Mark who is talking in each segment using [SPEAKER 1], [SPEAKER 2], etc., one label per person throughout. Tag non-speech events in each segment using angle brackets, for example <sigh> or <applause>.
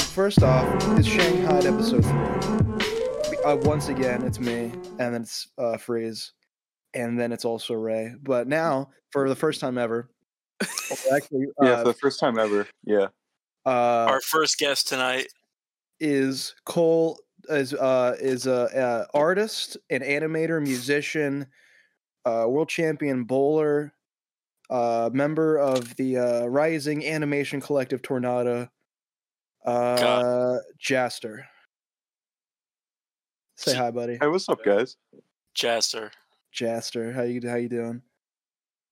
[SPEAKER 1] first off, it's Shanghai episode three. Uh, once again, it's me, and then it's uh, Freeze, and then it's also Ray. But now, for the first time ever, well, actually, uh,
[SPEAKER 2] yeah, for the first time ever. Yeah.
[SPEAKER 1] uh,
[SPEAKER 3] Our first guest tonight.
[SPEAKER 1] is Cole is uh, is a, a artist, an animator, musician, uh, world champion bowler, uh, member of the uh, Rising Animation Collective Tornado, uh, Jaster. Say hi, buddy.
[SPEAKER 2] Hey, what's up, guys?
[SPEAKER 3] Jaster.
[SPEAKER 1] Jaster, how you how you doing?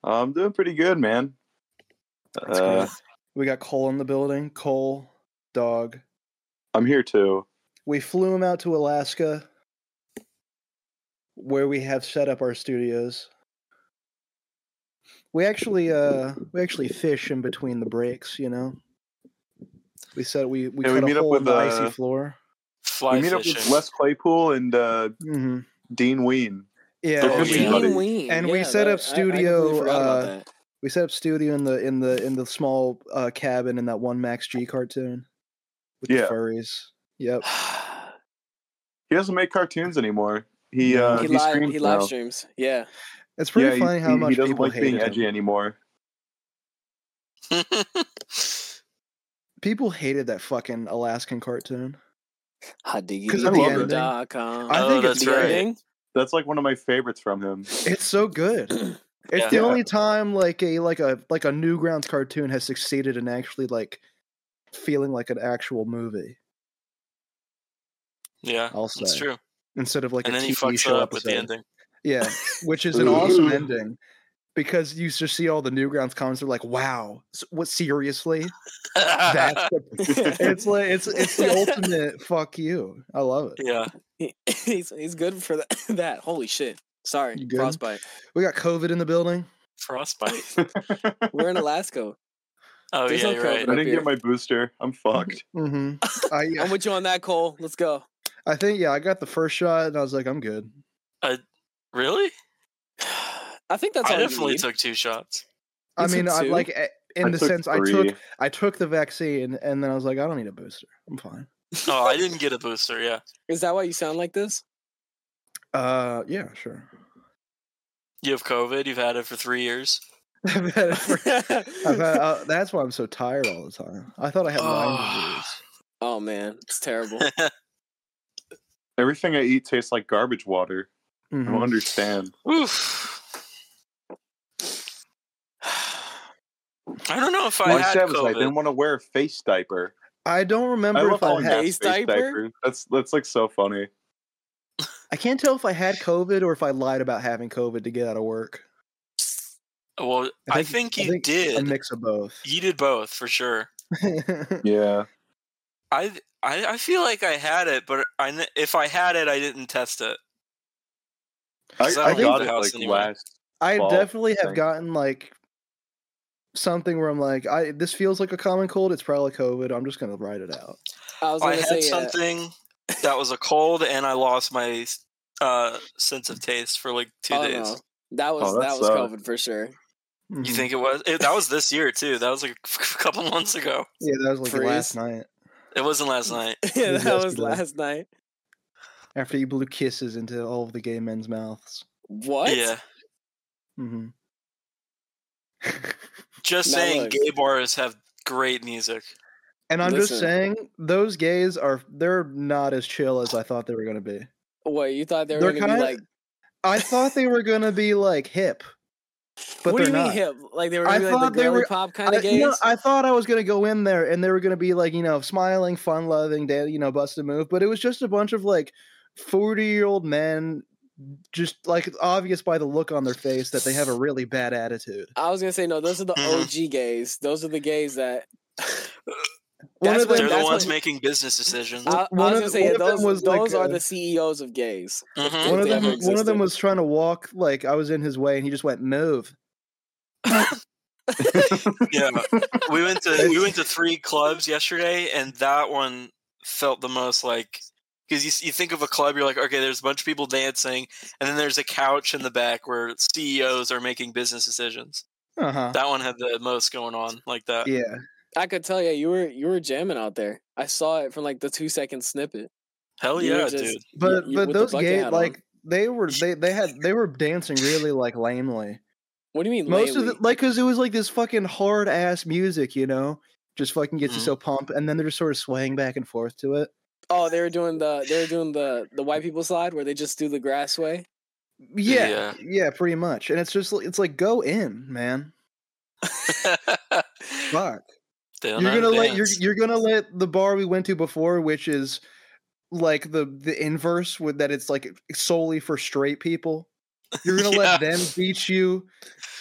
[SPEAKER 2] I'm doing pretty good, man.
[SPEAKER 1] That's
[SPEAKER 2] Uh,
[SPEAKER 1] great. We got Cole in the building. Cole, dog.
[SPEAKER 2] I'm here too.
[SPEAKER 1] We flew him out to Alaska, where we have set up our studios. We actually, uh, we actually fish in between the breaks. You know, we said we we
[SPEAKER 2] Yeah, we
[SPEAKER 1] cut
[SPEAKER 2] meet
[SPEAKER 1] a
[SPEAKER 2] up
[SPEAKER 1] hole in
[SPEAKER 2] with,
[SPEAKER 1] the icy
[SPEAKER 2] uh,
[SPEAKER 1] floor.
[SPEAKER 3] Fly
[SPEAKER 2] we meet
[SPEAKER 3] fishing.
[SPEAKER 2] up with Les Claypool and uh,
[SPEAKER 1] hmm
[SPEAKER 2] Dean Ween.
[SPEAKER 1] Yeah,
[SPEAKER 2] They're
[SPEAKER 1] and
[SPEAKER 2] fishing
[SPEAKER 1] we,
[SPEAKER 2] buddies. buddy.
[SPEAKER 4] Ween.
[SPEAKER 1] And we set up studio, uh, we set up studio in the in the in the small uh, cabin in that one Max G cartoon with the
[SPEAKER 2] Yeah.
[SPEAKER 1] furries. Yep.
[SPEAKER 2] He doesn't make cartoons anymore. He uh,
[SPEAKER 4] he
[SPEAKER 2] he,
[SPEAKER 4] live
[SPEAKER 2] streams
[SPEAKER 4] he
[SPEAKER 2] now.
[SPEAKER 4] live streams. Yeah,
[SPEAKER 1] It's
[SPEAKER 2] Yeah,
[SPEAKER 1] pretty
[SPEAKER 2] he-
[SPEAKER 1] funny how
[SPEAKER 2] he,
[SPEAKER 1] much
[SPEAKER 2] he doesn't
[SPEAKER 1] people
[SPEAKER 2] like
[SPEAKER 1] hated
[SPEAKER 2] being
[SPEAKER 1] him.
[SPEAKER 2] edgy anymore.
[SPEAKER 1] People hated that fucking Alaskan cartoon.
[SPEAKER 4] hot diggity.
[SPEAKER 1] 'Cause
[SPEAKER 2] I love
[SPEAKER 4] dot com.
[SPEAKER 1] I
[SPEAKER 3] Oh,
[SPEAKER 1] think
[SPEAKER 3] that's
[SPEAKER 1] it's
[SPEAKER 4] The
[SPEAKER 3] right.
[SPEAKER 4] ending?
[SPEAKER 2] That's like one of my favorites from him.
[SPEAKER 1] It's so good. It's the
[SPEAKER 2] Yeah.
[SPEAKER 1] only time like a like a like a Newgrounds cartoon has succeeded in actually like feeling like an actual movie.
[SPEAKER 3] yeah,
[SPEAKER 1] I'll
[SPEAKER 3] that's
[SPEAKER 1] say
[SPEAKER 3] true.
[SPEAKER 1] instead of Oh, like
[SPEAKER 3] and
[SPEAKER 1] a
[SPEAKER 3] then he
[SPEAKER 1] TV
[SPEAKER 3] fucks
[SPEAKER 1] show
[SPEAKER 3] up
[SPEAKER 1] episode.
[SPEAKER 3] with the ending.
[SPEAKER 1] Yeah, which is an awesome
[SPEAKER 2] Ooh.
[SPEAKER 1] ending because you just see all the Newgrounds comments. They're like, "Wow, s- what seriously?"
[SPEAKER 3] <laughs>
[SPEAKER 1] That's the, it's like it's it's the ultimate fuck you. I love it.
[SPEAKER 3] yeah.
[SPEAKER 4] He- he's he's good for that. that. Holy shit! Sorry,
[SPEAKER 1] You good?
[SPEAKER 4] frostbite.
[SPEAKER 1] We got COVID in the building.
[SPEAKER 3] Frostbite.
[SPEAKER 4] We're in Alaska.
[SPEAKER 3] Oh
[SPEAKER 4] There's
[SPEAKER 3] yeah,
[SPEAKER 4] no
[SPEAKER 3] you're right.
[SPEAKER 2] I
[SPEAKER 4] Up
[SPEAKER 2] didn't
[SPEAKER 4] here.
[SPEAKER 2] get my booster. I'm fucked.
[SPEAKER 1] hmm
[SPEAKER 3] <laughs>
[SPEAKER 1] I yeah,
[SPEAKER 4] I'm with you on that, Cole. Let's go.
[SPEAKER 1] I think yeah, I got the first shot and I was like, I'm good.
[SPEAKER 3] Really?
[SPEAKER 4] I think that's all
[SPEAKER 3] I
[SPEAKER 4] you
[SPEAKER 3] definitely
[SPEAKER 4] need.
[SPEAKER 3] took
[SPEAKER 1] <laughs>
[SPEAKER 3] two shots.
[SPEAKER 1] I
[SPEAKER 4] You took
[SPEAKER 1] mean, I,
[SPEAKER 4] two?
[SPEAKER 1] like eh, in
[SPEAKER 2] I
[SPEAKER 1] the
[SPEAKER 2] took
[SPEAKER 1] sense I
[SPEAKER 2] three.
[SPEAKER 1] took I took the vaccine and then I was like, I don't need a booster. I'm fine.
[SPEAKER 3] Oh, I didn't get a booster. Yeah.
[SPEAKER 4] Is that why you sound like this?
[SPEAKER 1] Uh, yeah, sure. <laughs>
[SPEAKER 3] You have COVID. You've had it for three years.
[SPEAKER 1] I've had it for- I've had-
[SPEAKER 3] <laughs>
[SPEAKER 1] uh, that's why I'm so tired all the time. I thought I had Lyme
[SPEAKER 3] Oh.
[SPEAKER 1] disease.
[SPEAKER 4] oh man, it's terrible.
[SPEAKER 2] Everything I eat tastes like garbage water. I
[SPEAKER 1] Mhm.
[SPEAKER 2] don't understand.
[SPEAKER 3] Oof. I don't know if I
[SPEAKER 2] All I
[SPEAKER 3] had
[SPEAKER 2] said was I
[SPEAKER 3] COVID.
[SPEAKER 2] didn't want to wear a face diaper.
[SPEAKER 1] I don't
[SPEAKER 2] I
[SPEAKER 1] remember
[SPEAKER 2] love
[SPEAKER 1] if I
[SPEAKER 2] calling that
[SPEAKER 1] had.
[SPEAKER 4] Face
[SPEAKER 2] face
[SPEAKER 4] diaper?
[SPEAKER 2] diaper. That's that's like so funny.
[SPEAKER 1] I can't tell if I had COVID or if I lied about having COVID to get out of work.
[SPEAKER 3] well,
[SPEAKER 1] I
[SPEAKER 3] I
[SPEAKER 1] think-
[SPEAKER 3] think,
[SPEAKER 1] I
[SPEAKER 3] you
[SPEAKER 1] think A
[SPEAKER 3] did.
[SPEAKER 1] mix of both.
[SPEAKER 3] you did both for sure.
[SPEAKER 2] Yeah.
[SPEAKER 3] I, th- I I feel like I had it, but I kn- if I had it, I didn't test it.
[SPEAKER 2] I,
[SPEAKER 3] 'Cause I
[SPEAKER 2] I,
[SPEAKER 3] don't leave
[SPEAKER 2] got
[SPEAKER 3] the
[SPEAKER 2] it
[SPEAKER 3] house
[SPEAKER 2] like
[SPEAKER 3] anyway.
[SPEAKER 2] last
[SPEAKER 1] <laughs> I
[SPEAKER 2] Fall
[SPEAKER 1] definitely have
[SPEAKER 2] thing.
[SPEAKER 1] gotten like something where I'm like, I this feels like a common cold. It's probably COVID. I'm just gonna ride it out.
[SPEAKER 4] I was
[SPEAKER 3] I
[SPEAKER 4] gonna
[SPEAKER 3] had
[SPEAKER 4] say uh,
[SPEAKER 3] something
[SPEAKER 4] <laughs>
[SPEAKER 3] that was a cold, and I lost my uh, sense of taste for like two
[SPEAKER 4] oh,
[SPEAKER 3] days.
[SPEAKER 4] no. That was
[SPEAKER 2] Oh, that
[SPEAKER 4] that was
[SPEAKER 2] sucks.
[SPEAKER 4] COVID for sure.
[SPEAKER 3] You
[SPEAKER 1] Mhm.
[SPEAKER 3] think it was? It, that was this year too. That was like <laughs> a couple months ago.
[SPEAKER 1] Yeah, that was like last
[SPEAKER 4] Freeze?
[SPEAKER 1] night
[SPEAKER 3] It wasn't
[SPEAKER 4] <laughs>
[SPEAKER 3] last night.
[SPEAKER 4] yeah,
[SPEAKER 1] was
[SPEAKER 4] that was
[SPEAKER 1] yesterday.
[SPEAKER 4] last night.
[SPEAKER 1] after you blew kisses into all of the gay men's mouths.
[SPEAKER 4] What?
[SPEAKER 3] Yeah,
[SPEAKER 1] hmm
[SPEAKER 3] just
[SPEAKER 4] Now
[SPEAKER 3] saying.
[SPEAKER 4] look.
[SPEAKER 3] Gay bars have great music.
[SPEAKER 1] and I'm just
[SPEAKER 4] Listen.
[SPEAKER 1] saying, those gays are they're not as chill as I thought they were gonna be.
[SPEAKER 4] Wait, you thought they were
[SPEAKER 1] They're
[SPEAKER 4] gonna
[SPEAKER 1] kinda-
[SPEAKER 4] be like?
[SPEAKER 1] I thought they were gonna be like hip, but
[SPEAKER 4] what do
[SPEAKER 1] they're
[SPEAKER 4] you
[SPEAKER 1] not.
[SPEAKER 4] mean hip? Like they were
[SPEAKER 1] I
[SPEAKER 4] gonna be like
[SPEAKER 1] thought
[SPEAKER 4] the
[SPEAKER 1] they
[SPEAKER 4] girly
[SPEAKER 1] were-
[SPEAKER 4] pop kind
[SPEAKER 1] I,
[SPEAKER 4] of gays?
[SPEAKER 1] you know, I thought I was gonna go in there and they were gonna be like, you know, smiling, fun loving, da- you know, bust a move, but it was just a bunch of like forty year old men, just like it's obvious by the look on their face that they have a really bad attitude.
[SPEAKER 4] I, was gonna say no. Those are the
[SPEAKER 3] Mhm.
[SPEAKER 4] OG gays. Those are the gays that.
[SPEAKER 1] One
[SPEAKER 4] That's
[SPEAKER 1] of
[SPEAKER 4] what-
[SPEAKER 3] They're
[SPEAKER 1] them,
[SPEAKER 3] the
[SPEAKER 4] that's
[SPEAKER 3] ones
[SPEAKER 4] what-
[SPEAKER 3] making
[SPEAKER 4] <laughs>
[SPEAKER 3] business decisions.
[SPEAKER 4] I, I
[SPEAKER 1] one
[SPEAKER 4] was
[SPEAKER 1] of-
[SPEAKER 4] gonna say
[SPEAKER 1] one
[SPEAKER 4] yeah,
[SPEAKER 1] of them
[SPEAKER 4] those,
[SPEAKER 1] was, like,
[SPEAKER 4] those are
[SPEAKER 1] uh,
[SPEAKER 4] the CEOs of gays.
[SPEAKER 3] Mhm.
[SPEAKER 4] if
[SPEAKER 1] one of
[SPEAKER 4] they
[SPEAKER 1] them,
[SPEAKER 4] ever
[SPEAKER 1] one of them
[SPEAKER 4] existed.
[SPEAKER 1] was trying to walk like I was in his way, and he just went move.
[SPEAKER 4] <laughs>
[SPEAKER 3] yeah we went to we went to three clubs yesterday and that one felt the most like because you, s- you think of a club you're like okay there's a bunch of people dancing and then there's a couch in the back where E ceos are making business decisions
[SPEAKER 1] Uh huh.
[SPEAKER 4] Uh-huh.
[SPEAKER 3] that one had the most going on like that
[SPEAKER 1] Yeah,
[SPEAKER 4] I could tell you, you were you were jamming out there. I saw it from like the two second snippet.
[SPEAKER 3] Hell
[SPEAKER 4] You were
[SPEAKER 3] yeah,
[SPEAKER 4] just-
[SPEAKER 3] dude. <laughs>
[SPEAKER 1] But
[SPEAKER 4] you-
[SPEAKER 1] but
[SPEAKER 4] with the
[SPEAKER 1] those
[SPEAKER 4] bucket
[SPEAKER 1] gay
[SPEAKER 4] hat on.
[SPEAKER 1] like they were they they had they were dancing really like lamely.
[SPEAKER 4] What do you mean?
[SPEAKER 1] Most of
[SPEAKER 4] lately?
[SPEAKER 1] the like because it was like this fucking hard ass music, you know, just fucking gets
[SPEAKER 4] Mm-hmm.
[SPEAKER 3] Mhm.
[SPEAKER 1] you so pumped, and then they're just sort of swaying back and forth to it.
[SPEAKER 4] oh, they were doing the they were doing the the white people slide where they just do the grass way.
[SPEAKER 1] Yeah, yeah,
[SPEAKER 3] Yeah.
[SPEAKER 1] pretty much. And it's just like- it's like go in, man. Fuck.
[SPEAKER 3] Down
[SPEAKER 1] you're
[SPEAKER 3] on
[SPEAKER 1] gonna let you're
[SPEAKER 3] dance.
[SPEAKER 1] you're gonna let the bar we went to before, which is like the the inverse with that it's like solely for straight people. You're gonna let
[SPEAKER 3] <laughs> Yeah.
[SPEAKER 1] them beat you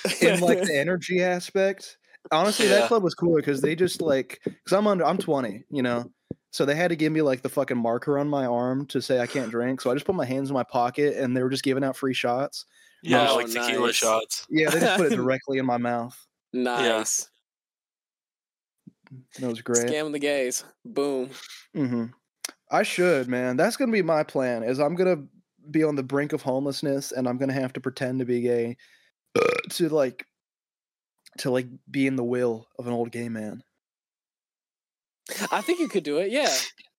[SPEAKER 3] <laughs>
[SPEAKER 1] in
[SPEAKER 4] <laughs>
[SPEAKER 1] like the energy aspect. Honestly,
[SPEAKER 3] Yeah.
[SPEAKER 1] that club was cooler because they just like because I'm under I'm 20, you know, so they had to give me like the fucking marker on my arm to say I can't drink. So I just put my hands in my pocket and they were just giving out free shots.
[SPEAKER 3] yeah,
[SPEAKER 4] Oh,
[SPEAKER 3] like tequila
[SPEAKER 4] nice.
[SPEAKER 3] shots.
[SPEAKER 1] Yeah, they just
[SPEAKER 3] <laughs>
[SPEAKER 1] put it directly in my mouth.
[SPEAKER 4] nice
[SPEAKER 1] And it was great.
[SPEAKER 4] scam the gays. Boom.
[SPEAKER 1] hmm I should, man. That's gonna be my plan. Is I'm gonna be on the brink of homelessness, and I'm gonna have to pretend to be gay <clears throat> to like to like be in the will of an old gay man.
[SPEAKER 4] I think you could do it. Yeah,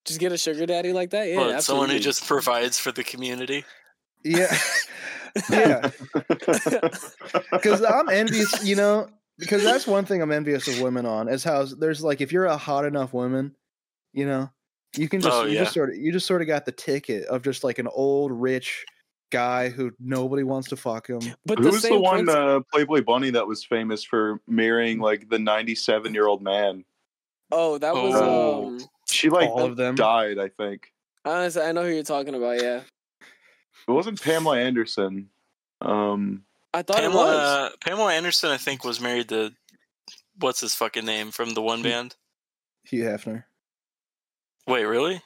[SPEAKER 4] just get a sugar daddy like that. Yeah,
[SPEAKER 3] What, someone who
[SPEAKER 4] absolutely.
[SPEAKER 3] just provides for the community.
[SPEAKER 1] Yeah, <laughs> yeah. Because I'm envious, you know. Because that's one thing I'm envious of women on is how there's like if you're a hot enough woman, you know, you can just
[SPEAKER 3] Oh,
[SPEAKER 1] you
[SPEAKER 3] yeah.
[SPEAKER 1] just sort of you just sort of got the ticket of just like an old rich guy who nobody wants to fuck him.
[SPEAKER 4] But the
[SPEAKER 2] Who's
[SPEAKER 4] same
[SPEAKER 2] the one
[SPEAKER 4] princi-
[SPEAKER 2] uh, Playboy Bunny that was famous for marrying like the 97 year old man?
[SPEAKER 4] oh, that was
[SPEAKER 3] Oh.
[SPEAKER 4] um.
[SPEAKER 2] She like
[SPEAKER 1] All of them.
[SPEAKER 2] died, I think.
[SPEAKER 4] Honestly, I know who you're talking about. Yeah,
[SPEAKER 2] It wasn't Pamela Anderson. Um,
[SPEAKER 4] I thought it was.
[SPEAKER 3] Pamela Uh, Pamela Anderson, I think, was married to what's his fucking name from the
[SPEAKER 4] Hmm.
[SPEAKER 3] one band.
[SPEAKER 1] Hugh Hefner.
[SPEAKER 3] Wait, really?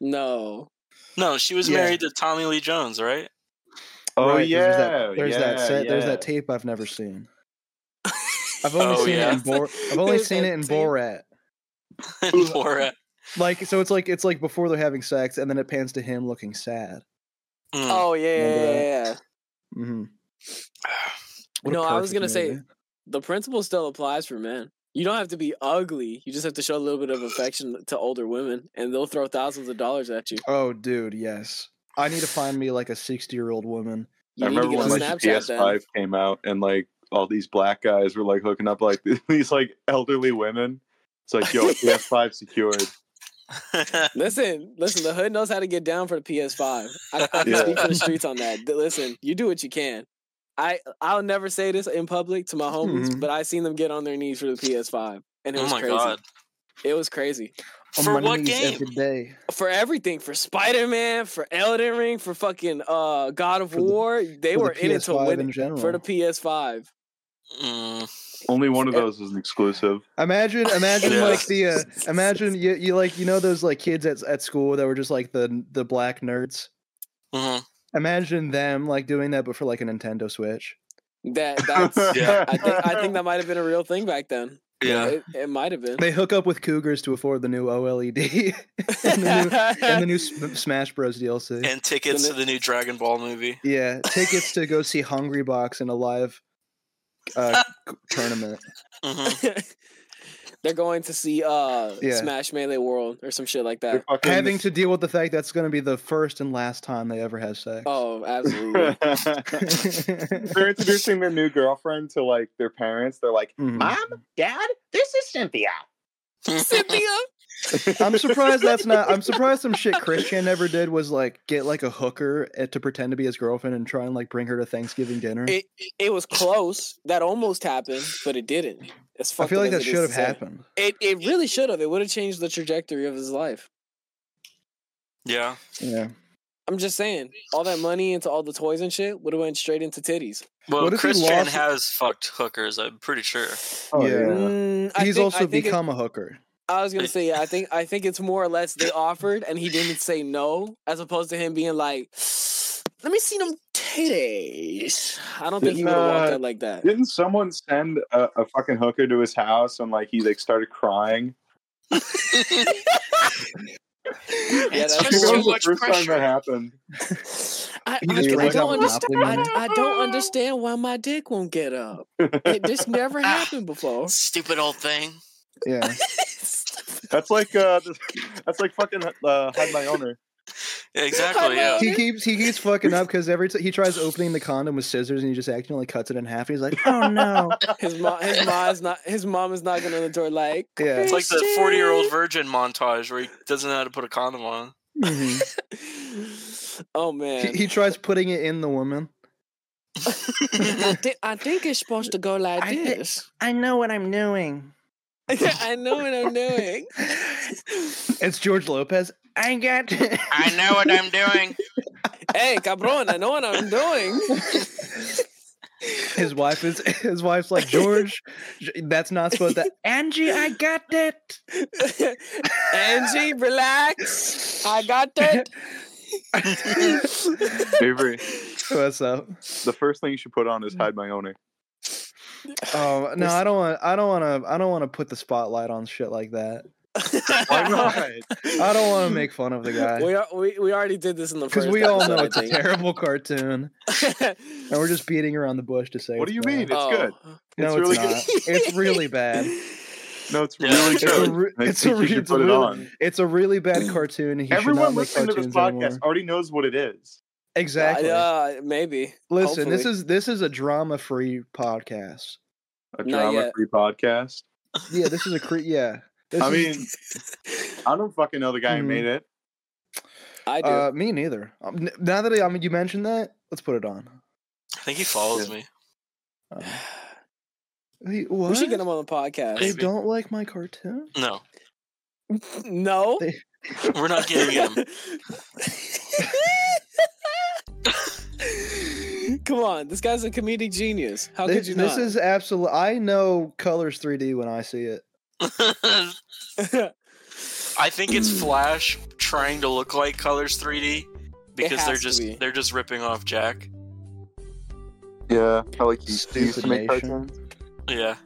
[SPEAKER 4] No,
[SPEAKER 3] No, she was
[SPEAKER 1] Yeah.
[SPEAKER 3] married to Tommy Lee Jones, right? <laughs>
[SPEAKER 2] oh
[SPEAKER 1] Right, 'cause
[SPEAKER 2] yeah,
[SPEAKER 1] There's that, there's that
[SPEAKER 2] yeah,
[SPEAKER 1] set. There's
[SPEAKER 2] yeah.
[SPEAKER 1] that tape I've never
[SPEAKER 4] <laughs>
[SPEAKER 1] seen. I've only
[SPEAKER 3] Oh,
[SPEAKER 1] seen
[SPEAKER 3] yeah.
[SPEAKER 1] it in Bor- I've only
[SPEAKER 4] There's
[SPEAKER 1] seen
[SPEAKER 4] that
[SPEAKER 1] it in
[SPEAKER 4] tape.
[SPEAKER 1] Borat.
[SPEAKER 3] And Borat.
[SPEAKER 1] Like so, it's like it's like before they're having sex, and then it pans to him looking sad.
[SPEAKER 3] Mm. <laughs>
[SPEAKER 4] Oh yeah, yeah,
[SPEAKER 1] Remember that?
[SPEAKER 4] yeah, yeah, yeah. <sighs>
[SPEAKER 1] Mm-hmm.
[SPEAKER 4] No, I was gonna say- The principle still applies for men. You don't have to be ugly. You just have to show a little bit of affection to older women, and they'll throw thousands of dollars at you.
[SPEAKER 1] Oh, dude, yes. I need to find me like a sixty-year-old woman.
[SPEAKER 4] You
[SPEAKER 2] I
[SPEAKER 4] need to
[SPEAKER 2] remember
[SPEAKER 4] get on
[SPEAKER 2] when like the
[SPEAKER 4] Snapchat
[SPEAKER 2] PS5
[SPEAKER 4] then.
[SPEAKER 2] came out and like all these black guys were like hooking up like <laughs> these like elderly women. It's like yo, PS5 secured.
[SPEAKER 3] Oh
[SPEAKER 4] Listen, listen. The hood knows how to get down for the PS5. I, I can
[SPEAKER 2] Yeah.
[SPEAKER 4] speak
[SPEAKER 1] <laughs>
[SPEAKER 4] for the streets on that. Th- Listen, you do what you can. I I'll never say this in public to my homies,
[SPEAKER 1] Mhm.
[SPEAKER 4] but I seen them get on their knees for the PS5, and it
[SPEAKER 3] oh
[SPEAKER 4] was
[SPEAKER 3] my
[SPEAKER 4] crazy.
[SPEAKER 3] god.
[SPEAKER 4] It was crazy
[SPEAKER 1] On
[SPEAKER 3] For
[SPEAKER 1] my
[SPEAKER 3] what
[SPEAKER 1] knees
[SPEAKER 3] game?
[SPEAKER 1] Every day.
[SPEAKER 4] for everything, for Spider Man, for Elden Ring, for fucking uh God of
[SPEAKER 1] For the-
[SPEAKER 4] War. They
[SPEAKER 1] for the
[SPEAKER 4] were in it to
[SPEAKER 1] PS5
[SPEAKER 4] win
[SPEAKER 1] in
[SPEAKER 4] it
[SPEAKER 1] general.
[SPEAKER 4] for the PS5.
[SPEAKER 3] Mm.
[SPEAKER 2] Only one of those is an exclusive.
[SPEAKER 1] Imagine, imagine
[SPEAKER 4] <laughs>
[SPEAKER 3] Yeah.
[SPEAKER 1] like the uh, imagine you, you like you know those like kids at at school that were just like the the black nerds.
[SPEAKER 3] Mhm.
[SPEAKER 1] Imagine them like doing that, but for like a Nintendo Switch. <laughs>
[SPEAKER 4] That that's.
[SPEAKER 3] Yeah.
[SPEAKER 4] I
[SPEAKER 2] <laughs>
[SPEAKER 4] think
[SPEAKER 3] <laughs>
[SPEAKER 4] I think that might have been a real thing back then.
[SPEAKER 3] Yeah.
[SPEAKER 4] It, it might have been.
[SPEAKER 1] They hook up with cougars to afford the new OLED <laughs> and the new, and the
[SPEAKER 4] <laughs>
[SPEAKER 1] new Sm- Smash Bros DLC.
[SPEAKER 3] And tickets to the new Dragon Ball movie.
[SPEAKER 1] yeah, tickets to go see Hungry Box in a live
[SPEAKER 4] <laughs>
[SPEAKER 1] uh, c- tournament.
[SPEAKER 3] Mhm.
[SPEAKER 4] They're going to see uh
[SPEAKER 1] Yeah.
[SPEAKER 4] Smash Melee World or some shit like
[SPEAKER 2] They're
[SPEAKER 4] that.
[SPEAKER 2] fucking-
[SPEAKER 1] Having to deal with the fact that's going to be the first and last time they ever have sex. <laughs> Mm-hmm.
[SPEAKER 4] Oh,
[SPEAKER 2] <laughs>
[SPEAKER 4] absolutely.
[SPEAKER 2] they're introducing their new girlfriend to like their parents. They're like,
[SPEAKER 1] Mhm.
[SPEAKER 4] <laughs>
[SPEAKER 2] "Mom,
[SPEAKER 5] Dad, this is Cynthia.
[SPEAKER 1] <laughs>
[SPEAKER 4] Cynthia.
[SPEAKER 1] I'm surprised that's not. I'm surprised some shit Christian ever did was like get like a hooker uh, to pretend to be his girlfriend and try and like bring her to Thanksgiving dinner.
[SPEAKER 4] It it was close. That almost happened, but it didn't. It's
[SPEAKER 1] I feel like that
[SPEAKER 4] fucked up as it is
[SPEAKER 1] should have
[SPEAKER 4] to say.
[SPEAKER 1] happened.
[SPEAKER 4] It it really should have. It would have changed the trajectory of his life.
[SPEAKER 3] Yeah.
[SPEAKER 1] Yeah.
[SPEAKER 4] I'm just saying, all that money into all the toys and shit would have went straight into titties.
[SPEAKER 3] Well,
[SPEAKER 1] What if he
[SPEAKER 3] Chris Chan
[SPEAKER 1] lost-
[SPEAKER 3] has fucked hookers. I'm pretty sure.
[SPEAKER 2] oh,
[SPEAKER 1] Yeah.
[SPEAKER 4] Mm, I
[SPEAKER 1] He's
[SPEAKER 4] think- I
[SPEAKER 1] also
[SPEAKER 4] think it-
[SPEAKER 1] become a hooker.
[SPEAKER 3] <laughs>
[SPEAKER 4] I was gonna say, yeah, I think I think it's more or less they offered and he didn't say no, as opposed to him being like, "Let me see them titties." I don't think he would have walked
[SPEAKER 2] Nah.
[SPEAKER 4] out like that.
[SPEAKER 2] Didn't someone send a, a fucking hooker to his house and like he like started crying?
[SPEAKER 4] that's
[SPEAKER 2] That
[SPEAKER 4] That's
[SPEAKER 2] was
[SPEAKER 4] too
[SPEAKER 2] the first time that happened.
[SPEAKER 4] I,
[SPEAKER 1] He
[SPEAKER 4] I-
[SPEAKER 1] just
[SPEAKER 4] I
[SPEAKER 1] like
[SPEAKER 4] don't
[SPEAKER 1] a
[SPEAKER 4] understand.
[SPEAKER 1] monopoly
[SPEAKER 4] I,
[SPEAKER 1] man.
[SPEAKER 4] I
[SPEAKER 3] <laughs>
[SPEAKER 4] don't
[SPEAKER 3] Ah.
[SPEAKER 4] understand why my dick won't get up. It, this never happened before.
[SPEAKER 3] Stupid old thing.
[SPEAKER 4] <laughs>
[SPEAKER 1] Yeah.
[SPEAKER 2] That's like uh, this- that's like fucking uh, hide my owner.
[SPEAKER 3] exactly. Yeah.
[SPEAKER 1] he keeps he keeps fucking up because every time he tries opening the condom with scissors and he just accidentally cuts it in half. He's like, oh no. <laughs>
[SPEAKER 4] His mom, his mom's not, his mom is knocking on the door like,
[SPEAKER 1] Yeah.
[SPEAKER 3] It's like the 40 year old virgin montage where he doesn't know how to put a condom on.
[SPEAKER 4] <laughs>
[SPEAKER 1] Mhm.
[SPEAKER 4] oh
[SPEAKER 1] he,
[SPEAKER 4] man,
[SPEAKER 1] he tries putting it in the woman. <laughs>
[SPEAKER 4] I, thi- I think it's supposed to go like
[SPEAKER 1] I thi-
[SPEAKER 4] this.
[SPEAKER 1] I know what I'm doing.
[SPEAKER 4] <laughs> I know what I'm doing.
[SPEAKER 1] <laughs> It's George Lopez. I got.
[SPEAKER 5] I know what I'm doing.
[SPEAKER 4] hey, cabron, I know what I'm doing.
[SPEAKER 1] <laughs>
[SPEAKER 4] <laughs>
[SPEAKER 1] his wife is. His wife's like George. J- That's not supposed to. <laughs> Angie, I got it.
[SPEAKER 4] Angie,
[SPEAKER 1] <laughs>
[SPEAKER 4] relax. I got that.
[SPEAKER 2] Avery,
[SPEAKER 1] What's up?
[SPEAKER 2] the first thing you should put on is hide my owner.
[SPEAKER 1] Oh no,
[SPEAKER 4] This-
[SPEAKER 1] I don't want. I don't want to. I don't want to put the spotlight on shit like
[SPEAKER 4] <laughs>
[SPEAKER 1] that.
[SPEAKER 2] <laughs> Why not?
[SPEAKER 1] I don't want to make fun of the guy
[SPEAKER 4] we, are, we we already did this in the
[SPEAKER 1] because
[SPEAKER 4] first.
[SPEAKER 1] we all know it's
[SPEAKER 4] episode,
[SPEAKER 1] a terrible cartoon,
[SPEAKER 4] I <laughs>
[SPEAKER 1] and we're just beating around the bush to say.
[SPEAKER 2] What
[SPEAKER 1] <laughs>
[SPEAKER 2] do
[SPEAKER 1] it's
[SPEAKER 2] you
[SPEAKER 1] bad.
[SPEAKER 2] mean? It's good.
[SPEAKER 4] Oh.
[SPEAKER 1] No,
[SPEAKER 2] It's really
[SPEAKER 1] it's
[SPEAKER 2] good.
[SPEAKER 1] not. It's really bad.
[SPEAKER 4] <laughs>
[SPEAKER 2] No, it's
[SPEAKER 3] Yeah.
[SPEAKER 2] really
[SPEAKER 3] It's
[SPEAKER 1] a
[SPEAKER 2] good.
[SPEAKER 1] re-
[SPEAKER 2] I
[SPEAKER 1] it's a
[SPEAKER 2] think you
[SPEAKER 1] re-
[SPEAKER 2] should
[SPEAKER 1] it's a
[SPEAKER 2] put it
[SPEAKER 1] really-
[SPEAKER 2] on.
[SPEAKER 1] It's a really bad cartoon. and He should not
[SPEAKER 2] Everyone
[SPEAKER 1] make
[SPEAKER 2] listening to this
[SPEAKER 1] cartoons
[SPEAKER 2] podcast oh,
[SPEAKER 1] anymore.
[SPEAKER 2] already knows what it is.
[SPEAKER 1] Exactly.
[SPEAKER 4] Uh, maybe.
[SPEAKER 1] Listen, this
[SPEAKER 4] hopefully.
[SPEAKER 1] is this is a drama-free podcast.
[SPEAKER 2] A
[SPEAKER 4] Not yet.
[SPEAKER 2] drama-free podcast.
[SPEAKER 1] Yeah, this is a cre- yeah. This
[SPEAKER 2] I
[SPEAKER 1] is-
[SPEAKER 2] mean, I don't fucking know the guy who
[SPEAKER 1] Mhm.
[SPEAKER 2] made it.
[SPEAKER 4] <laughs> I do.
[SPEAKER 1] uh, me neither. Um, n- now that I, I mean, you mentioned that, let's put it on.
[SPEAKER 3] <laughs> I think he follows me.
[SPEAKER 1] Um, wait, what?
[SPEAKER 4] we should get him on the
[SPEAKER 1] they
[SPEAKER 4] podcast.
[SPEAKER 3] Maybe.
[SPEAKER 1] don't like my cartoon.
[SPEAKER 3] No,
[SPEAKER 4] no.
[SPEAKER 1] They-
[SPEAKER 3] we're not getting him.
[SPEAKER 4] <laughs> Come on, this guy's a comedic genius. How
[SPEAKER 1] Thi-
[SPEAKER 4] could you
[SPEAKER 1] this
[SPEAKER 4] not?
[SPEAKER 1] is absolute. I know colors 3D when I see it. <laughs>
[SPEAKER 3] <laughs> I think it's Flash trying to look like Colors 3D because they're
[SPEAKER 4] has to
[SPEAKER 3] just
[SPEAKER 4] be.
[SPEAKER 3] they're just ripping off Jack.
[SPEAKER 2] Yeah, I like he
[SPEAKER 1] Stupid
[SPEAKER 2] used to make
[SPEAKER 1] nation.
[SPEAKER 2] cartoons.
[SPEAKER 3] Yeah.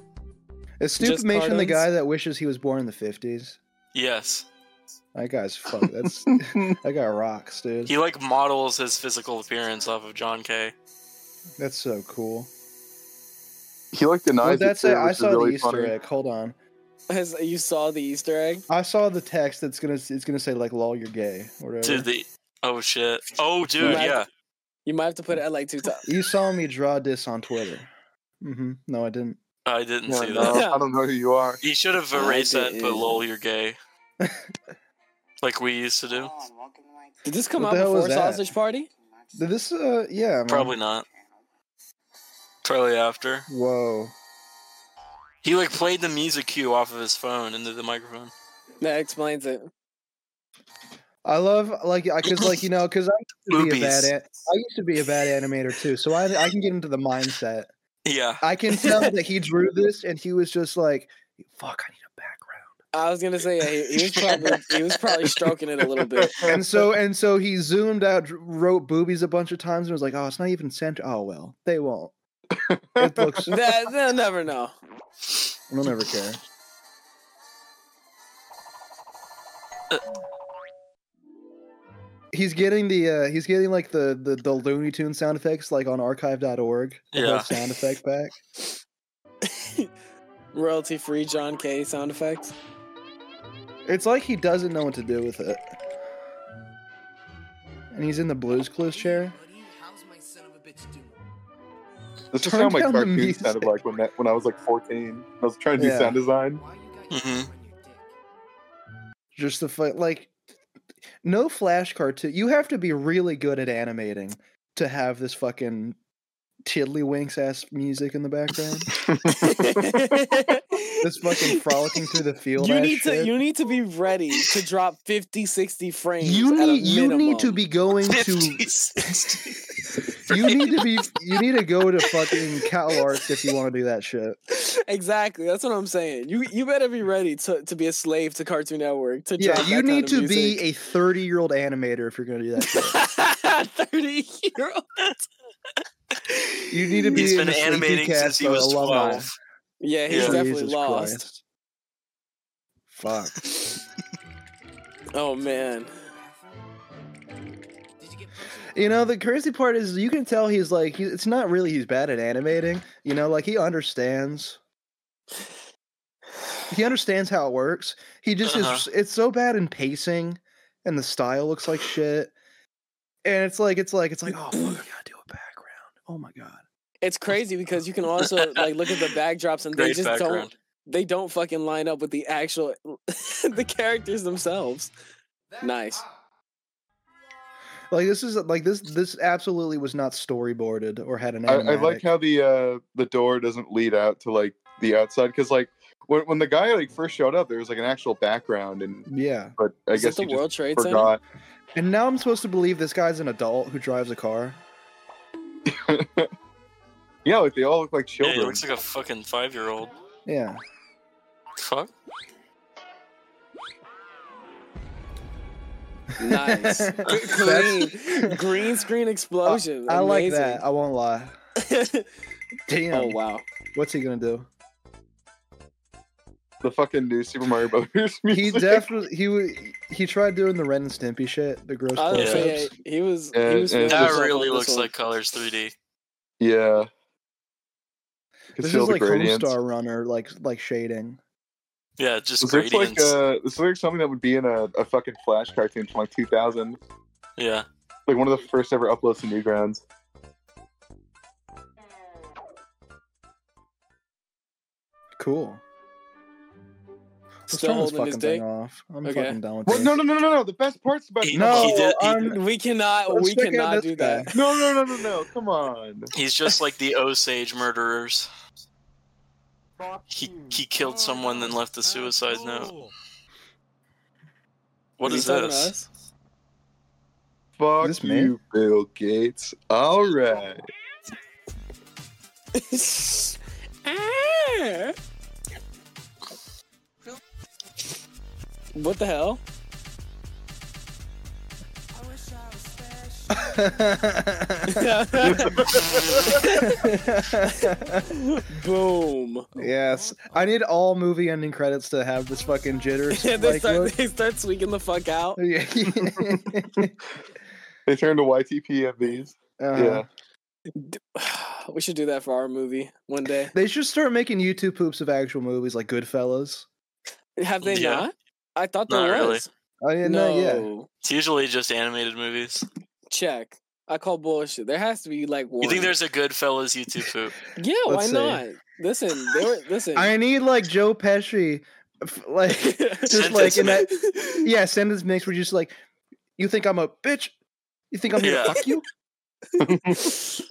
[SPEAKER 1] Is
[SPEAKER 4] Just
[SPEAKER 1] Stupidmation the
[SPEAKER 4] cartoons?
[SPEAKER 1] guy that wishes he was born in the 50s?
[SPEAKER 3] Yes.
[SPEAKER 1] That guy's fuck. That's that guy rocks, dude.
[SPEAKER 3] He like models his physical appearance off of John Kay.
[SPEAKER 1] That's so cool.
[SPEAKER 2] He like denies
[SPEAKER 1] What'd that
[SPEAKER 2] it too,
[SPEAKER 1] say? I
[SPEAKER 2] which is
[SPEAKER 1] saw the
[SPEAKER 2] really
[SPEAKER 1] Easter
[SPEAKER 2] funny.
[SPEAKER 1] egg. Hold on.
[SPEAKER 4] <laughs> Has- you saw the Easter egg?
[SPEAKER 1] I saw the text that's gonna it's gonna say like lol you're gay or whatever.
[SPEAKER 3] Dude, the oh shit. Oh dude,
[SPEAKER 4] Right.
[SPEAKER 3] yeah.
[SPEAKER 4] You might have to put it at like two times.
[SPEAKER 1] you saw me draw this on Twitter. Mm-hmm. No, I didn't.
[SPEAKER 3] I didn't
[SPEAKER 2] Yeah,
[SPEAKER 3] see
[SPEAKER 2] no,
[SPEAKER 3] that.
[SPEAKER 2] I don't know who you are.
[SPEAKER 3] He should have
[SPEAKER 4] I
[SPEAKER 3] erased that and put
[SPEAKER 4] didn't.
[SPEAKER 3] lol you're
[SPEAKER 4] <laughs>
[SPEAKER 3] gay. like we used to do.
[SPEAKER 4] Um, Did this come
[SPEAKER 1] What the
[SPEAKER 4] out
[SPEAKER 1] hell was
[SPEAKER 4] before
[SPEAKER 1] that?
[SPEAKER 4] Sausage Party?
[SPEAKER 1] Did this uh yeah man.
[SPEAKER 3] Probably not. Probably after.
[SPEAKER 1] Whoa.
[SPEAKER 3] He like played the music cue off of his phone into the microphone.
[SPEAKER 4] That explains it.
[SPEAKER 1] I love like I cause like you know, cause I used to be a bad
[SPEAKER 3] Movies.
[SPEAKER 1] an- I used to be a bad animator too, so I I can get into the mindset.
[SPEAKER 3] Yeah.
[SPEAKER 1] I can tell that he drew this and he was just like fuck I need a background.
[SPEAKER 4] I was gonna say yeah, he, he was probably he was probably stroking it a
[SPEAKER 1] <laughs>
[SPEAKER 4] little bit.
[SPEAKER 1] And so and so he zoomed out, dr- wrote boobies a bunch of times and was like, Oh, it's not even center oh well, they won't. It looks
[SPEAKER 4] That, they'll never know.
[SPEAKER 1] They'll never care. He's getting the uh, he's getting like the, the the Looney Tune sound effects like on archive.org. the whole
[SPEAKER 3] Yeah.
[SPEAKER 1] sound effect pack.
[SPEAKER 4] Royalty free John K
[SPEAKER 1] <laughs>
[SPEAKER 4] sound effects.
[SPEAKER 1] It's like he doesn't know what to do with it. And he's in the Blues Clues chair.
[SPEAKER 2] This just
[SPEAKER 1] Turn
[SPEAKER 2] how my
[SPEAKER 1] down the
[SPEAKER 2] cartoon
[SPEAKER 1] music.
[SPEAKER 2] sounded like when, that, when I was like 14. I was trying to do
[SPEAKER 1] Yeah.
[SPEAKER 2] sound design.
[SPEAKER 3] Mhm.
[SPEAKER 1] Just the fu- like no flash cartoon. You have to be really good at animating to have this fucking tiddlywinks ass music in the background. this fucking frolicking
[SPEAKER 4] <laughs>
[SPEAKER 1] through the field.
[SPEAKER 4] You
[SPEAKER 1] ass
[SPEAKER 4] need to
[SPEAKER 1] shit.
[SPEAKER 4] you need to be ready to drop 50, 60 frames.
[SPEAKER 1] you
[SPEAKER 4] at a
[SPEAKER 1] need you need to
[SPEAKER 4] minimum.
[SPEAKER 1] be
[SPEAKER 3] <laughs>
[SPEAKER 1] going to
[SPEAKER 3] 50s.
[SPEAKER 1] you need to be you need to go to
[SPEAKER 4] <laughs>
[SPEAKER 1] fucking Cal Arts if you want to do that shit.
[SPEAKER 4] exactly. That's what I'm saying. You you better be ready to, to be a slave to Cartoon Network to
[SPEAKER 1] Yeah,
[SPEAKER 4] drop
[SPEAKER 1] you
[SPEAKER 4] that
[SPEAKER 1] need
[SPEAKER 4] kind of
[SPEAKER 1] to be
[SPEAKER 4] music.
[SPEAKER 1] a 30 year old animator if you're gonna do that. Shit. <laughs>
[SPEAKER 4] <laughs> thirty year old.
[SPEAKER 1] You
[SPEAKER 4] <laughs>
[SPEAKER 1] need to be
[SPEAKER 3] He's
[SPEAKER 1] in
[SPEAKER 3] been
[SPEAKER 1] the Slinky
[SPEAKER 3] animating
[SPEAKER 1] Cat
[SPEAKER 3] since he
[SPEAKER 1] for
[SPEAKER 3] was
[SPEAKER 1] alumni.
[SPEAKER 3] 12.
[SPEAKER 4] Yeah, he's
[SPEAKER 3] Yeah.
[SPEAKER 4] definitely
[SPEAKER 1] Jesus
[SPEAKER 4] lost.
[SPEAKER 1] Christ. Fuck.
[SPEAKER 4] Oh man.
[SPEAKER 1] You know the crazy part is you can tell he's like he, it's not really he's bad at animating. You know, like he understands. he understands how it works. He just is.
[SPEAKER 3] Uh-huh.
[SPEAKER 1] It's so bad in pacing, and the style looks like shit. And it's like it's like it's like oh fuck, I gotta do a background. Oh my god.
[SPEAKER 4] It's crazy because you can also like look at the backdrops and they
[SPEAKER 3] Great
[SPEAKER 4] just
[SPEAKER 3] background.
[SPEAKER 4] don't they don't fucking line up with the actual <laughs> the characters themselves. Nice.
[SPEAKER 1] Like this is like this this absolutely was not storyboarded or had an.
[SPEAKER 2] I, I
[SPEAKER 1] animatic.
[SPEAKER 2] like how the uh the door doesn't lead out to like the outside because like when when the guy like first showed up, there was like an actual background, and
[SPEAKER 1] Yeah,
[SPEAKER 2] but I
[SPEAKER 4] Is it
[SPEAKER 2] guess
[SPEAKER 4] the
[SPEAKER 2] he just
[SPEAKER 4] World Trade Center?
[SPEAKER 2] forgot.
[SPEAKER 1] and now I'm supposed to believe this guy's an adult who drives a car.
[SPEAKER 2] Yeah, like they all look like
[SPEAKER 3] Yeah, he
[SPEAKER 2] children.
[SPEAKER 3] looks like a fucking five year old.
[SPEAKER 1] Yeah,
[SPEAKER 3] Fuck.
[SPEAKER 1] <laughs>
[SPEAKER 4] Nice.
[SPEAKER 1] That's-
[SPEAKER 4] Green, green screen explosion.
[SPEAKER 1] I like that. I won't lie.
[SPEAKER 4] <laughs> Amazing.
[SPEAKER 1] Damn,
[SPEAKER 4] oh wow.
[SPEAKER 1] what's he gonna
[SPEAKER 4] <laughs>
[SPEAKER 1] do?
[SPEAKER 2] the fucking new Super <laughs> Mario Brothers.
[SPEAKER 1] He
[SPEAKER 2] Music. <laughs>
[SPEAKER 1] definitely he wa- he tried doing the Ren and Stimpy shit, the gross.
[SPEAKER 4] I was
[SPEAKER 1] close-ups.
[SPEAKER 4] gonna say, yeah, he was.
[SPEAKER 2] Yeah,
[SPEAKER 4] he was
[SPEAKER 2] and-
[SPEAKER 4] feeling
[SPEAKER 3] That
[SPEAKER 4] himself
[SPEAKER 3] really
[SPEAKER 4] on
[SPEAKER 3] looks
[SPEAKER 4] this one.
[SPEAKER 3] like Colors 3D.
[SPEAKER 2] yeah.
[SPEAKER 1] This
[SPEAKER 2] Conceal
[SPEAKER 1] is
[SPEAKER 2] the
[SPEAKER 1] like
[SPEAKER 2] gradients.
[SPEAKER 1] Homestar Runner, like like shading.
[SPEAKER 3] Yeah, just
[SPEAKER 2] This looks like
[SPEAKER 3] gradients.
[SPEAKER 2] uh, this looks like something that would be in a, a fucking Flash cartoon from like 2000,
[SPEAKER 3] yeah.
[SPEAKER 2] like one of the first ever uploads to Newgrounds.
[SPEAKER 1] Cool. Let's
[SPEAKER 4] still
[SPEAKER 1] turn this
[SPEAKER 4] holding
[SPEAKER 1] fucking
[SPEAKER 4] his dick.
[SPEAKER 1] thing off. I'm
[SPEAKER 4] Okay.
[SPEAKER 1] fucking down with
[SPEAKER 2] What?
[SPEAKER 1] this.
[SPEAKER 2] No, no, no, no, no! The best part's about
[SPEAKER 3] He-
[SPEAKER 1] No,
[SPEAKER 3] he did- he-
[SPEAKER 1] I'm-
[SPEAKER 4] We cannot.
[SPEAKER 1] Let's
[SPEAKER 4] we
[SPEAKER 1] check out
[SPEAKER 4] cannot
[SPEAKER 1] this
[SPEAKER 4] do
[SPEAKER 1] guy.
[SPEAKER 4] that.
[SPEAKER 2] no, no, no, no, no! Come on!
[SPEAKER 3] He's just like the Osage murderers. He he
[SPEAKER 2] Oh,
[SPEAKER 3] killed someone then left a suicide note. What
[SPEAKER 4] You
[SPEAKER 3] is
[SPEAKER 4] talking to
[SPEAKER 3] this?
[SPEAKER 4] us?
[SPEAKER 2] Fuck
[SPEAKER 1] This
[SPEAKER 2] you,
[SPEAKER 1] man?
[SPEAKER 2] Bill Gates. All right.
[SPEAKER 4] Ah. <laughs> What the hell? <laughs> Boom.
[SPEAKER 1] <laughs> <laughs> yes, I need all movie ending credits to have this fucking jitters.
[SPEAKER 4] <laughs> Yeah, they
[SPEAKER 1] like,
[SPEAKER 4] start
[SPEAKER 1] look.
[SPEAKER 4] they start squeaking the fuck out. <sighs>
[SPEAKER 1] Yeah. <laughs>
[SPEAKER 2] They turned to YTPMVs.
[SPEAKER 1] Uh,
[SPEAKER 2] Yeah.
[SPEAKER 4] We should do that for our movie one day.
[SPEAKER 1] They should start making YouTube poops of actual movies like Goodfellas.
[SPEAKER 4] Have they
[SPEAKER 3] Yeah.
[SPEAKER 4] not? I thought there
[SPEAKER 3] Not really.
[SPEAKER 4] was.
[SPEAKER 1] Oh yeah, no,
[SPEAKER 4] no.
[SPEAKER 1] yeah.
[SPEAKER 3] It's usually just animated movies.
[SPEAKER 4] Check. I call bullshit. There has to be like one.
[SPEAKER 3] You think there's a Goodfellas YouTube poop?
[SPEAKER 4] Yeah,
[SPEAKER 1] Let's
[SPEAKER 4] why
[SPEAKER 1] see.
[SPEAKER 4] not? Listen, they were listen. <laughs>
[SPEAKER 1] I need like Joe Pesci, f- like <laughs>
[SPEAKER 4] just
[SPEAKER 1] just like in that yeah sentence mix where you're just like, you think I'm a bitch? You think I'm gonna
[SPEAKER 3] Yeah.
[SPEAKER 1] fuck
[SPEAKER 4] <laughs>
[SPEAKER 1] you? <laughs>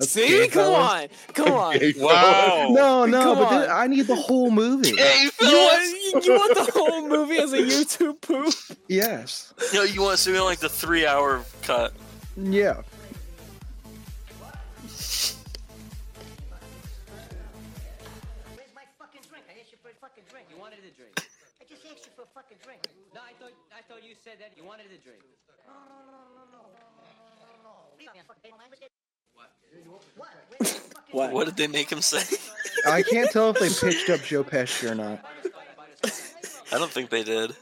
[SPEAKER 1] That's
[SPEAKER 4] See, come
[SPEAKER 1] Goodfellas.
[SPEAKER 4] on, come
[SPEAKER 1] <laughs>
[SPEAKER 4] on.
[SPEAKER 2] Okay,
[SPEAKER 5] Wow.
[SPEAKER 1] No, no,
[SPEAKER 4] Come
[SPEAKER 1] but
[SPEAKER 4] on.
[SPEAKER 1] thi- I need the whole
[SPEAKER 4] <laughs>
[SPEAKER 1] movie.
[SPEAKER 3] Hey,
[SPEAKER 4] You want, you want the whole movie as
[SPEAKER 1] <laughs>
[SPEAKER 4] a YouTube poop?
[SPEAKER 1] yes,
[SPEAKER 3] No, you want something like the three hour cut.
[SPEAKER 1] yeah.
[SPEAKER 6] Where's my fucking drink? I asked you for a fucking drink. You wanted a drink. I just asked you for a fucking drink. No, I thought I thought you said that you wanted a drink. No, no, no, no, no, no, no, no. What? What?
[SPEAKER 4] What?
[SPEAKER 3] What did they make him say?
[SPEAKER 1] I can't tell
[SPEAKER 4] <laughs>
[SPEAKER 1] if they pitched up Joe Pesci or not.
[SPEAKER 3] I don't think they did.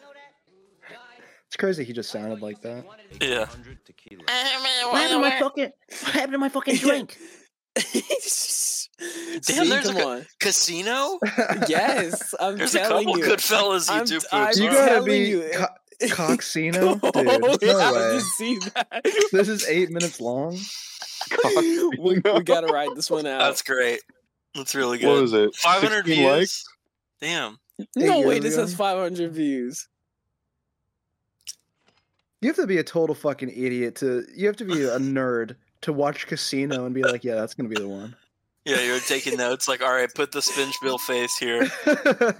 [SPEAKER 1] It's crazy he just sounded like that.
[SPEAKER 3] Yeah.
[SPEAKER 6] What happened to my fucking? What happened to my fucking
[SPEAKER 4] <laughs>
[SPEAKER 6] drink?
[SPEAKER 4] See,
[SPEAKER 3] there's a
[SPEAKER 4] come
[SPEAKER 3] good-
[SPEAKER 4] on.
[SPEAKER 3] Casino? <laughs>
[SPEAKER 4] Yes, I'm
[SPEAKER 3] There's a
[SPEAKER 4] telling
[SPEAKER 3] couple
[SPEAKER 4] you.
[SPEAKER 1] <laughs>
[SPEAKER 3] Goodfellas
[SPEAKER 4] I'm-
[SPEAKER 3] YouTube
[SPEAKER 4] I'm
[SPEAKER 3] poops.
[SPEAKER 1] you
[SPEAKER 3] aren't
[SPEAKER 4] got-
[SPEAKER 1] gotta
[SPEAKER 4] telling
[SPEAKER 1] be
[SPEAKER 4] you, eh, <laughs>
[SPEAKER 1] co-
[SPEAKER 4] Oh,
[SPEAKER 1] Coxino, dude.
[SPEAKER 4] yeah,
[SPEAKER 1] No
[SPEAKER 4] I
[SPEAKER 1] way.
[SPEAKER 4] just see that.
[SPEAKER 1] <laughs> This is eight minutes long.
[SPEAKER 4] we, we gotta ride this one
[SPEAKER 3] there?
[SPEAKER 4] out.
[SPEAKER 3] That's great. That's really
[SPEAKER 2] What
[SPEAKER 3] good.
[SPEAKER 2] was it?
[SPEAKER 3] 500
[SPEAKER 2] 16
[SPEAKER 3] views.
[SPEAKER 2] likes?
[SPEAKER 3] Damn.
[SPEAKER 4] no
[SPEAKER 1] Hey,
[SPEAKER 4] way,
[SPEAKER 1] here
[SPEAKER 4] this
[SPEAKER 1] we
[SPEAKER 4] has
[SPEAKER 1] are.
[SPEAKER 4] 500 views. <laughs>
[SPEAKER 1] You have to be a total fucking idiot to. You have to be a nerd to watch Casino and be like, yeah, that's gonna be the one.
[SPEAKER 3] Yeah, you're taking notes. Like, all right, put the spinge bill face here.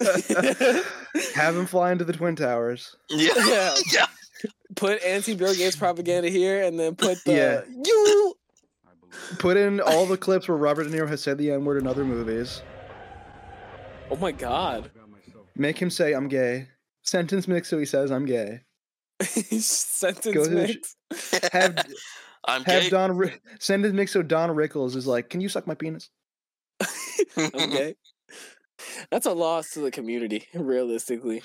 [SPEAKER 1] <laughs> Have him fly into the twin towers.
[SPEAKER 3] <laughs> Yeah.
[SPEAKER 4] Yeah.
[SPEAKER 3] Yeah.
[SPEAKER 4] Put anti Bill Gates propaganda here, and then put the
[SPEAKER 1] Yeah.
[SPEAKER 4] you.
[SPEAKER 1] Put in all the clips where Robert De Niro has said the N word in other movies.
[SPEAKER 4] Oh my god.
[SPEAKER 1] Make him say, "I'm gay." Sentence mix so he says, "I'm gay." Go
[SPEAKER 4] Sentence
[SPEAKER 1] to the sh-
[SPEAKER 4] mix. <laughs>
[SPEAKER 1] Have
[SPEAKER 3] I'm
[SPEAKER 1] have
[SPEAKER 3] gay. <laughs>
[SPEAKER 1] Don Ri- sentence mix so Don Rickles is like, "Can you suck my penis?"
[SPEAKER 4] Okay. That's a loss to the community, realistically.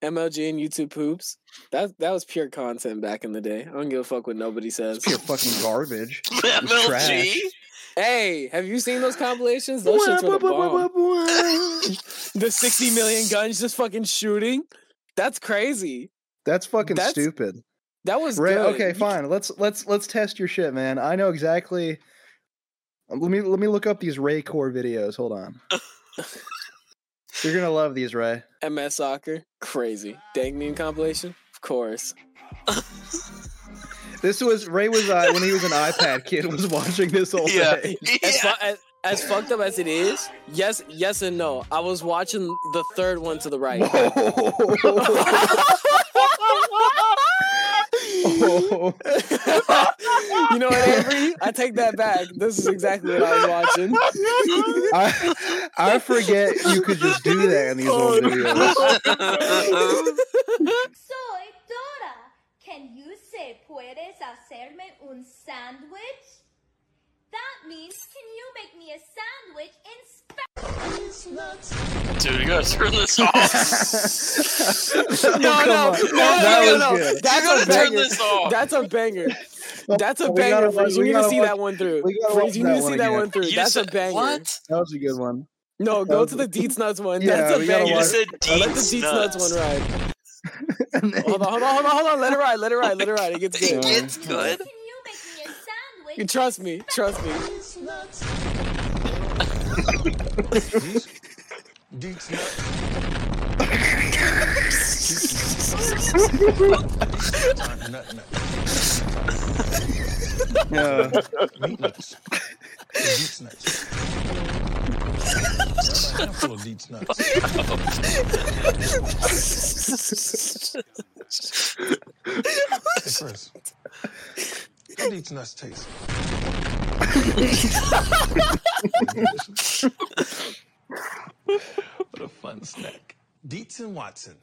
[SPEAKER 4] MLG and YouTube poops. That that was pure content back in the day. I don't give a fuck what nobody says. <laughs>
[SPEAKER 1] You're fucking garbage.
[SPEAKER 3] MLG?
[SPEAKER 4] Hey, have you seen those compilations? Those shits were the bomb.
[SPEAKER 1] Wah-wah-wah-wah-wah.
[SPEAKER 4] the 60 million guns just fucking shooting. That's crazy.
[SPEAKER 1] That's fucking
[SPEAKER 4] That's
[SPEAKER 1] stupid.
[SPEAKER 4] That was
[SPEAKER 1] Right?
[SPEAKER 4] good.
[SPEAKER 1] Okay,
[SPEAKER 4] You-
[SPEAKER 1] fine. Let's let's let's test your shit, man. I know exactly. Let me let me look up these Ray Core videos. Hold
[SPEAKER 4] <laughs>
[SPEAKER 1] on. You're gonna love these, Ray.
[SPEAKER 4] MS Soccer, crazy. Dang meme compilation, of course.
[SPEAKER 1] This was Ray was uh, when he was an iPad kid was watching this all
[SPEAKER 3] Yeah.
[SPEAKER 1] day.
[SPEAKER 4] As, fu- as, as fucked up as it is, yes, yes and no. I was watching the third one to the right.
[SPEAKER 1] Whoa.
[SPEAKER 4] you know what, Avery? I take that back. This is exactly what I was
[SPEAKER 3] <laughs>
[SPEAKER 4] watching.
[SPEAKER 1] I, I forget you could just do that in these
[SPEAKER 3] Oh,
[SPEAKER 1] old videos.
[SPEAKER 7] Soy Dora. Can you say puedes hacerme un sandwich? That means can you make me a sandwich in Spanish?
[SPEAKER 3] Dude, you gotta turn
[SPEAKER 4] <laughs>
[SPEAKER 3] this off.
[SPEAKER 1] no,
[SPEAKER 4] no, no,
[SPEAKER 1] that
[SPEAKER 3] no,
[SPEAKER 1] was
[SPEAKER 3] no.
[SPEAKER 1] good.
[SPEAKER 3] you
[SPEAKER 4] That's
[SPEAKER 3] gotta
[SPEAKER 4] a
[SPEAKER 3] turn
[SPEAKER 4] banger.
[SPEAKER 3] this off.
[SPEAKER 4] That's a banger. That's a
[SPEAKER 1] Oh, We gotta
[SPEAKER 4] banger,
[SPEAKER 1] watch-
[SPEAKER 4] Freeze. You
[SPEAKER 1] we
[SPEAKER 4] need to
[SPEAKER 1] gotta
[SPEAKER 4] see
[SPEAKER 1] watch-
[SPEAKER 4] that one through.
[SPEAKER 1] we gotta watch
[SPEAKER 4] Freeze, you need
[SPEAKER 1] that
[SPEAKER 4] to see
[SPEAKER 1] one
[SPEAKER 4] that
[SPEAKER 1] again.
[SPEAKER 4] one through.
[SPEAKER 3] You
[SPEAKER 4] That's a
[SPEAKER 3] said-
[SPEAKER 4] banger.
[SPEAKER 3] What?
[SPEAKER 1] That was a good one.
[SPEAKER 4] No,
[SPEAKER 1] That
[SPEAKER 4] go
[SPEAKER 1] was
[SPEAKER 4] to
[SPEAKER 1] a-
[SPEAKER 4] the
[SPEAKER 1] <laughs>
[SPEAKER 4] Deets Nuts one.
[SPEAKER 1] Yeah,
[SPEAKER 4] That's a
[SPEAKER 1] we gotta
[SPEAKER 4] banger.
[SPEAKER 3] You just said
[SPEAKER 4] I Let the
[SPEAKER 3] Deets
[SPEAKER 4] Deets Nuts one
[SPEAKER 3] nuts.
[SPEAKER 4] ride.
[SPEAKER 1] <laughs> And then-
[SPEAKER 4] Hold on, hold on, hold on, hold on. Let it ride, let it ride, let it ride. It gets
[SPEAKER 3] It
[SPEAKER 4] good.
[SPEAKER 3] gets good.
[SPEAKER 7] Can you make me a sandwich?
[SPEAKER 4] You trust me, trust me. <laughs>
[SPEAKER 1] Yeah.
[SPEAKER 8] What a fun snack. Deets and Watson.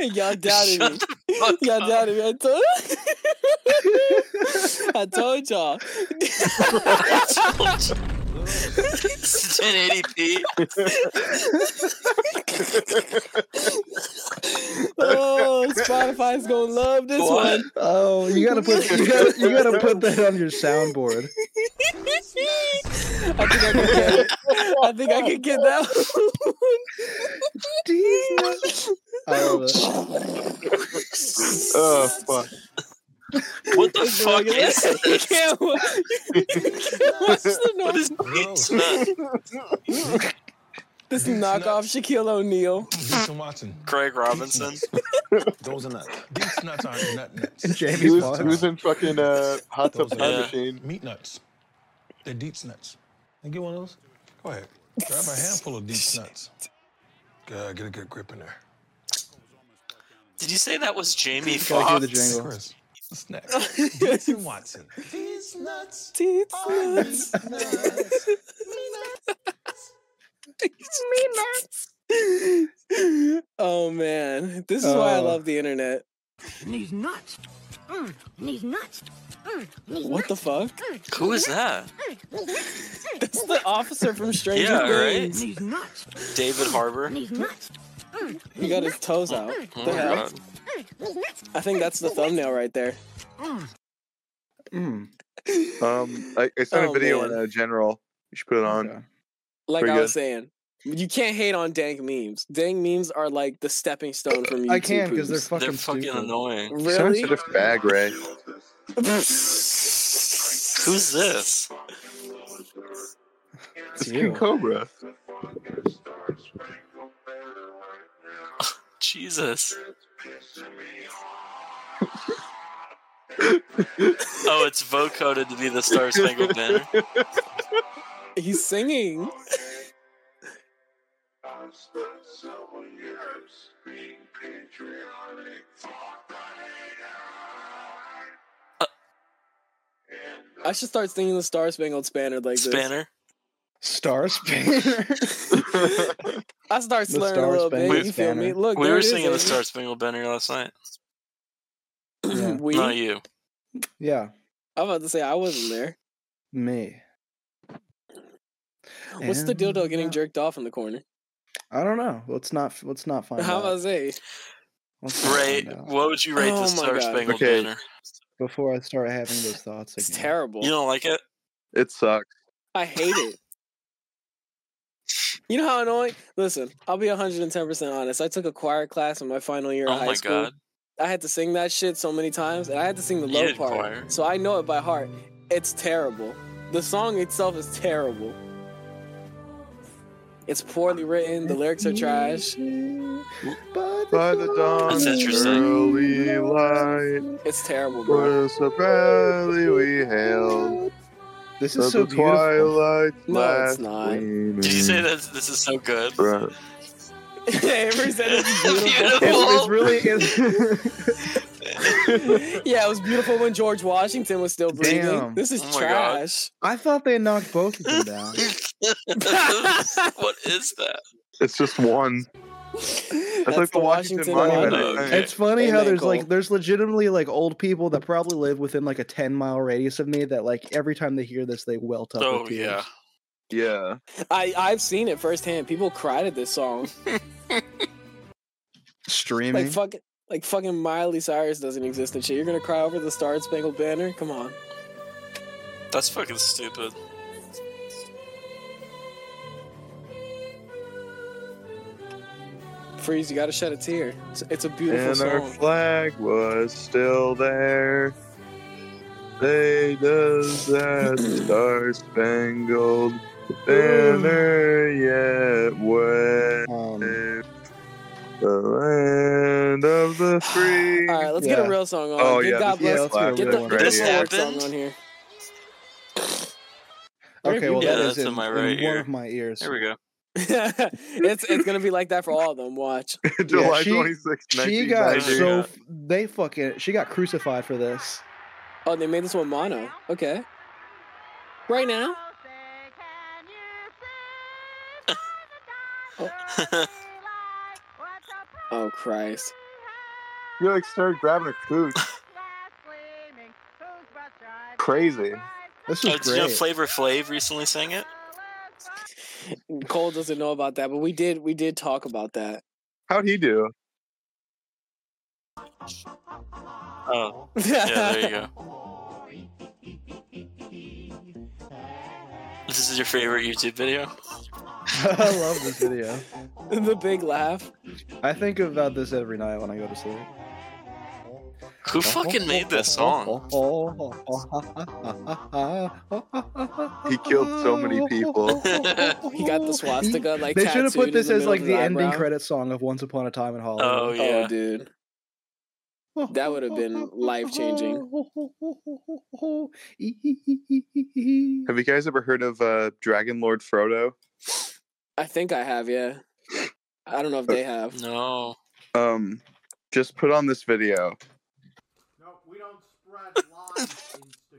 [SPEAKER 4] Y'all doubted me. <laughs>
[SPEAKER 3] fuck
[SPEAKER 4] Y'all
[SPEAKER 3] up.
[SPEAKER 4] doubted me. I told, I told y'all.
[SPEAKER 3] 1080p.
[SPEAKER 4] Oh, Spotify's gonna love this
[SPEAKER 3] <laughs> What?
[SPEAKER 4] one.
[SPEAKER 1] Oh, you gotta put you gotta, you gotta put that on your soundboard.
[SPEAKER 4] I think I can get it. I think I can get that one. <laughs>
[SPEAKER 1] I love it.
[SPEAKER 2] Oh <laughs> fuck!
[SPEAKER 3] What the fuck is
[SPEAKER 4] you
[SPEAKER 3] this?
[SPEAKER 4] can't, wa- <laughs> you can't watch the
[SPEAKER 3] What is
[SPEAKER 4] <laughs> noise.
[SPEAKER 3] Deets nuts?
[SPEAKER 4] This knockoff Shaquille O'Neal. <laughs>
[SPEAKER 8] Deets and Watson.
[SPEAKER 3] Craig Robinson.
[SPEAKER 8] Those are nuts. Deets nuts aren't nut nuts.
[SPEAKER 1] And Jamie's
[SPEAKER 2] He was,
[SPEAKER 1] boss.
[SPEAKER 2] he was in fucking <laughs> uh, hot tub
[SPEAKER 8] Those are
[SPEAKER 2] time
[SPEAKER 3] Yeah.
[SPEAKER 2] machine.
[SPEAKER 8] Meat nuts. They're Deets nuts. Can you get one of those? Go ahead. Grab a handful
[SPEAKER 1] <laughs>
[SPEAKER 8] of Deets nuts. Uh, get a good grip in there.
[SPEAKER 3] Did you say that was Jamie
[SPEAKER 1] Gotta hear the
[SPEAKER 3] Foxx?
[SPEAKER 1] jingle.
[SPEAKER 8] Chris, the snack.
[SPEAKER 1] <laughs>
[SPEAKER 8] Deets and Watson. Deets nuts.
[SPEAKER 4] Teats.
[SPEAKER 8] Deets
[SPEAKER 1] <laughs>
[SPEAKER 8] nuts.
[SPEAKER 4] oh man, this is why I
[SPEAKER 1] Oh.
[SPEAKER 4] love the internet.
[SPEAKER 9] These nuts. Mm, these nuts. Mm, these
[SPEAKER 4] What the
[SPEAKER 9] nuts.
[SPEAKER 4] fuck? <laughs>
[SPEAKER 9] Mm,
[SPEAKER 3] Who is that?
[SPEAKER 9] mm, these nuts. Mm,
[SPEAKER 4] That's the officer from Stranger
[SPEAKER 3] Yeah, right?
[SPEAKER 4] Things.
[SPEAKER 9] These nuts.
[SPEAKER 3] David Harbour.
[SPEAKER 9] These nuts. Mm,
[SPEAKER 4] He
[SPEAKER 9] these
[SPEAKER 4] got his
[SPEAKER 9] nuts.
[SPEAKER 4] toes out.
[SPEAKER 3] Oh
[SPEAKER 4] The
[SPEAKER 3] my
[SPEAKER 4] hell?
[SPEAKER 3] god.
[SPEAKER 9] Mm, these nuts.
[SPEAKER 4] I think that's the thumbnail right there.
[SPEAKER 1] Mm,
[SPEAKER 2] Um, I, I sent
[SPEAKER 4] Oh,
[SPEAKER 2] a video
[SPEAKER 4] man.
[SPEAKER 2] in a general. You should put it on.
[SPEAKER 1] okay.
[SPEAKER 4] Like
[SPEAKER 2] Pretty
[SPEAKER 4] I was
[SPEAKER 2] good.
[SPEAKER 4] saying, you can't hate on dang memes. Dang memes are like the stepping stone from YouTube.
[SPEAKER 1] I can because they're
[SPEAKER 4] poops.
[SPEAKER 1] fucking
[SPEAKER 3] They're fucking
[SPEAKER 1] stupid.
[SPEAKER 3] annoying.
[SPEAKER 4] really.
[SPEAKER 2] Sensitive bag, Ray.
[SPEAKER 3] Who's this?
[SPEAKER 1] It's
[SPEAKER 2] King
[SPEAKER 1] you.
[SPEAKER 2] Cobra.
[SPEAKER 4] <laughs>
[SPEAKER 3] Jesus. oh, it's vocoded to be the Star Spangled Banner.
[SPEAKER 4] <laughs> He's singing. I should start singing the Star Spangled Spanner like this.
[SPEAKER 3] Spanner.
[SPEAKER 1] Star Spanner.
[SPEAKER 4] <laughs>
[SPEAKER 1] <laughs>
[SPEAKER 4] I start
[SPEAKER 1] The
[SPEAKER 4] slurring a
[SPEAKER 1] Star
[SPEAKER 4] little bit.
[SPEAKER 1] Spangled
[SPEAKER 4] You feel me?
[SPEAKER 1] Banner.
[SPEAKER 4] Look,
[SPEAKER 3] We
[SPEAKER 4] there
[SPEAKER 3] were
[SPEAKER 4] it is,
[SPEAKER 3] singing the
[SPEAKER 4] Avery. <laughs>
[SPEAKER 3] Star Spangled Banner last night.
[SPEAKER 1] Yeah.
[SPEAKER 4] we.
[SPEAKER 3] Not you.
[SPEAKER 1] yeah,
[SPEAKER 4] I'm about to say I wasn't there.
[SPEAKER 1] me.
[SPEAKER 4] What's the dildo
[SPEAKER 1] And
[SPEAKER 4] getting
[SPEAKER 1] I-
[SPEAKER 4] jerked off in the corner?
[SPEAKER 1] I don't know. Let's not. Let's not find
[SPEAKER 4] How
[SPEAKER 1] out.
[SPEAKER 4] about I say?
[SPEAKER 1] Let's not
[SPEAKER 3] Ray,
[SPEAKER 1] find out.
[SPEAKER 3] what would you rate
[SPEAKER 4] Oh
[SPEAKER 3] the
[SPEAKER 4] my
[SPEAKER 3] Star
[SPEAKER 4] God.
[SPEAKER 3] Spangled
[SPEAKER 2] Okay.
[SPEAKER 3] Banner?
[SPEAKER 1] before I start having those thoughts
[SPEAKER 4] It's
[SPEAKER 1] again.
[SPEAKER 4] terrible.
[SPEAKER 3] You don't like it?
[SPEAKER 2] It sucks.
[SPEAKER 4] I hate it. You know how annoying? Listen, I'll be 110% honest. I took a choir class in my final year of
[SPEAKER 3] Oh
[SPEAKER 4] high
[SPEAKER 3] my
[SPEAKER 4] school.
[SPEAKER 3] god.
[SPEAKER 4] I had to sing that shit so many times, and I had to sing the
[SPEAKER 3] You
[SPEAKER 4] low
[SPEAKER 3] did
[SPEAKER 4] part.
[SPEAKER 3] choir.
[SPEAKER 4] So I know it by heart. It's terrible. The song itself is terrible. It's poorly written. The lyrics are trash.
[SPEAKER 2] By the dawn
[SPEAKER 3] That's
[SPEAKER 2] of
[SPEAKER 3] interesting.
[SPEAKER 2] early light,
[SPEAKER 4] It's terrible, bro. <laughs>
[SPEAKER 2] across the valley we hailed.
[SPEAKER 1] This
[SPEAKER 2] So
[SPEAKER 1] is so
[SPEAKER 2] the
[SPEAKER 1] beautiful.
[SPEAKER 2] twilight
[SPEAKER 4] No, it's not.
[SPEAKER 3] Did you say that this is so good? <laughs>
[SPEAKER 4] Amber said it's beautiful.
[SPEAKER 1] It's,
[SPEAKER 2] <laughs>
[SPEAKER 1] it's really it's, <laughs>
[SPEAKER 4] yeah, it was beautiful when George Washington was still breathing.
[SPEAKER 1] Damn.
[SPEAKER 4] This is
[SPEAKER 3] Oh my God. <laughs>
[SPEAKER 4] trash. <laughs>
[SPEAKER 1] I thought they knocked both of them down.
[SPEAKER 3] what is that?
[SPEAKER 2] It's just one.
[SPEAKER 4] That's,
[SPEAKER 2] like the Washington Monument,
[SPEAKER 3] Monument.
[SPEAKER 2] I think.
[SPEAKER 1] It's funny
[SPEAKER 4] Hey,
[SPEAKER 1] how there's
[SPEAKER 4] Michael.
[SPEAKER 1] like there's legitimately like old people that probably live within like a ten mile radius of me that like every time they hear this they welt up.
[SPEAKER 3] Oh
[SPEAKER 1] with tears.
[SPEAKER 3] yeah.
[SPEAKER 2] Yeah.
[SPEAKER 4] I I've seen it firsthand. People cried at this song.
[SPEAKER 2] Mm-hmm.
[SPEAKER 1] streaming.
[SPEAKER 4] Like fucking like fucking Miley Cyrus doesn't exist and shit. You're gonna cry over the Star Spangled Banner? Come on.
[SPEAKER 3] That's fucking stupid.
[SPEAKER 4] Freeze, you gotta shed a tear. It's, it's a beautiful
[SPEAKER 2] And our
[SPEAKER 4] song.
[SPEAKER 2] flag was still there. They does that star spangled banner yet wave.
[SPEAKER 1] um,
[SPEAKER 2] The land of the free.
[SPEAKER 4] <sighs> All right, let's get
[SPEAKER 1] Yeah.
[SPEAKER 4] a real song on.
[SPEAKER 2] Oh,
[SPEAKER 4] get
[SPEAKER 2] yeah,
[SPEAKER 4] God
[SPEAKER 2] this
[SPEAKER 1] yeah,
[SPEAKER 4] bless.
[SPEAKER 2] is
[SPEAKER 1] let's get a real
[SPEAKER 2] classic
[SPEAKER 4] Get the,
[SPEAKER 1] one.
[SPEAKER 4] get the
[SPEAKER 3] This
[SPEAKER 4] Bulwark
[SPEAKER 3] happened?
[SPEAKER 4] song on here.
[SPEAKER 1] Okay, well
[SPEAKER 3] Yeah,
[SPEAKER 1] that is
[SPEAKER 3] that's
[SPEAKER 1] in,
[SPEAKER 3] in my
[SPEAKER 1] in
[SPEAKER 3] right
[SPEAKER 1] one
[SPEAKER 3] ear.
[SPEAKER 1] of my ears.
[SPEAKER 3] There we <laughs> go.
[SPEAKER 4] <laughs> it's it's gonna be like that for all of them. Watch.
[SPEAKER 2] <laughs> July
[SPEAKER 1] she-
[SPEAKER 2] 26,
[SPEAKER 1] She got
[SPEAKER 2] 1990.
[SPEAKER 1] so f- they fucking she got crucified for this.
[SPEAKER 4] Oh, they made this one mono. Okay. Right now.
[SPEAKER 3] Uh,
[SPEAKER 4] Oh Christ.
[SPEAKER 2] You like started grabbing her food. Crazy.
[SPEAKER 1] This
[SPEAKER 3] Oh,
[SPEAKER 1] was
[SPEAKER 3] did you know
[SPEAKER 1] great.
[SPEAKER 3] Flavor Flav recently sang it?
[SPEAKER 4] Cole doesn't know about that, but we did we did talk about that.
[SPEAKER 2] How'd he do?
[SPEAKER 3] Oh, yeah, there you
[SPEAKER 4] <laughs>
[SPEAKER 3] go. This is your favorite YouTube video?
[SPEAKER 1] <laughs> I love this video.
[SPEAKER 4] the big laugh.
[SPEAKER 1] I think about this every night when I go to sleep.
[SPEAKER 3] Who fucking made this
[SPEAKER 1] <laughs>
[SPEAKER 3] song?
[SPEAKER 2] He killed so many
[SPEAKER 1] <laughs>
[SPEAKER 2] people.
[SPEAKER 4] He got the swastika like.
[SPEAKER 1] They should have put
[SPEAKER 4] tattooed in
[SPEAKER 1] this as
[SPEAKER 4] middle
[SPEAKER 1] like
[SPEAKER 4] of
[SPEAKER 1] the
[SPEAKER 4] his
[SPEAKER 1] ending
[SPEAKER 4] eyebrow.
[SPEAKER 1] credit song of Once Upon a Time in
[SPEAKER 3] Oh
[SPEAKER 1] Hollywood.
[SPEAKER 4] Oh,
[SPEAKER 3] yeah.
[SPEAKER 4] dude,
[SPEAKER 3] Oh.
[SPEAKER 4] that would have been life-changing.
[SPEAKER 2] Have you guys ever heard of uh, Dragon Lord Frodo?
[SPEAKER 4] I think I have. Yeah, I don't know if they have.
[SPEAKER 3] No.
[SPEAKER 2] Um, just put on this video.
[SPEAKER 1] <laughs>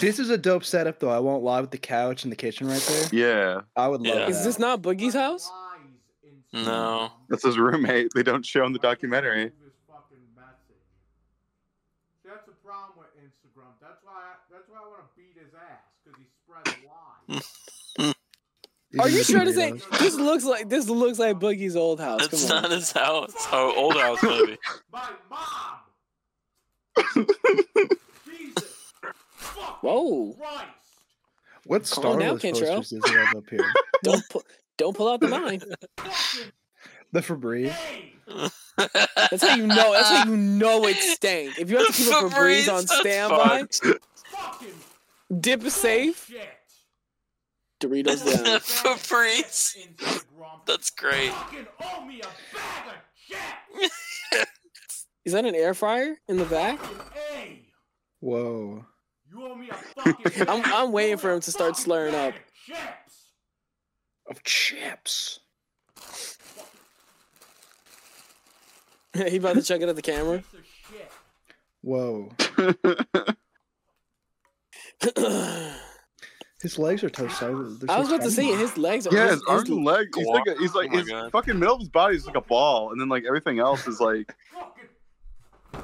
[SPEAKER 1] This is a dope setup though. I won't lie with the couch in the kitchen right there.
[SPEAKER 2] Yeah,
[SPEAKER 1] I would love
[SPEAKER 3] Yeah.
[SPEAKER 1] that.
[SPEAKER 4] Is this not Boogie's house?
[SPEAKER 3] No.
[SPEAKER 2] that's his roommate. They don't show in the documentary.
[SPEAKER 10] That's the problem with Instagram. That's why. I, that's why I want to beat his ass because he spread lies.
[SPEAKER 4] Are <laughs> you trying to say
[SPEAKER 1] videos.
[SPEAKER 4] this looks like this looks like Boogie's old house?
[SPEAKER 3] That's
[SPEAKER 4] Come
[SPEAKER 3] not
[SPEAKER 4] on.
[SPEAKER 3] his house. Our old house, baby.
[SPEAKER 10] My mom. Jesus. fucking
[SPEAKER 4] Whoa.
[SPEAKER 10] Christ.
[SPEAKER 1] What
[SPEAKER 4] Calm
[SPEAKER 1] Star
[SPEAKER 4] down,
[SPEAKER 1] Wars
[SPEAKER 4] Kentrell.
[SPEAKER 1] posters does he have up here?
[SPEAKER 4] Don't pull don't pull out the nine.
[SPEAKER 1] The Febreze.
[SPEAKER 10] Hey.
[SPEAKER 4] That's how you know.
[SPEAKER 3] <laughs>
[SPEAKER 4] That's how you know it stank. If you have to keep a Febreze on
[SPEAKER 3] that's
[SPEAKER 4] standby,
[SPEAKER 3] fucked.
[SPEAKER 10] Fucking
[SPEAKER 4] dip is safe.
[SPEAKER 10] shit.
[SPEAKER 3] <laughs>
[SPEAKER 4] Doritos down.
[SPEAKER 3] Febreze.
[SPEAKER 10] Instagram.
[SPEAKER 3] That's great.
[SPEAKER 10] Fucking owe me a bag of shit.
[SPEAKER 4] Is that an air fryer in the back? <laughs>
[SPEAKER 10] Hey.
[SPEAKER 1] Whoa.
[SPEAKER 10] You owe me a fucking.
[SPEAKER 4] <laughs> I'm-
[SPEAKER 10] bag-
[SPEAKER 4] I'm waiting
[SPEAKER 10] you owe
[SPEAKER 4] for
[SPEAKER 10] me a
[SPEAKER 4] him to start
[SPEAKER 10] fucking
[SPEAKER 4] slurring
[SPEAKER 10] bag
[SPEAKER 4] up.
[SPEAKER 10] of Chips.
[SPEAKER 1] Of chips.
[SPEAKER 4] he about to chuck it at the camera. <clears throat>
[SPEAKER 10] Piece of shit.
[SPEAKER 1] Whoa. His legs are toast. I
[SPEAKER 4] I was about to say his legs are
[SPEAKER 2] yeah,
[SPEAKER 4] his-
[SPEAKER 2] his arms
[SPEAKER 4] his-
[SPEAKER 2] and legs. He's like, a, he's like,
[SPEAKER 3] Oh my
[SPEAKER 2] his
[SPEAKER 3] God.
[SPEAKER 2] fucking middle of his body is like a ball, and then like everything else is like,
[SPEAKER 10] Fucking.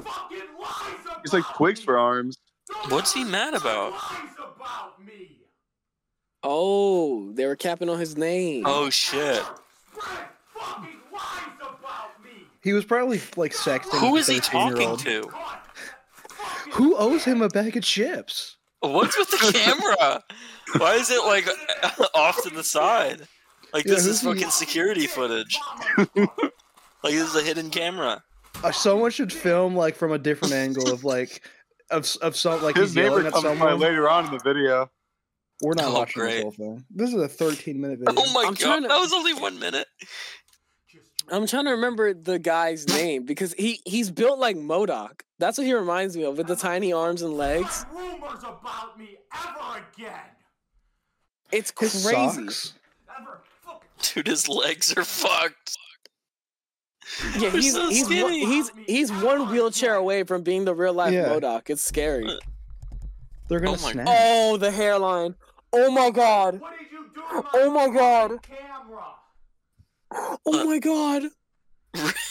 [SPEAKER 10] Fucking lies about
[SPEAKER 2] he's like twigs
[SPEAKER 10] me.
[SPEAKER 2] for arms.
[SPEAKER 10] Don't
[SPEAKER 3] What's he mad about?
[SPEAKER 10] Lies about me.
[SPEAKER 4] Oh, they were capping on his name.
[SPEAKER 3] Oh shit.
[SPEAKER 10] Spread fucking lies about me.
[SPEAKER 1] He was probably like sexting.
[SPEAKER 3] Who
[SPEAKER 1] a
[SPEAKER 3] is he talking
[SPEAKER 1] 13-year-old.
[SPEAKER 3] to?
[SPEAKER 1] Who owes him a bag of chips?
[SPEAKER 3] What's with the camera? <laughs> Why is it like <laughs> off to the side? Like
[SPEAKER 1] Yeah,
[SPEAKER 3] this is
[SPEAKER 1] who's-
[SPEAKER 3] fucking security footage. like this is a hidden camera.
[SPEAKER 1] Uh, someone should film like from a different angle of like of s- of some like
[SPEAKER 2] His
[SPEAKER 1] he's yelling
[SPEAKER 2] neighbor
[SPEAKER 1] at
[SPEAKER 2] comes by
[SPEAKER 1] someone.
[SPEAKER 2] later on in the video.
[SPEAKER 1] We're not
[SPEAKER 3] Oh,
[SPEAKER 1] watching this
[SPEAKER 3] great.
[SPEAKER 1] whole thing. This is a 13 minute video.
[SPEAKER 3] Oh my
[SPEAKER 4] I'm
[SPEAKER 3] god,
[SPEAKER 4] trying to-
[SPEAKER 3] that was only one minute.
[SPEAKER 4] I'm trying to remember the guy's name because he he's built like Modoc. That's what he reminds me of with the tiny arms and legs.
[SPEAKER 10] rumors about me ever again.
[SPEAKER 4] It's
[SPEAKER 1] His
[SPEAKER 4] crazy.
[SPEAKER 1] socks.
[SPEAKER 10] Ever fucking
[SPEAKER 3] Dude, his legs are fucked.
[SPEAKER 4] Yeah, he's
[SPEAKER 3] so
[SPEAKER 4] he's, one,
[SPEAKER 3] skinny.
[SPEAKER 4] he's he's one wheelchair away from being the real life
[SPEAKER 1] Yeah.
[SPEAKER 4] Modoc. It's scary.
[SPEAKER 3] Uh,
[SPEAKER 1] They're gonna
[SPEAKER 3] Oh my-
[SPEAKER 1] snap.
[SPEAKER 4] Oh, the hairline. Oh my god.
[SPEAKER 10] What did you do to my
[SPEAKER 4] Oh my god.
[SPEAKER 10] camera?
[SPEAKER 3] Uh,
[SPEAKER 4] Oh my god.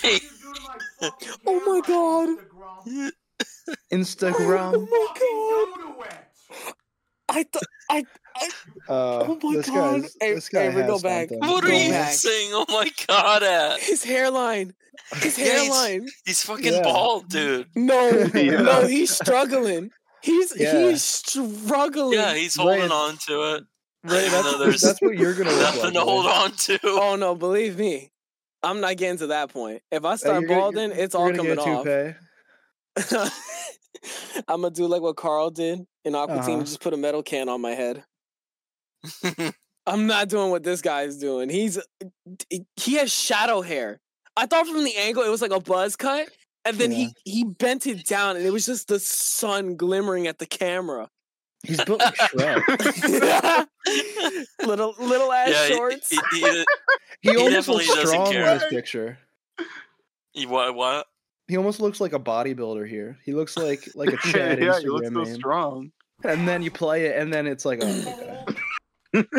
[SPEAKER 3] Hey,
[SPEAKER 10] What did you do to
[SPEAKER 4] <laughs>
[SPEAKER 10] my fucking camera?
[SPEAKER 4] Oh my God.
[SPEAKER 10] Instagram?
[SPEAKER 1] Instagram.
[SPEAKER 3] <laughs>
[SPEAKER 4] Oh
[SPEAKER 10] Fucking do to it.
[SPEAKER 4] my god. I thought I
[SPEAKER 1] Uh,
[SPEAKER 4] Oh my
[SPEAKER 1] this
[SPEAKER 4] God.
[SPEAKER 1] Guy's,
[SPEAKER 4] Hey-
[SPEAKER 1] this guy
[SPEAKER 4] hey, we
[SPEAKER 1] has
[SPEAKER 4] go back.
[SPEAKER 1] something.
[SPEAKER 3] what are
[SPEAKER 4] Go
[SPEAKER 3] you
[SPEAKER 4] back.
[SPEAKER 3] saying? Oh my god, at
[SPEAKER 4] his hairline. His
[SPEAKER 3] Yeah, he's-
[SPEAKER 4] hairline.
[SPEAKER 3] he's fucking
[SPEAKER 1] Yeah.
[SPEAKER 3] bald, dude.
[SPEAKER 1] <laughs>
[SPEAKER 4] No.
[SPEAKER 2] Yeah.
[SPEAKER 4] No, he's struggling. He's
[SPEAKER 1] Yeah.
[SPEAKER 4] he's struggling.
[SPEAKER 3] Yeah, he's holding
[SPEAKER 1] Right.
[SPEAKER 3] on to it.
[SPEAKER 1] Right,
[SPEAKER 3] even though
[SPEAKER 1] that's, <laughs>
[SPEAKER 3] there's
[SPEAKER 1] that's what you're gonna look
[SPEAKER 3] nothing
[SPEAKER 1] like.
[SPEAKER 3] to hold
[SPEAKER 1] man.
[SPEAKER 3] on to.
[SPEAKER 4] Oh no, believe me. I'm not getting to that point. If I
[SPEAKER 1] Uh,
[SPEAKER 4] start
[SPEAKER 1] you're gonna-
[SPEAKER 4] balding, it's
[SPEAKER 1] you're
[SPEAKER 4] all
[SPEAKER 1] gonna
[SPEAKER 4] coming
[SPEAKER 1] get a
[SPEAKER 4] off.
[SPEAKER 1] toupee.
[SPEAKER 4] <laughs> I'm gonna do like what Carl did in Aqua Teen,
[SPEAKER 1] Uh-huh.
[SPEAKER 4] just put a metal can on
[SPEAKER 1] <laughs>
[SPEAKER 4] my head. I'm not doing what this guy's doing. He's he has shadow hair. I thought from the angle it was like a buzz cut, and then
[SPEAKER 1] Yeah.
[SPEAKER 4] he he bent it down, and it was just the sun glimmering at
[SPEAKER 1] <laughs>
[SPEAKER 4] the camera.
[SPEAKER 1] He's built
[SPEAKER 3] <laughs>
[SPEAKER 1] like Shrek.
[SPEAKER 4] little little ass
[SPEAKER 3] yeah, he-
[SPEAKER 4] shorts.
[SPEAKER 3] He, he,
[SPEAKER 1] He almost
[SPEAKER 3] definitely
[SPEAKER 1] looks
[SPEAKER 3] doesn't
[SPEAKER 1] strong in this
[SPEAKER 3] care.
[SPEAKER 1] picture.
[SPEAKER 3] he- what? What?
[SPEAKER 1] He almost looks like a bodybuilder here. He looks like like a
[SPEAKER 2] yeah,
[SPEAKER 1] Chad
[SPEAKER 2] he looks
[SPEAKER 1] Instagram
[SPEAKER 2] so
[SPEAKER 1] man.
[SPEAKER 2] strong.
[SPEAKER 1] And then you play it, and then it's like, oh, okay.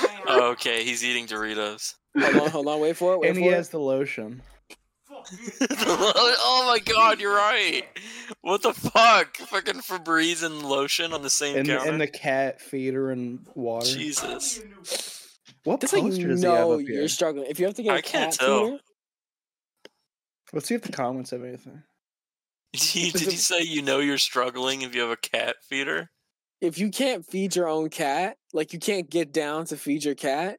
[SPEAKER 1] <clears throat>
[SPEAKER 3] <laughs> Oh, okay, he's eating Doritos.
[SPEAKER 4] hold on, hold on,
[SPEAKER 1] <laughs>
[SPEAKER 4] wait for it. Wait
[SPEAKER 1] and
[SPEAKER 4] for
[SPEAKER 1] he
[SPEAKER 4] it.
[SPEAKER 1] has the lotion.
[SPEAKER 3] <laughs>
[SPEAKER 4] <laughs>
[SPEAKER 3] oh my god, you're <laughs> right. What the fuck? Fucking Febreze and lotion on the same
[SPEAKER 1] and,
[SPEAKER 3] counter.
[SPEAKER 1] and the cat feeder and water.
[SPEAKER 3] <laughs> Jesus.
[SPEAKER 1] What
[SPEAKER 4] That's
[SPEAKER 1] poster
[SPEAKER 4] like
[SPEAKER 1] does he have
[SPEAKER 4] no,
[SPEAKER 1] up here?
[SPEAKER 4] you're struggling. If you have to get,
[SPEAKER 3] I
[SPEAKER 4] a
[SPEAKER 3] can't
[SPEAKER 4] cat
[SPEAKER 3] tell.
[SPEAKER 4] feeder-
[SPEAKER 1] Let's see if the comments have anything.
[SPEAKER 3] Did you, did you say you know you're struggling if you have a cat feeder?
[SPEAKER 4] if you can't feed your own cat, like you can't get down to feed your cat,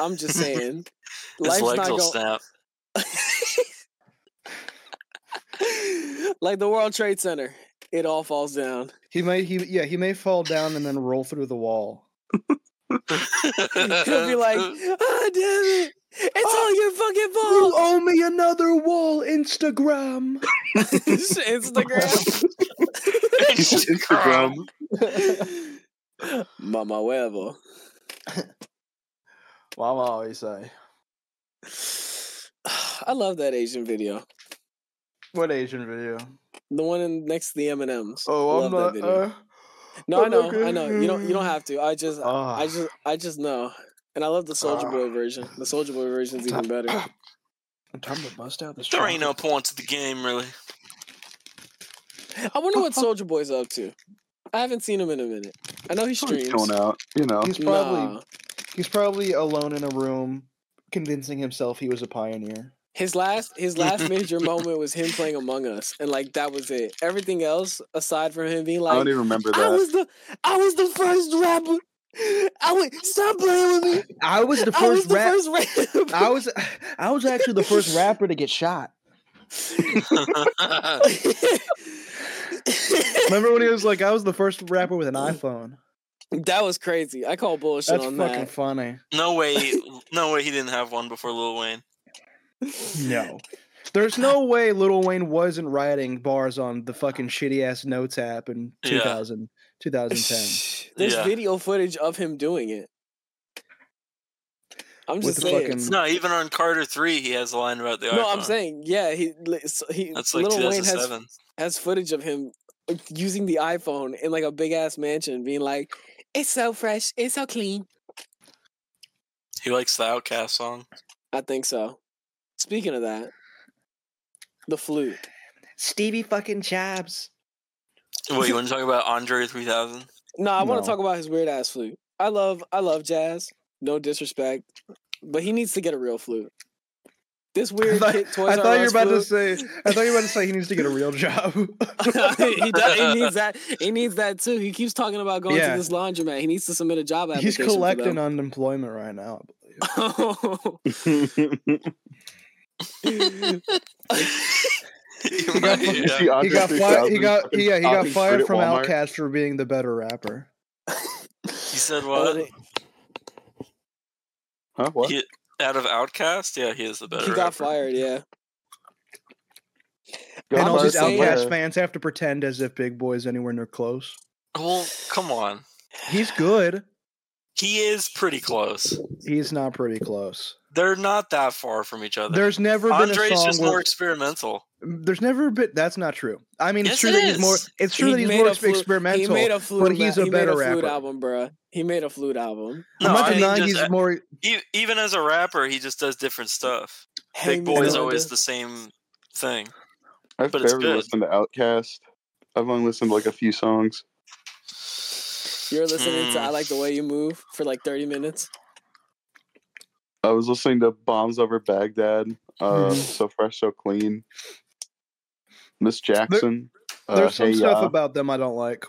[SPEAKER 4] I'm just saying,
[SPEAKER 1] <laughs>
[SPEAKER 3] His
[SPEAKER 4] life's
[SPEAKER 3] legs
[SPEAKER 4] not
[SPEAKER 3] will
[SPEAKER 4] going.
[SPEAKER 3] snap.
[SPEAKER 4] <laughs> like the World Trade Center, it all
[SPEAKER 1] <laughs>
[SPEAKER 4] falls down.
[SPEAKER 1] He may he yeah he may fall down and then roll through the wall.
[SPEAKER 4] <laughs> He'll be
[SPEAKER 3] <laughs>
[SPEAKER 4] like, "Ah, damn it, it's all your fucking
[SPEAKER 1] You
[SPEAKER 4] fault."
[SPEAKER 1] owe me another wall, <coughs> Instagram. <laughs>
[SPEAKER 4] <laughs> Instagram, <laughs>
[SPEAKER 2] Instagram.
[SPEAKER 4] mama huevo. <sighs>
[SPEAKER 1] Mama always say.
[SPEAKER 4] I love that Asian video.
[SPEAKER 1] What Asian video?
[SPEAKER 4] The one in next to the M and M's.
[SPEAKER 1] Oh, I'm
[SPEAKER 4] that
[SPEAKER 1] not.
[SPEAKER 4] video.
[SPEAKER 1] Uh,
[SPEAKER 4] No, I
[SPEAKER 1] I'm
[SPEAKER 4] know,
[SPEAKER 1] not
[SPEAKER 4] I know. You don't, you don't
[SPEAKER 1] <laughs> gonna-
[SPEAKER 4] have to. I just, I
[SPEAKER 1] Ah.
[SPEAKER 4] just, I just know. And I love the Soldier
[SPEAKER 1] Ah.
[SPEAKER 4] Boy version. The Soldier Boy version's even
[SPEAKER 1] <coughs>
[SPEAKER 4] better.
[SPEAKER 1] I'm trying to bust out this.
[SPEAKER 3] there ain't no
[SPEAKER 1] chocolate.
[SPEAKER 3] points to the game, really.
[SPEAKER 4] I
[SPEAKER 1] <coughs>
[SPEAKER 4] wonder what Soldier Boy's up to. I haven't seen him in a minute. I know he streams.
[SPEAKER 2] He's going out, you know.
[SPEAKER 1] He's probably
[SPEAKER 4] Nah.
[SPEAKER 1] he's probably alone in a room, convincing himself he was a pioneer.
[SPEAKER 4] His last
[SPEAKER 1] <laughs>
[SPEAKER 4] his last major moment was him playing Among Us, and like that was it. Everything else, aside from him being
[SPEAKER 2] I
[SPEAKER 4] like,
[SPEAKER 2] don't even remember <laughs>
[SPEAKER 4] I
[SPEAKER 2] that.
[SPEAKER 4] was the I was the first rapper. I went stop playing with me.
[SPEAKER 1] I was the
[SPEAKER 4] <laughs> I was
[SPEAKER 1] first
[SPEAKER 4] the
[SPEAKER 1] rap.
[SPEAKER 4] first rapper.
[SPEAKER 1] I was <laughs> I was actually the
[SPEAKER 4] <laughs>
[SPEAKER 1] first rapper to get shot. <laughs> Remember when he was like, I was the first rapper with an iPhone.
[SPEAKER 4] <laughs> that was crazy. I call bullshit
[SPEAKER 1] That's
[SPEAKER 4] on
[SPEAKER 1] fucking
[SPEAKER 4] that.
[SPEAKER 1] funny.
[SPEAKER 3] no way, no way, he didn't have one before Lil Wayne.
[SPEAKER 1] No. There's no way Lil Wayne wasn't writing bars on the fucking shitty ass notes app in
[SPEAKER 3] Yeah.
[SPEAKER 1] 2000, 2010.
[SPEAKER 4] There's
[SPEAKER 3] Yeah.
[SPEAKER 4] video footage of him doing it. I'm
[SPEAKER 1] With
[SPEAKER 4] just
[SPEAKER 1] the
[SPEAKER 4] saying.
[SPEAKER 1] fucking-
[SPEAKER 3] No, even on Carter Three, he has a line about the iPhone.
[SPEAKER 4] no, I'm saying, yeah, he li- so he
[SPEAKER 3] that's like
[SPEAKER 4] Little Wayne has
[SPEAKER 3] 2007.
[SPEAKER 4] has footage of him like, using the iPhone in like a big ass mansion, being like, "It's so fresh, it's so clean."
[SPEAKER 3] He likes the Outcast song.
[SPEAKER 4] I think so. Speaking of that, the flute.
[SPEAKER 1] Stevie fucking Jobs.
[SPEAKER 3] Wait, you want to talk about Andre 3000?
[SPEAKER 4] No, I
[SPEAKER 1] No.
[SPEAKER 4] want to talk about his weird ass flute. I love, I love jazz. No disrespect, but he needs to get a real flute. This
[SPEAKER 1] I
[SPEAKER 4] weird
[SPEAKER 1] thought,
[SPEAKER 4] kid, Toys
[SPEAKER 1] I
[SPEAKER 4] R
[SPEAKER 1] thought you were
[SPEAKER 4] Us
[SPEAKER 1] about to
[SPEAKER 4] food-
[SPEAKER 1] say. I thought you were about to say he needs to get a
[SPEAKER 4] <laughs>
[SPEAKER 1] real job.
[SPEAKER 4] he, does, he needs that. He needs that too. He keeps talking about going
[SPEAKER 1] Yeah.
[SPEAKER 4] to this laundromat. He needs to submit a job application.
[SPEAKER 1] He's collecting
[SPEAKER 4] <laughs> For
[SPEAKER 1] unemployment right now.
[SPEAKER 4] them.
[SPEAKER 3] <laughs>
[SPEAKER 1] He <laughs> got,
[SPEAKER 2] Did you
[SPEAKER 1] fi-
[SPEAKER 2] see
[SPEAKER 1] he
[SPEAKER 2] Andre
[SPEAKER 1] got fired. He
[SPEAKER 2] 3000
[SPEAKER 1] got
[SPEAKER 2] fucking
[SPEAKER 1] yeah. He got
[SPEAKER 2] copying
[SPEAKER 1] fired
[SPEAKER 2] food at
[SPEAKER 1] from
[SPEAKER 2] Walmart?
[SPEAKER 1] Outcast for being the better rapper.
[SPEAKER 3] He said what?
[SPEAKER 2] Huh? What?
[SPEAKER 3] He, out of Outcast, yeah, he is the better.
[SPEAKER 4] he got fired. Yeah.
[SPEAKER 2] Got
[SPEAKER 1] and all
[SPEAKER 2] fired
[SPEAKER 1] these
[SPEAKER 4] just
[SPEAKER 2] from
[SPEAKER 4] saying-
[SPEAKER 1] Outcast
[SPEAKER 2] where?
[SPEAKER 1] fans have to pretend as if Big Boy's anywhere near close.
[SPEAKER 3] Well, come on,
[SPEAKER 1] He's good.
[SPEAKER 3] he is pretty close.
[SPEAKER 1] He's not pretty close.
[SPEAKER 3] They're not that far from each other.
[SPEAKER 1] There's never been a
[SPEAKER 3] Andre's
[SPEAKER 1] song
[SPEAKER 3] just
[SPEAKER 1] where
[SPEAKER 3] more experimental.
[SPEAKER 1] there's never been. That's not true. I mean,
[SPEAKER 3] Yes,
[SPEAKER 1] it's true
[SPEAKER 3] it
[SPEAKER 1] that he's more.
[SPEAKER 3] is.
[SPEAKER 1] It's true
[SPEAKER 4] He
[SPEAKER 1] that he's
[SPEAKER 4] made
[SPEAKER 1] more
[SPEAKER 4] a flu-
[SPEAKER 1] experimental.
[SPEAKER 4] He made a flute.
[SPEAKER 1] but he's
[SPEAKER 4] al-
[SPEAKER 1] a
[SPEAKER 4] he
[SPEAKER 1] better
[SPEAKER 4] made a flute
[SPEAKER 1] rapper.
[SPEAKER 4] album, bruh. He made a flute album.
[SPEAKER 3] No,
[SPEAKER 1] I'm not
[SPEAKER 3] I mean,
[SPEAKER 1] denying
[SPEAKER 3] just,
[SPEAKER 1] he's more.
[SPEAKER 3] e- even as a rapper, he just does different stuff.
[SPEAKER 4] Hey,
[SPEAKER 3] Big Boy is
[SPEAKER 4] Mr.
[SPEAKER 3] always
[SPEAKER 4] Wonder.
[SPEAKER 3] the same thing.
[SPEAKER 2] I've
[SPEAKER 3] But it's
[SPEAKER 2] barely
[SPEAKER 3] good.
[SPEAKER 2] listened to Outcast. I've only listened to like a few songs.
[SPEAKER 4] You're listening to
[SPEAKER 3] Hmm.
[SPEAKER 4] "I Like the Way You Move" for like 30 minutes.
[SPEAKER 2] I was listening to Bombs Over Baghdad, uh,
[SPEAKER 1] Mhm.
[SPEAKER 2] So Fresh, So Clean, Miss Jackson. uh,
[SPEAKER 1] There's some
[SPEAKER 2] Hey
[SPEAKER 1] stuff
[SPEAKER 2] Ya.
[SPEAKER 1] about them I don't like.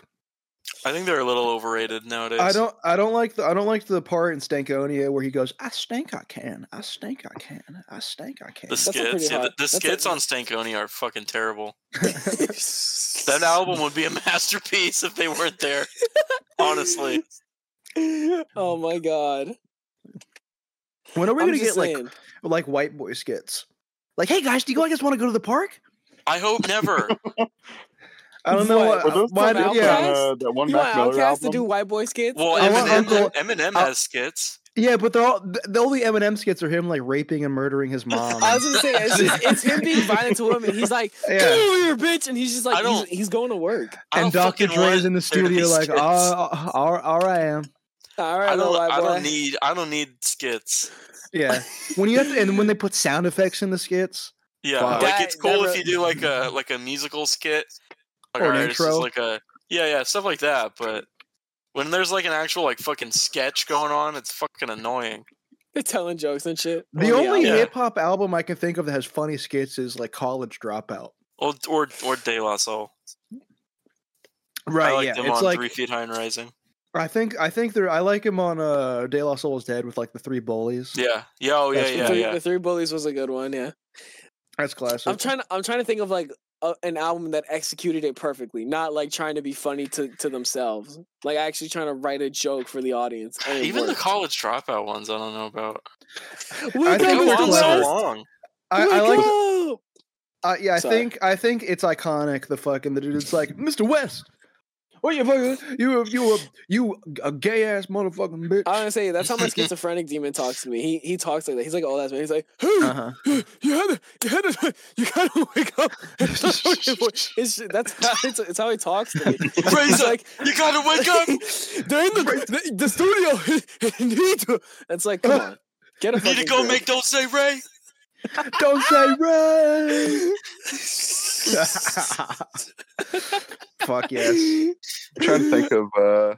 [SPEAKER 3] I think they're a little overrated nowadays.
[SPEAKER 1] I don't. I don't like. The, I don't like the part in Stankonia where he goes, "I stink. I can. I stink. I can. I stink. I can."
[SPEAKER 3] The
[SPEAKER 4] That's a pretty
[SPEAKER 3] skits, yeah,
[SPEAKER 4] hot-
[SPEAKER 3] the, the
[SPEAKER 4] that's a-
[SPEAKER 3] skits on Stankonia are fucking terrible. That album would be a <laughs> masterpiece if they weren't there. Honestly,
[SPEAKER 4] <laughs> oh my god.
[SPEAKER 1] When are we
[SPEAKER 4] I'm
[SPEAKER 1] gonna
[SPEAKER 4] just
[SPEAKER 1] get like
[SPEAKER 4] saying.
[SPEAKER 1] like white boy skits? Like, hey guys, do you guys want to go to the park?
[SPEAKER 3] I
[SPEAKER 1] <laughs>
[SPEAKER 3] hope never.
[SPEAKER 1] I don't know. What,
[SPEAKER 4] What?
[SPEAKER 2] Were those
[SPEAKER 1] why,
[SPEAKER 4] from
[SPEAKER 1] did-
[SPEAKER 2] on,
[SPEAKER 1] yeah,
[SPEAKER 4] Outkast?
[SPEAKER 2] uh, that one
[SPEAKER 4] You
[SPEAKER 2] Mac
[SPEAKER 4] want
[SPEAKER 2] Miller
[SPEAKER 4] Outcast to
[SPEAKER 2] album?
[SPEAKER 4] do white boy skits?
[SPEAKER 3] Well,
[SPEAKER 1] I want
[SPEAKER 3] Eminem,
[SPEAKER 1] Uncle-
[SPEAKER 3] Eminem
[SPEAKER 1] I-
[SPEAKER 3] has skits.
[SPEAKER 1] yeah, but they're all the, the only Eminem skits are him like raping and murdering
[SPEAKER 3] <laughs>
[SPEAKER 1] his mom.
[SPEAKER 4] I was gonna say it's, just, it's him
[SPEAKER 1] <laughs>
[SPEAKER 4] being violent to women. He's like,
[SPEAKER 1] Yeah.
[SPEAKER 4] "Get over here, bitch!" And he's just like,
[SPEAKER 3] I
[SPEAKER 4] he's,
[SPEAKER 3] don't-
[SPEAKER 4] he's going to work.
[SPEAKER 3] I
[SPEAKER 1] and
[SPEAKER 3] don't
[SPEAKER 1] Dr.
[SPEAKER 3] fucking want
[SPEAKER 1] Dre's in the
[SPEAKER 3] there to be
[SPEAKER 1] studio, like,
[SPEAKER 3] skits.
[SPEAKER 1] "Ah, all, all right, I am.
[SPEAKER 4] All right,
[SPEAKER 3] I
[SPEAKER 4] little
[SPEAKER 3] don't.
[SPEAKER 4] white
[SPEAKER 3] I
[SPEAKER 4] boy.
[SPEAKER 3] don't need. I don't need skits. <laughs>
[SPEAKER 1] Yeah. When you have to, and when they put sound effects in the skits,
[SPEAKER 3] Yeah,
[SPEAKER 1] Wow.
[SPEAKER 3] like
[SPEAKER 4] That
[SPEAKER 3] it's cool
[SPEAKER 4] never-
[SPEAKER 3] if you do like a like a musical skit, like
[SPEAKER 1] Or an
[SPEAKER 3] alright, this is
[SPEAKER 1] intro.
[SPEAKER 3] like a yeah yeah stuff like that. But when there's like an actual like fucking sketch going on, it's fucking annoying.
[SPEAKER 4] They're <laughs> telling jokes and shit.
[SPEAKER 1] the only
[SPEAKER 3] Oh, Yeah.
[SPEAKER 1] hip hop album I can think of that has funny skits is like College Dropout.
[SPEAKER 3] Or or or De La Soul. I
[SPEAKER 1] Right.
[SPEAKER 3] like
[SPEAKER 1] yeah.
[SPEAKER 3] them
[SPEAKER 1] It's
[SPEAKER 3] on
[SPEAKER 1] like
[SPEAKER 3] Three Feet High and Rising.
[SPEAKER 1] I think I think they're I like him on uh De La Soul is Dead with like the three bullies.
[SPEAKER 3] Yeah. Yeah. Oh yeah.
[SPEAKER 1] That's
[SPEAKER 4] the,
[SPEAKER 3] Yeah.
[SPEAKER 4] three,
[SPEAKER 3] Yeah.
[SPEAKER 4] the three bullies was a good one. Yeah,
[SPEAKER 1] That's classic.
[SPEAKER 4] I'm trying to I'm trying to think of like a, an album that executed it perfectly, not like trying to be funny to, to themselves, like actually trying to write a joke for the audience. and it
[SPEAKER 3] Even the
[SPEAKER 4] worked.
[SPEAKER 3] college dropout ones, I don't know about.
[SPEAKER 4] Wake
[SPEAKER 1] I think
[SPEAKER 4] up
[SPEAKER 3] They
[SPEAKER 1] it
[SPEAKER 3] go
[SPEAKER 4] is
[SPEAKER 1] was
[SPEAKER 4] the
[SPEAKER 3] on so
[SPEAKER 1] clever.
[SPEAKER 4] best.
[SPEAKER 3] long.
[SPEAKER 1] I,
[SPEAKER 4] Wake
[SPEAKER 1] I like
[SPEAKER 4] up!
[SPEAKER 3] <laughs>
[SPEAKER 1] Uh, yeah, I
[SPEAKER 4] Sorry.
[SPEAKER 1] think I think it's iconic. The fucking the dude's <laughs> like, Mr. West, what you fucking you a- you a you a gay ass motherfucking bitch.
[SPEAKER 4] I was gonna say
[SPEAKER 3] <laughs>
[SPEAKER 4] that's how my schizophrenic demon talks to me. He he talks like that. He's like all that man. He's like, "Who?
[SPEAKER 1] Uh-huh.
[SPEAKER 4] you had to, you had to, <laughs> you gotta wake up."
[SPEAKER 3] <laughs>
[SPEAKER 4] and start looking for-" it's, ju- that's how it's, it's how he
[SPEAKER 3] <laughs>
[SPEAKER 4] talks to me. He's
[SPEAKER 3] Raise up!
[SPEAKER 4] like,
[SPEAKER 3] You gotta wake
[SPEAKER 1] <laughs>
[SPEAKER 4] <laughs>
[SPEAKER 3] up!
[SPEAKER 4] "They're in the, the, the studio. <laughs> you need to." It's like, come on, get a
[SPEAKER 3] Need to
[SPEAKER 4] fucking
[SPEAKER 3] go
[SPEAKER 4] grip.
[SPEAKER 3] make Don't Say Ray.
[SPEAKER 1] <laughs> Don't say Ray. <laughs> Fuck yes.
[SPEAKER 2] I'm trying to think of. Uh,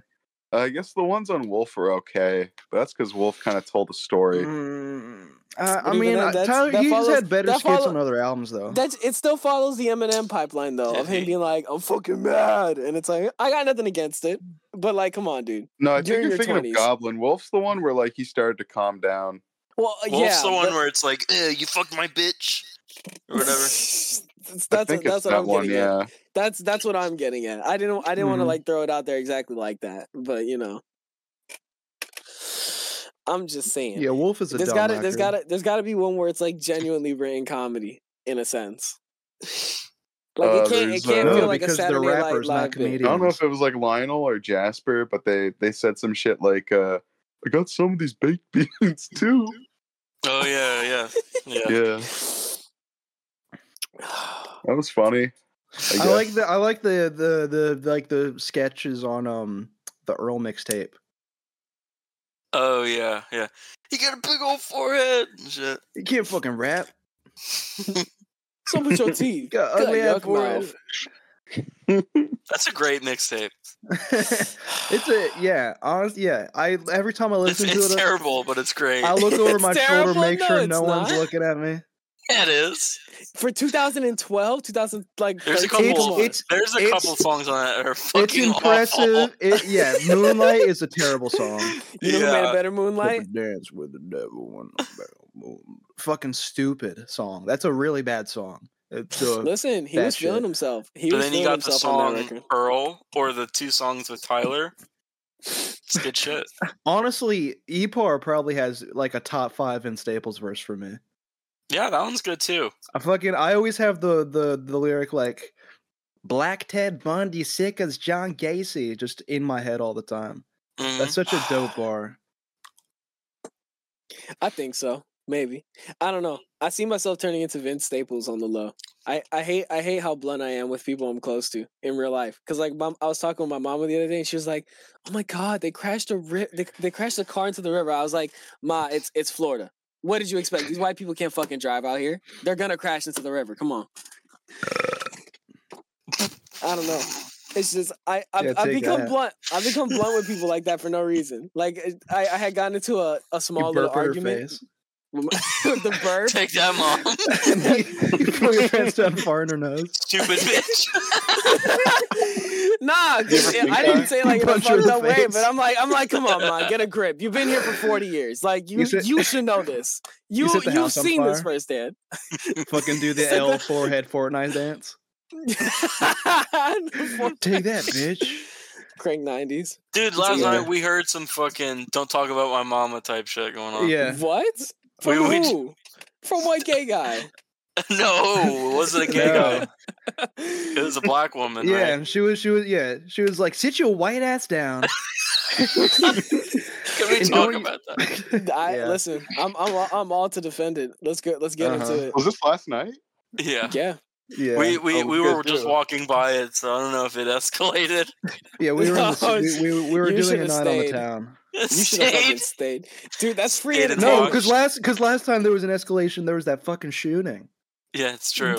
[SPEAKER 2] I guess the ones on Wolf are okay, but that's because Wolf kind of told a story.
[SPEAKER 1] Mm, I- I
[SPEAKER 4] even
[SPEAKER 1] mean,
[SPEAKER 4] that-
[SPEAKER 1] uh,
[SPEAKER 4] that's-
[SPEAKER 1] Tyler,
[SPEAKER 4] that
[SPEAKER 1] he's
[SPEAKER 4] follows-
[SPEAKER 1] had better
[SPEAKER 4] that
[SPEAKER 1] skits
[SPEAKER 4] follow-
[SPEAKER 1] on other albums though.
[SPEAKER 4] <laughs> That's it. Still follows the Eminem pipeline though
[SPEAKER 3] <laughs>
[SPEAKER 4] of him being like, "I'm fucking mad," and it's like, I got nothing against it, but like, come on, dude.
[SPEAKER 2] No, I
[SPEAKER 4] During
[SPEAKER 2] think you're
[SPEAKER 4] your
[SPEAKER 2] thinking
[SPEAKER 4] 20s.
[SPEAKER 2] of Goblin. Wolf's the one where like he started to calm down.
[SPEAKER 4] Well, uh,
[SPEAKER 1] Uh,
[SPEAKER 3] Wolf's
[SPEAKER 4] yeah,
[SPEAKER 3] the one
[SPEAKER 4] but-
[SPEAKER 3] where it's like, eh, you fucked my bitch.
[SPEAKER 1] <laughs>
[SPEAKER 3] Or whatever.
[SPEAKER 4] <laughs> That's
[SPEAKER 2] I
[SPEAKER 4] that's
[SPEAKER 2] think
[SPEAKER 4] that's
[SPEAKER 2] it's
[SPEAKER 4] what
[SPEAKER 2] that
[SPEAKER 4] I'm
[SPEAKER 2] one.
[SPEAKER 4] getting at.
[SPEAKER 2] Yeah,
[SPEAKER 4] That's that's what I'm getting at. I didn't I didn't want to
[SPEAKER 1] Mhm.
[SPEAKER 4] like throw it out there exactly like that, but you know, I'm just saying.
[SPEAKER 1] yeah, Wolf is a
[SPEAKER 4] there's
[SPEAKER 1] dumb
[SPEAKER 4] got to there's
[SPEAKER 1] record.
[SPEAKER 4] got to there's got to be one where it's like genuinely written comedy in a sense. Like
[SPEAKER 2] Uh,
[SPEAKER 4] it can't it
[SPEAKER 2] there's,
[SPEAKER 4] can't
[SPEAKER 2] uh,
[SPEAKER 4] feel
[SPEAKER 1] no,
[SPEAKER 4] like a
[SPEAKER 1] because
[SPEAKER 4] Saturday
[SPEAKER 1] they're
[SPEAKER 4] Night
[SPEAKER 1] rappers,
[SPEAKER 4] Live
[SPEAKER 1] not
[SPEAKER 4] bit. <sighs>
[SPEAKER 2] I don't know
[SPEAKER 1] comedians.
[SPEAKER 2] if it was like Lionel or Jasper, but they they said some shit like, uh, "I got some of these baked <laughs> beans
[SPEAKER 4] <laughs>
[SPEAKER 2] too."
[SPEAKER 3] Oh, yeah, yeah. Yeah.
[SPEAKER 2] Yeah, that was funny. I,
[SPEAKER 1] I like the I like the the the like the sketches on um the Earl mixtape.
[SPEAKER 3] Oh, yeah, yeah. He got a big old forehead and shit.
[SPEAKER 1] You can't fucking rap.
[SPEAKER 4] So
[SPEAKER 1] <laughs>
[SPEAKER 4] with your teeth.
[SPEAKER 1] You got
[SPEAKER 4] Good
[SPEAKER 1] ugly ass
[SPEAKER 4] yuck mouth.
[SPEAKER 1] forehead.
[SPEAKER 3] That's a great mixtape.
[SPEAKER 1] <laughs> it's a yeah, honest yeah. I every time I
[SPEAKER 3] It's,
[SPEAKER 1] listen
[SPEAKER 3] it's
[SPEAKER 1] to it,
[SPEAKER 3] terrible, but it's great.
[SPEAKER 1] I look over
[SPEAKER 4] It's
[SPEAKER 1] my shoulder,
[SPEAKER 4] terrible?
[SPEAKER 1] make sure
[SPEAKER 4] No,
[SPEAKER 1] no
[SPEAKER 4] it's
[SPEAKER 1] one's
[SPEAKER 4] not.
[SPEAKER 3] <laughs>
[SPEAKER 1] looking at me.
[SPEAKER 3] Yeah, it is.
[SPEAKER 4] For 2012, 2000, like
[SPEAKER 3] There's a
[SPEAKER 4] 13,
[SPEAKER 3] couple.
[SPEAKER 4] come on.
[SPEAKER 1] it's-
[SPEAKER 3] there's a
[SPEAKER 1] it's-
[SPEAKER 3] couple songs on that are
[SPEAKER 1] It's
[SPEAKER 3] fucking
[SPEAKER 1] impressive.
[SPEAKER 3] awful.
[SPEAKER 1] It, yeah,
[SPEAKER 3] <laughs>
[SPEAKER 1] Moonlight is a terrible
[SPEAKER 4] <laughs>
[SPEAKER 1] song.
[SPEAKER 4] you know who made
[SPEAKER 3] yeah.
[SPEAKER 4] a better Moonlight?
[SPEAKER 1] Couldn't dance with the devil on the barrel moon. Fucking stupid song. That's a really bad song. It's uh,
[SPEAKER 4] <laughs>
[SPEAKER 1] a,
[SPEAKER 4] Listen, he
[SPEAKER 1] That
[SPEAKER 4] was feeling
[SPEAKER 1] shit.
[SPEAKER 4] himself. He
[SPEAKER 3] But
[SPEAKER 4] was
[SPEAKER 3] then
[SPEAKER 4] feeling
[SPEAKER 3] you got the
[SPEAKER 4] himself on that
[SPEAKER 3] song
[SPEAKER 4] record.
[SPEAKER 3] Earl or the two songs with Tyler. It's good shit.
[SPEAKER 1] honestly, E Epar probably has like a top five in Staples verse for me.
[SPEAKER 3] Yeah, that one's good too.
[SPEAKER 1] I fucking I always have the the the lyric like Black Ted Bundy sick as John Gacy just in my head all the time.
[SPEAKER 3] Mhm.
[SPEAKER 1] That's such a dope
[SPEAKER 4] Mm-hmm.
[SPEAKER 1] bar.
[SPEAKER 4] I think so. Maybe. I don't know. I see myself turning into Vince Staples on the low. I, I hate I hate how blunt I am with people I'm close to in real life. Cause like mom, I was talking with my mama the other day, and she was like, "Oh my god, they crashed a ri- they, they crashed a car into the river." I was like, "Ma, it's it's Florida. What did you expect? These white people can't fucking drive out here. They're gonna crash into the river. Come on." I don't know. It's just I I've,
[SPEAKER 1] Yeah,
[SPEAKER 4] I've
[SPEAKER 1] take
[SPEAKER 4] become
[SPEAKER 1] that.
[SPEAKER 4] blunt. I've become blunt with people like that for no reason. Like it- I, I had gotten into a, a
[SPEAKER 1] You
[SPEAKER 4] small little
[SPEAKER 1] burp in her
[SPEAKER 4] argument
[SPEAKER 1] face. <laughs>
[SPEAKER 4] with my- with the
[SPEAKER 3] <sighs>
[SPEAKER 4] burp.
[SPEAKER 3] Take that, mom.
[SPEAKER 1] And you, you pull your pants down far in her nose. <laughs>
[SPEAKER 3] Stupid bitch.
[SPEAKER 4] <laughs> nah,
[SPEAKER 2] ever
[SPEAKER 4] 'cause
[SPEAKER 2] think
[SPEAKER 4] I didn't
[SPEAKER 2] that?
[SPEAKER 4] say
[SPEAKER 1] <laughs>
[SPEAKER 4] it like in a
[SPEAKER 1] Punch her in
[SPEAKER 4] fucked
[SPEAKER 1] the
[SPEAKER 4] up way,
[SPEAKER 1] face.
[SPEAKER 4] but I'm like, I'm like, come on,
[SPEAKER 1] <laughs>
[SPEAKER 4] man, get a grip. You've been here for 40 years. Like you,
[SPEAKER 1] You said- <laughs>
[SPEAKER 4] you should know this. You,
[SPEAKER 1] set the
[SPEAKER 4] you have
[SPEAKER 1] house on
[SPEAKER 4] seen this
[SPEAKER 1] fire?
[SPEAKER 4] firsthand. <laughs>
[SPEAKER 1] Fucking do the
[SPEAKER 4] Said
[SPEAKER 1] L
[SPEAKER 4] that-
[SPEAKER 1] forehead Fortnite dance. Take that,
[SPEAKER 4] <laughs>
[SPEAKER 1] bitch.
[SPEAKER 4] Crank 90s.
[SPEAKER 3] Dude, last
[SPEAKER 4] Yeah.
[SPEAKER 3] night we heard some fucking "Don't Talk About My Mama" type shit going on.
[SPEAKER 1] Yeah.
[SPEAKER 4] What? From
[SPEAKER 3] we-
[SPEAKER 4] who? From what gay guy?
[SPEAKER 3] <laughs>
[SPEAKER 4] <laughs>
[SPEAKER 3] no, it wasn't a gay
[SPEAKER 1] No.
[SPEAKER 3] guy. It was a black woman.
[SPEAKER 1] Yeah,
[SPEAKER 3] right?
[SPEAKER 1] and she was she was yeah, she was like, sit your white ass
[SPEAKER 4] <laughs>
[SPEAKER 1] down. <laughs>
[SPEAKER 3] Can we
[SPEAKER 1] And
[SPEAKER 3] talk
[SPEAKER 1] don't-
[SPEAKER 3] about that?
[SPEAKER 4] I
[SPEAKER 1] Yeah.
[SPEAKER 4] listen. I'm I'm all- I'm all to defend it. Let's go. Let's get into
[SPEAKER 1] Uh-huh.
[SPEAKER 4] it.
[SPEAKER 2] Was this last night?
[SPEAKER 3] Yeah.
[SPEAKER 4] Yeah.
[SPEAKER 1] Yeah.
[SPEAKER 3] We we,
[SPEAKER 2] Oh,
[SPEAKER 3] we
[SPEAKER 2] you guys
[SPEAKER 3] were
[SPEAKER 2] do
[SPEAKER 3] just
[SPEAKER 2] it.
[SPEAKER 3] walking by it, so I don't know if it <laughs> escalated.
[SPEAKER 1] yeah, we were
[SPEAKER 4] <laughs>
[SPEAKER 1] in
[SPEAKER 4] No,
[SPEAKER 1] the, ci- we, we, we were
[SPEAKER 4] Oh, you
[SPEAKER 1] doing a
[SPEAKER 4] should've
[SPEAKER 1] night on the
[SPEAKER 4] stayed.
[SPEAKER 1] town.
[SPEAKER 4] You should have fucking stayed, dude. That's free. <laughs>
[SPEAKER 3] Stayed in
[SPEAKER 4] entertainment.
[SPEAKER 1] No,
[SPEAKER 3] Talk.
[SPEAKER 1] because last because last time there was an escalation, there was that fucking shooting.
[SPEAKER 3] Yeah,
[SPEAKER 1] <laughs>
[SPEAKER 3] it's true.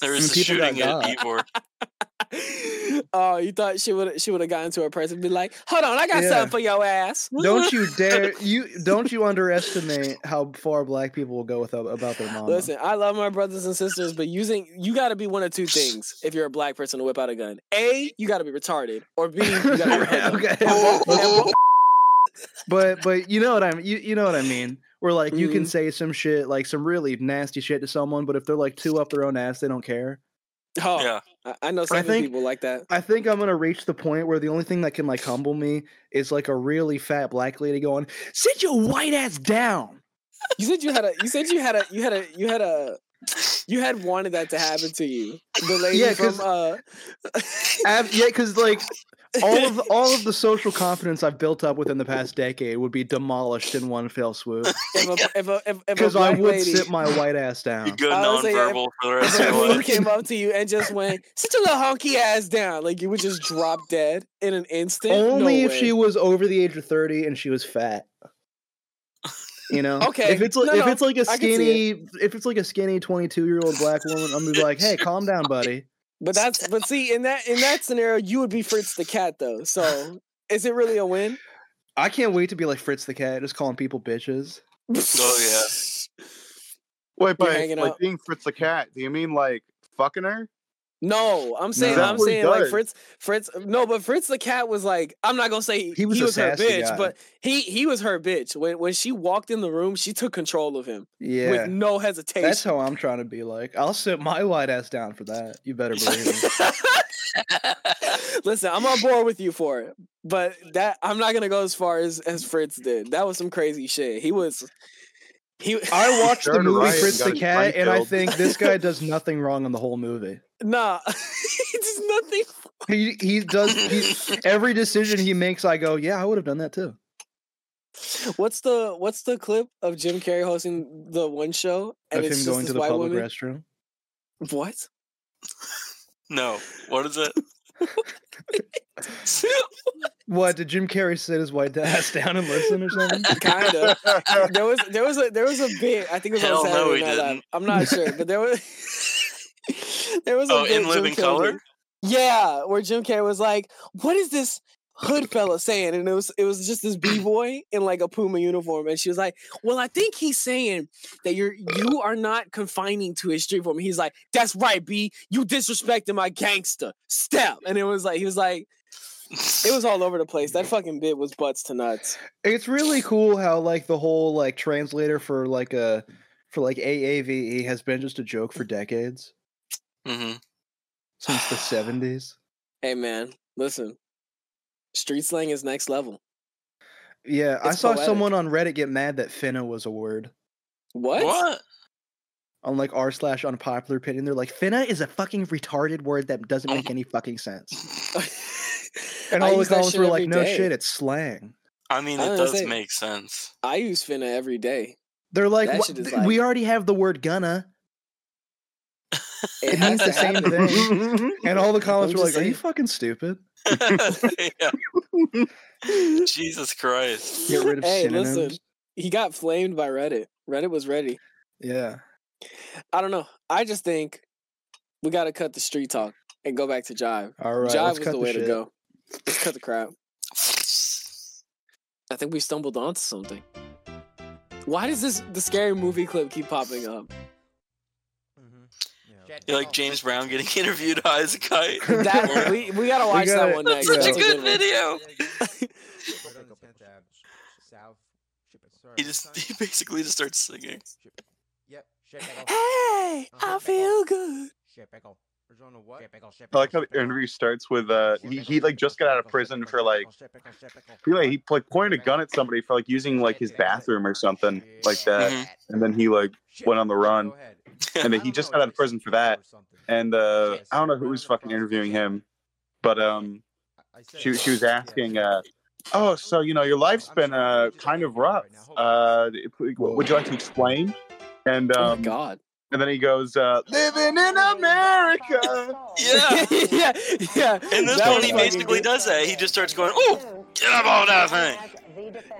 [SPEAKER 3] There
[SPEAKER 1] And
[SPEAKER 3] was a
[SPEAKER 1] people got
[SPEAKER 3] shooting at
[SPEAKER 1] got.
[SPEAKER 3] Ebor.
[SPEAKER 4] <laughs>
[SPEAKER 1] <laughs>
[SPEAKER 4] oh, you thought she would she would have gotten to her person and be like, "Hold on, I got
[SPEAKER 1] Yeah.
[SPEAKER 4] something for your ass."
[SPEAKER 1] Don't you dare you don't you underestimate how far black people will go with uh, about their mama. <laughs>
[SPEAKER 4] Listen, I love my brothers and sisters, but using you got to be one of
[SPEAKER 1] <laughs>
[SPEAKER 4] two things if you're a black person to whip out a gun. A, you got to be retarded, or B, you got to
[SPEAKER 1] <laughs>
[SPEAKER 4] be a hookup. <laughs>
[SPEAKER 1] okay.
[SPEAKER 4] Oh.
[SPEAKER 1] <laughs> but but you know what I mean. You, you know what I mean. Where like you can
[SPEAKER 4] Mhm.
[SPEAKER 1] say some shit like some really nasty shit to someone, but if they're like two up their own ass, they don't care.
[SPEAKER 4] Oh,
[SPEAKER 3] Yeah.
[SPEAKER 4] I, I know some
[SPEAKER 1] think-
[SPEAKER 4] people like that.
[SPEAKER 1] I think I'm gonna reach the point where the only thing that can like humble me is like a really fat black lady going, "Sit your white ass down."
[SPEAKER 4] You said you had a you said you had a you had a you had a you had wanted that to happen to you. The lady
[SPEAKER 1] Yeah,
[SPEAKER 4] from
[SPEAKER 1] 'cause-
[SPEAKER 4] uh
[SPEAKER 1] Ab- yeah, because like
[SPEAKER 4] <laughs>
[SPEAKER 1] all of all of the social confidence I've built up within the past decade would be demolished in one fell
[SPEAKER 4] <laughs>
[SPEAKER 1] swoop <laughs>
[SPEAKER 4] if a if a if, if a
[SPEAKER 1] because I
[SPEAKER 4] black
[SPEAKER 1] would
[SPEAKER 4] lady
[SPEAKER 1] sit my white ass
[SPEAKER 4] <laughs>
[SPEAKER 1] down.
[SPEAKER 3] You go
[SPEAKER 4] I was saying,
[SPEAKER 3] nonverbal for
[SPEAKER 1] <laughs>
[SPEAKER 3] the rest of
[SPEAKER 4] If
[SPEAKER 3] your
[SPEAKER 4] you
[SPEAKER 3] life.
[SPEAKER 4] came up to you and just went, sit your little honky ass down, like you would just drop dead in an instant.
[SPEAKER 1] Only
[SPEAKER 4] No
[SPEAKER 1] if she
[SPEAKER 4] way.
[SPEAKER 1] was over the age of thirty and she was fat. You know,
[SPEAKER 4] <laughs> Okay,
[SPEAKER 1] If it's like,
[SPEAKER 4] no,
[SPEAKER 1] if
[SPEAKER 4] no,
[SPEAKER 1] it's like a
[SPEAKER 4] I can see
[SPEAKER 1] skinny, if it's like a skinny twenty-two-year-old black woman, I'm gonna be like, "Hey, calm
[SPEAKER 4] <laughs>
[SPEAKER 1] down, buddy."
[SPEAKER 4] But that's but see in that in that scenario you would be Fritz the cat though. So is it really a win?
[SPEAKER 1] I can't wait to be like Fritz the cat, just calling people bitches.
[SPEAKER 3] Oh,
[SPEAKER 2] Wait,
[SPEAKER 4] You're
[SPEAKER 2] by
[SPEAKER 4] hanging
[SPEAKER 2] like
[SPEAKER 4] out.
[SPEAKER 2] being Fritz the cat, do you mean like fucking her?
[SPEAKER 4] <laughs> No, I'm saying
[SPEAKER 1] No.
[SPEAKER 4] I'm
[SPEAKER 2] That's what he
[SPEAKER 4] saying like
[SPEAKER 2] does.
[SPEAKER 4] Fritz Fritz no, but Fritz the cat was like I'm not gonna say
[SPEAKER 1] He
[SPEAKER 4] he
[SPEAKER 1] was
[SPEAKER 4] was,
[SPEAKER 1] a
[SPEAKER 4] her
[SPEAKER 1] sassy
[SPEAKER 4] bitch,
[SPEAKER 1] guy.
[SPEAKER 4] but he he was her bitch. When when she walked in the room, she took control of him
[SPEAKER 1] Yeah,
[SPEAKER 4] with no hesitation.
[SPEAKER 1] that's how I'm trying to be like. I'll sit my white ass down for that. You better believe it.
[SPEAKER 4] <laughs> Listen, I'm on board with you for it, but that I'm not gonna go as far as as Fritz did. That was some crazy shit. He was he. <laughs>
[SPEAKER 1] I watched the
[SPEAKER 2] Started
[SPEAKER 1] movie
[SPEAKER 2] riots,
[SPEAKER 1] Fritz
[SPEAKER 2] got
[SPEAKER 1] the
[SPEAKER 2] his
[SPEAKER 1] Cat,
[SPEAKER 2] friend
[SPEAKER 1] and I
[SPEAKER 2] killed.
[SPEAKER 1] think this guy
[SPEAKER 2] <laughs>
[SPEAKER 1] does nothing wrong in the whole movie.
[SPEAKER 4] nah, <laughs> it's nothing.
[SPEAKER 1] He he does he, every decision he makes. I go, yeah, I would have done that too.
[SPEAKER 4] What's the what's the clip of Jim Carrey hosting the one show
[SPEAKER 1] of him going to the
[SPEAKER 4] white
[SPEAKER 1] public
[SPEAKER 4] woman?
[SPEAKER 1] restroom.
[SPEAKER 4] What?
[SPEAKER 1] <laughs>
[SPEAKER 3] yeah. No. What is it?
[SPEAKER 1] What did Jim Carrey sit his white ass <laughs> down and listen or
[SPEAKER 4] <laughs>
[SPEAKER 1] something?
[SPEAKER 3] <laughs>
[SPEAKER 4] Kinda. There was there was a there was a bit. I think it was
[SPEAKER 3] Hell
[SPEAKER 4] on
[SPEAKER 3] no,
[SPEAKER 4] Saturday
[SPEAKER 3] he
[SPEAKER 4] Night Live.
[SPEAKER 3] didn't.
[SPEAKER 4] I'm not sure, but there was there was a
[SPEAKER 3] <laughs> Oh,
[SPEAKER 4] bit
[SPEAKER 3] in
[SPEAKER 4] Jim
[SPEAKER 3] living
[SPEAKER 4] Carrey did.
[SPEAKER 3] color.
[SPEAKER 4] Yeah, where Jim Carrey was like, "What is this? hood fella saying, and it was it was just this b boy in like a Puma uniform, and she was like, "Well, I think he's saying that you're you are not confining to his street form." He's like, "That's right, b, you disrespecting my gangster step," and it was like he was like, it was all over the place. That fucking bit was butts to nuts.
[SPEAKER 1] It's really cool how like the whole like translator for like a for like AAVE has been just a joke for decades
[SPEAKER 3] <laughs> Mm-hmm.
[SPEAKER 1] since
[SPEAKER 4] <sighs>
[SPEAKER 1] the seventies.
[SPEAKER 4] Hey man, listen, street slang is next level.
[SPEAKER 1] Yeah, I
[SPEAKER 4] It's
[SPEAKER 1] saw
[SPEAKER 4] poetic.
[SPEAKER 1] someone on Reddit get mad that finna was a word
[SPEAKER 4] What? <laughs>
[SPEAKER 3] What?
[SPEAKER 1] on like r slash unpopular opinion. They're like finna is a fucking retarded word that doesn't
[SPEAKER 4] <laughs>
[SPEAKER 1] make any fucking sense. And
[SPEAKER 4] I
[SPEAKER 1] all the
[SPEAKER 4] use that
[SPEAKER 1] comments
[SPEAKER 4] shit
[SPEAKER 1] were like,
[SPEAKER 4] every
[SPEAKER 1] "No
[SPEAKER 4] day.
[SPEAKER 1] shit, it's slang."
[SPEAKER 3] I mean,
[SPEAKER 4] I
[SPEAKER 3] it
[SPEAKER 4] was
[SPEAKER 3] does
[SPEAKER 4] gonna say-
[SPEAKER 3] make sense.
[SPEAKER 4] I use finna every day.
[SPEAKER 1] They're like,
[SPEAKER 4] That
[SPEAKER 1] "What-
[SPEAKER 4] shit is
[SPEAKER 1] th- "We
[SPEAKER 4] like-
[SPEAKER 1] already have the word
[SPEAKER 4] <laughs>
[SPEAKER 1] gonna."
[SPEAKER 4] It
[SPEAKER 1] It
[SPEAKER 4] has
[SPEAKER 1] means
[SPEAKER 4] to
[SPEAKER 1] the same
[SPEAKER 4] happen.
[SPEAKER 1] thing. And
[SPEAKER 4] <laughs>
[SPEAKER 1] all the comments
[SPEAKER 4] I'm
[SPEAKER 1] were like,
[SPEAKER 4] just
[SPEAKER 1] "Are you
[SPEAKER 4] saying.
[SPEAKER 1] fucking stupid?
[SPEAKER 3] <laughs> Yeah. Jesus Christ.
[SPEAKER 4] <laughs>
[SPEAKER 1] Get rid of
[SPEAKER 4] <laughs> Hey, listen.
[SPEAKER 1] synonyms."
[SPEAKER 4] He got flamed by Reddit. Reddit was ready.
[SPEAKER 1] Yeah.
[SPEAKER 4] I don't know. I just think we got to cut the street talk and go back to jive.
[SPEAKER 1] All right.
[SPEAKER 4] jive
[SPEAKER 1] let's
[SPEAKER 4] was
[SPEAKER 1] cut
[SPEAKER 4] the
[SPEAKER 1] the
[SPEAKER 4] way to
[SPEAKER 1] shit. <laughs>
[SPEAKER 4] go. Let's cut the crap. I think we stumbled onto something. Why does this the scary movie clip keep popping up?
[SPEAKER 3] You're
[SPEAKER 11] Oh,
[SPEAKER 3] like James Brown getting <laughs> interviewed high as a <laughs> kite.
[SPEAKER 2] <laughs>
[SPEAKER 4] That we, we gotta watch
[SPEAKER 1] gotta-
[SPEAKER 4] that one next.
[SPEAKER 3] That's such a
[SPEAKER 4] That's
[SPEAKER 3] good
[SPEAKER 4] one.
[SPEAKER 3] video.
[SPEAKER 12] South.
[SPEAKER 3] He just he basically just starts
[SPEAKER 11] <laughs>
[SPEAKER 3] singing.
[SPEAKER 4] <laughs> <laughs> Hey,
[SPEAKER 11] Oh,
[SPEAKER 4] I feel good.
[SPEAKER 2] I like how the interview starts with uh he, he like just got out of prison for like he like he like pointed a gun at somebody for like using like his bathroom or something like that.
[SPEAKER 3] Mhm.
[SPEAKER 6] Mm-hmm.
[SPEAKER 2] And then he like went on the run. And then he just got out of prison for that. And uh I don't know who was fucking interviewing him, but um she she was asking uh oh so you know your life's been uh kind of rough. Uh would you like to explain? And
[SPEAKER 4] oh my
[SPEAKER 2] um
[SPEAKER 4] god.
[SPEAKER 2] and then he goes uh living in America.
[SPEAKER 3] <laughs> Yeah.
[SPEAKER 4] yeah, yeah.
[SPEAKER 3] In this
[SPEAKER 4] That
[SPEAKER 3] one,
[SPEAKER 4] was
[SPEAKER 3] he
[SPEAKER 4] fucking
[SPEAKER 3] basically
[SPEAKER 4] good.
[SPEAKER 3] does that. He just starts going, "Oh, get up on that thing."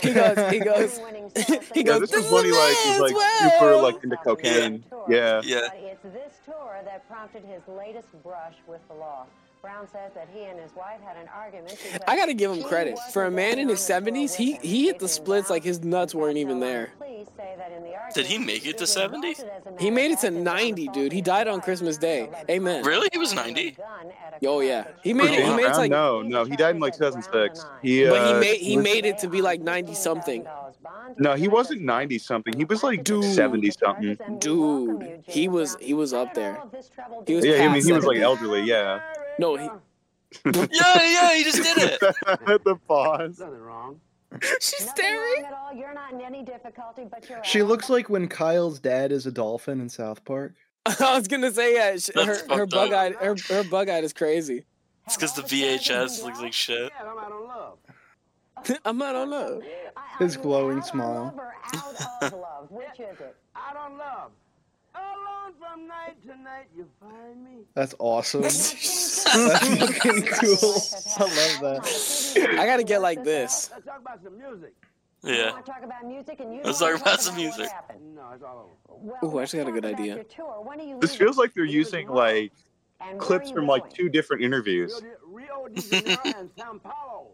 [SPEAKER 4] He goes. He goes. <laughs> he
[SPEAKER 2] Yeah,
[SPEAKER 4] goes.
[SPEAKER 2] this
[SPEAKER 4] is
[SPEAKER 2] was when he like
[SPEAKER 4] man's
[SPEAKER 2] was like
[SPEAKER 4] world."
[SPEAKER 2] super like into cocaine. Yeah.
[SPEAKER 3] Yeah.
[SPEAKER 11] But it's this tour that prompted his latest brush with the law. Brown says that he and his wife had an argument. because
[SPEAKER 4] I gotta give him
[SPEAKER 11] she
[SPEAKER 4] credit.
[SPEAKER 11] wasn't
[SPEAKER 4] For a man
[SPEAKER 11] going
[SPEAKER 4] in his
[SPEAKER 11] on the tour
[SPEAKER 4] 70s,
[SPEAKER 11] with
[SPEAKER 4] he-
[SPEAKER 11] him.
[SPEAKER 4] he hit the
[SPEAKER 11] Adrian
[SPEAKER 4] splits like
[SPEAKER 11] Brown
[SPEAKER 4] his nuts
[SPEAKER 11] and
[SPEAKER 4] weren't even
[SPEAKER 11] Pascal
[SPEAKER 4] there.
[SPEAKER 11] Please say that in the argument,
[SPEAKER 3] Did he make it to
[SPEAKER 11] was
[SPEAKER 3] 70?
[SPEAKER 11] assaulted as a matter
[SPEAKER 4] He made it
[SPEAKER 11] of
[SPEAKER 4] to
[SPEAKER 11] fact and
[SPEAKER 4] 90,
[SPEAKER 11] assaulted
[SPEAKER 4] dude. He
[SPEAKER 11] his
[SPEAKER 4] died on
[SPEAKER 11] wife.
[SPEAKER 4] Christmas Day. Amen.
[SPEAKER 3] Really? He was
[SPEAKER 11] Armed with a
[SPEAKER 3] 90?
[SPEAKER 11] gun at a
[SPEAKER 4] Oh
[SPEAKER 11] club
[SPEAKER 4] yeah,
[SPEAKER 11] that
[SPEAKER 4] he
[SPEAKER 2] Oh,
[SPEAKER 4] made it.
[SPEAKER 2] James
[SPEAKER 4] He made it to,
[SPEAKER 2] Brown?
[SPEAKER 4] like,
[SPEAKER 2] no, no, he died in like 2006. He, uh,
[SPEAKER 4] but he made he
[SPEAKER 2] was-
[SPEAKER 4] made it to be like 90 something.
[SPEAKER 2] no, he wasn't 90 something. He was like
[SPEAKER 4] Dude.
[SPEAKER 2] 70 something.
[SPEAKER 4] Dude, he was he was up there. He was
[SPEAKER 2] Yeah, I mean, he was
[SPEAKER 4] past
[SPEAKER 2] like
[SPEAKER 4] that.
[SPEAKER 2] elderly. Yeah.
[SPEAKER 4] No, he
[SPEAKER 3] Yeah, yeah, he just did it.
[SPEAKER 2] <laughs> the pause.
[SPEAKER 11] She's staring. At all. You're not in any difficulty, but you're
[SPEAKER 1] She
[SPEAKER 11] out.
[SPEAKER 1] looks like when Kyle's dad is a dolphin in South Park.
[SPEAKER 4] <laughs> I was gonna say yeah. sh-
[SPEAKER 3] That's
[SPEAKER 4] Her
[SPEAKER 3] fucked
[SPEAKER 4] her
[SPEAKER 3] up.
[SPEAKER 4] bug eyed her her bug eyed is crazy. <laughs>
[SPEAKER 3] It's because the VHS looks like shit.
[SPEAKER 4] I'm not on love.
[SPEAKER 11] I-
[SPEAKER 1] His
[SPEAKER 11] are you
[SPEAKER 1] glowing
[SPEAKER 11] out on
[SPEAKER 1] smile.
[SPEAKER 3] <laughs>
[SPEAKER 11] love or out of love? Which is it?
[SPEAKER 9] Out on love. Alone from night to night, you find me.
[SPEAKER 4] <laughs>
[SPEAKER 1] That's awesome. That's fucking cool. <laughs> I love that.
[SPEAKER 4] I gotta get like this.
[SPEAKER 9] Let's talk about some music.
[SPEAKER 3] Yeah.
[SPEAKER 11] Want to talk about music and you
[SPEAKER 3] Let's
[SPEAKER 11] don't
[SPEAKER 3] talk
[SPEAKER 11] wanna
[SPEAKER 3] about some
[SPEAKER 11] what
[SPEAKER 3] music.
[SPEAKER 11] happened.
[SPEAKER 9] No, it's all over.
[SPEAKER 11] Well,
[SPEAKER 4] Ooh, I
[SPEAKER 11] let's
[SPEAKER 4] actually got a
[SPEAKER 11] talk
[SPEAKER 4] good
[SPEAKER 11] about
[SPEAKER 4] idea.
[SPEAKER 11] your tour. When are you
[SPEAKER 2] This
[SPEAKER 11] leaving?
[SPEAKER 2] feels like they're using like
[SPEAKER 11] And where
[SPEAKER 2] clips
[SPEAKER 11] are you
[SPEAKER 2] from like
[SPEAKER 11] going?
[SPEAKER 2] two different
[SPEAKER 9] Rio
[SPEAKER 2] interviews.
[SPEAKER 9] de, Rio
[SPEAKER 2] <laughs>
[SPEAKER 9] de Janeiro and Sao Paulo.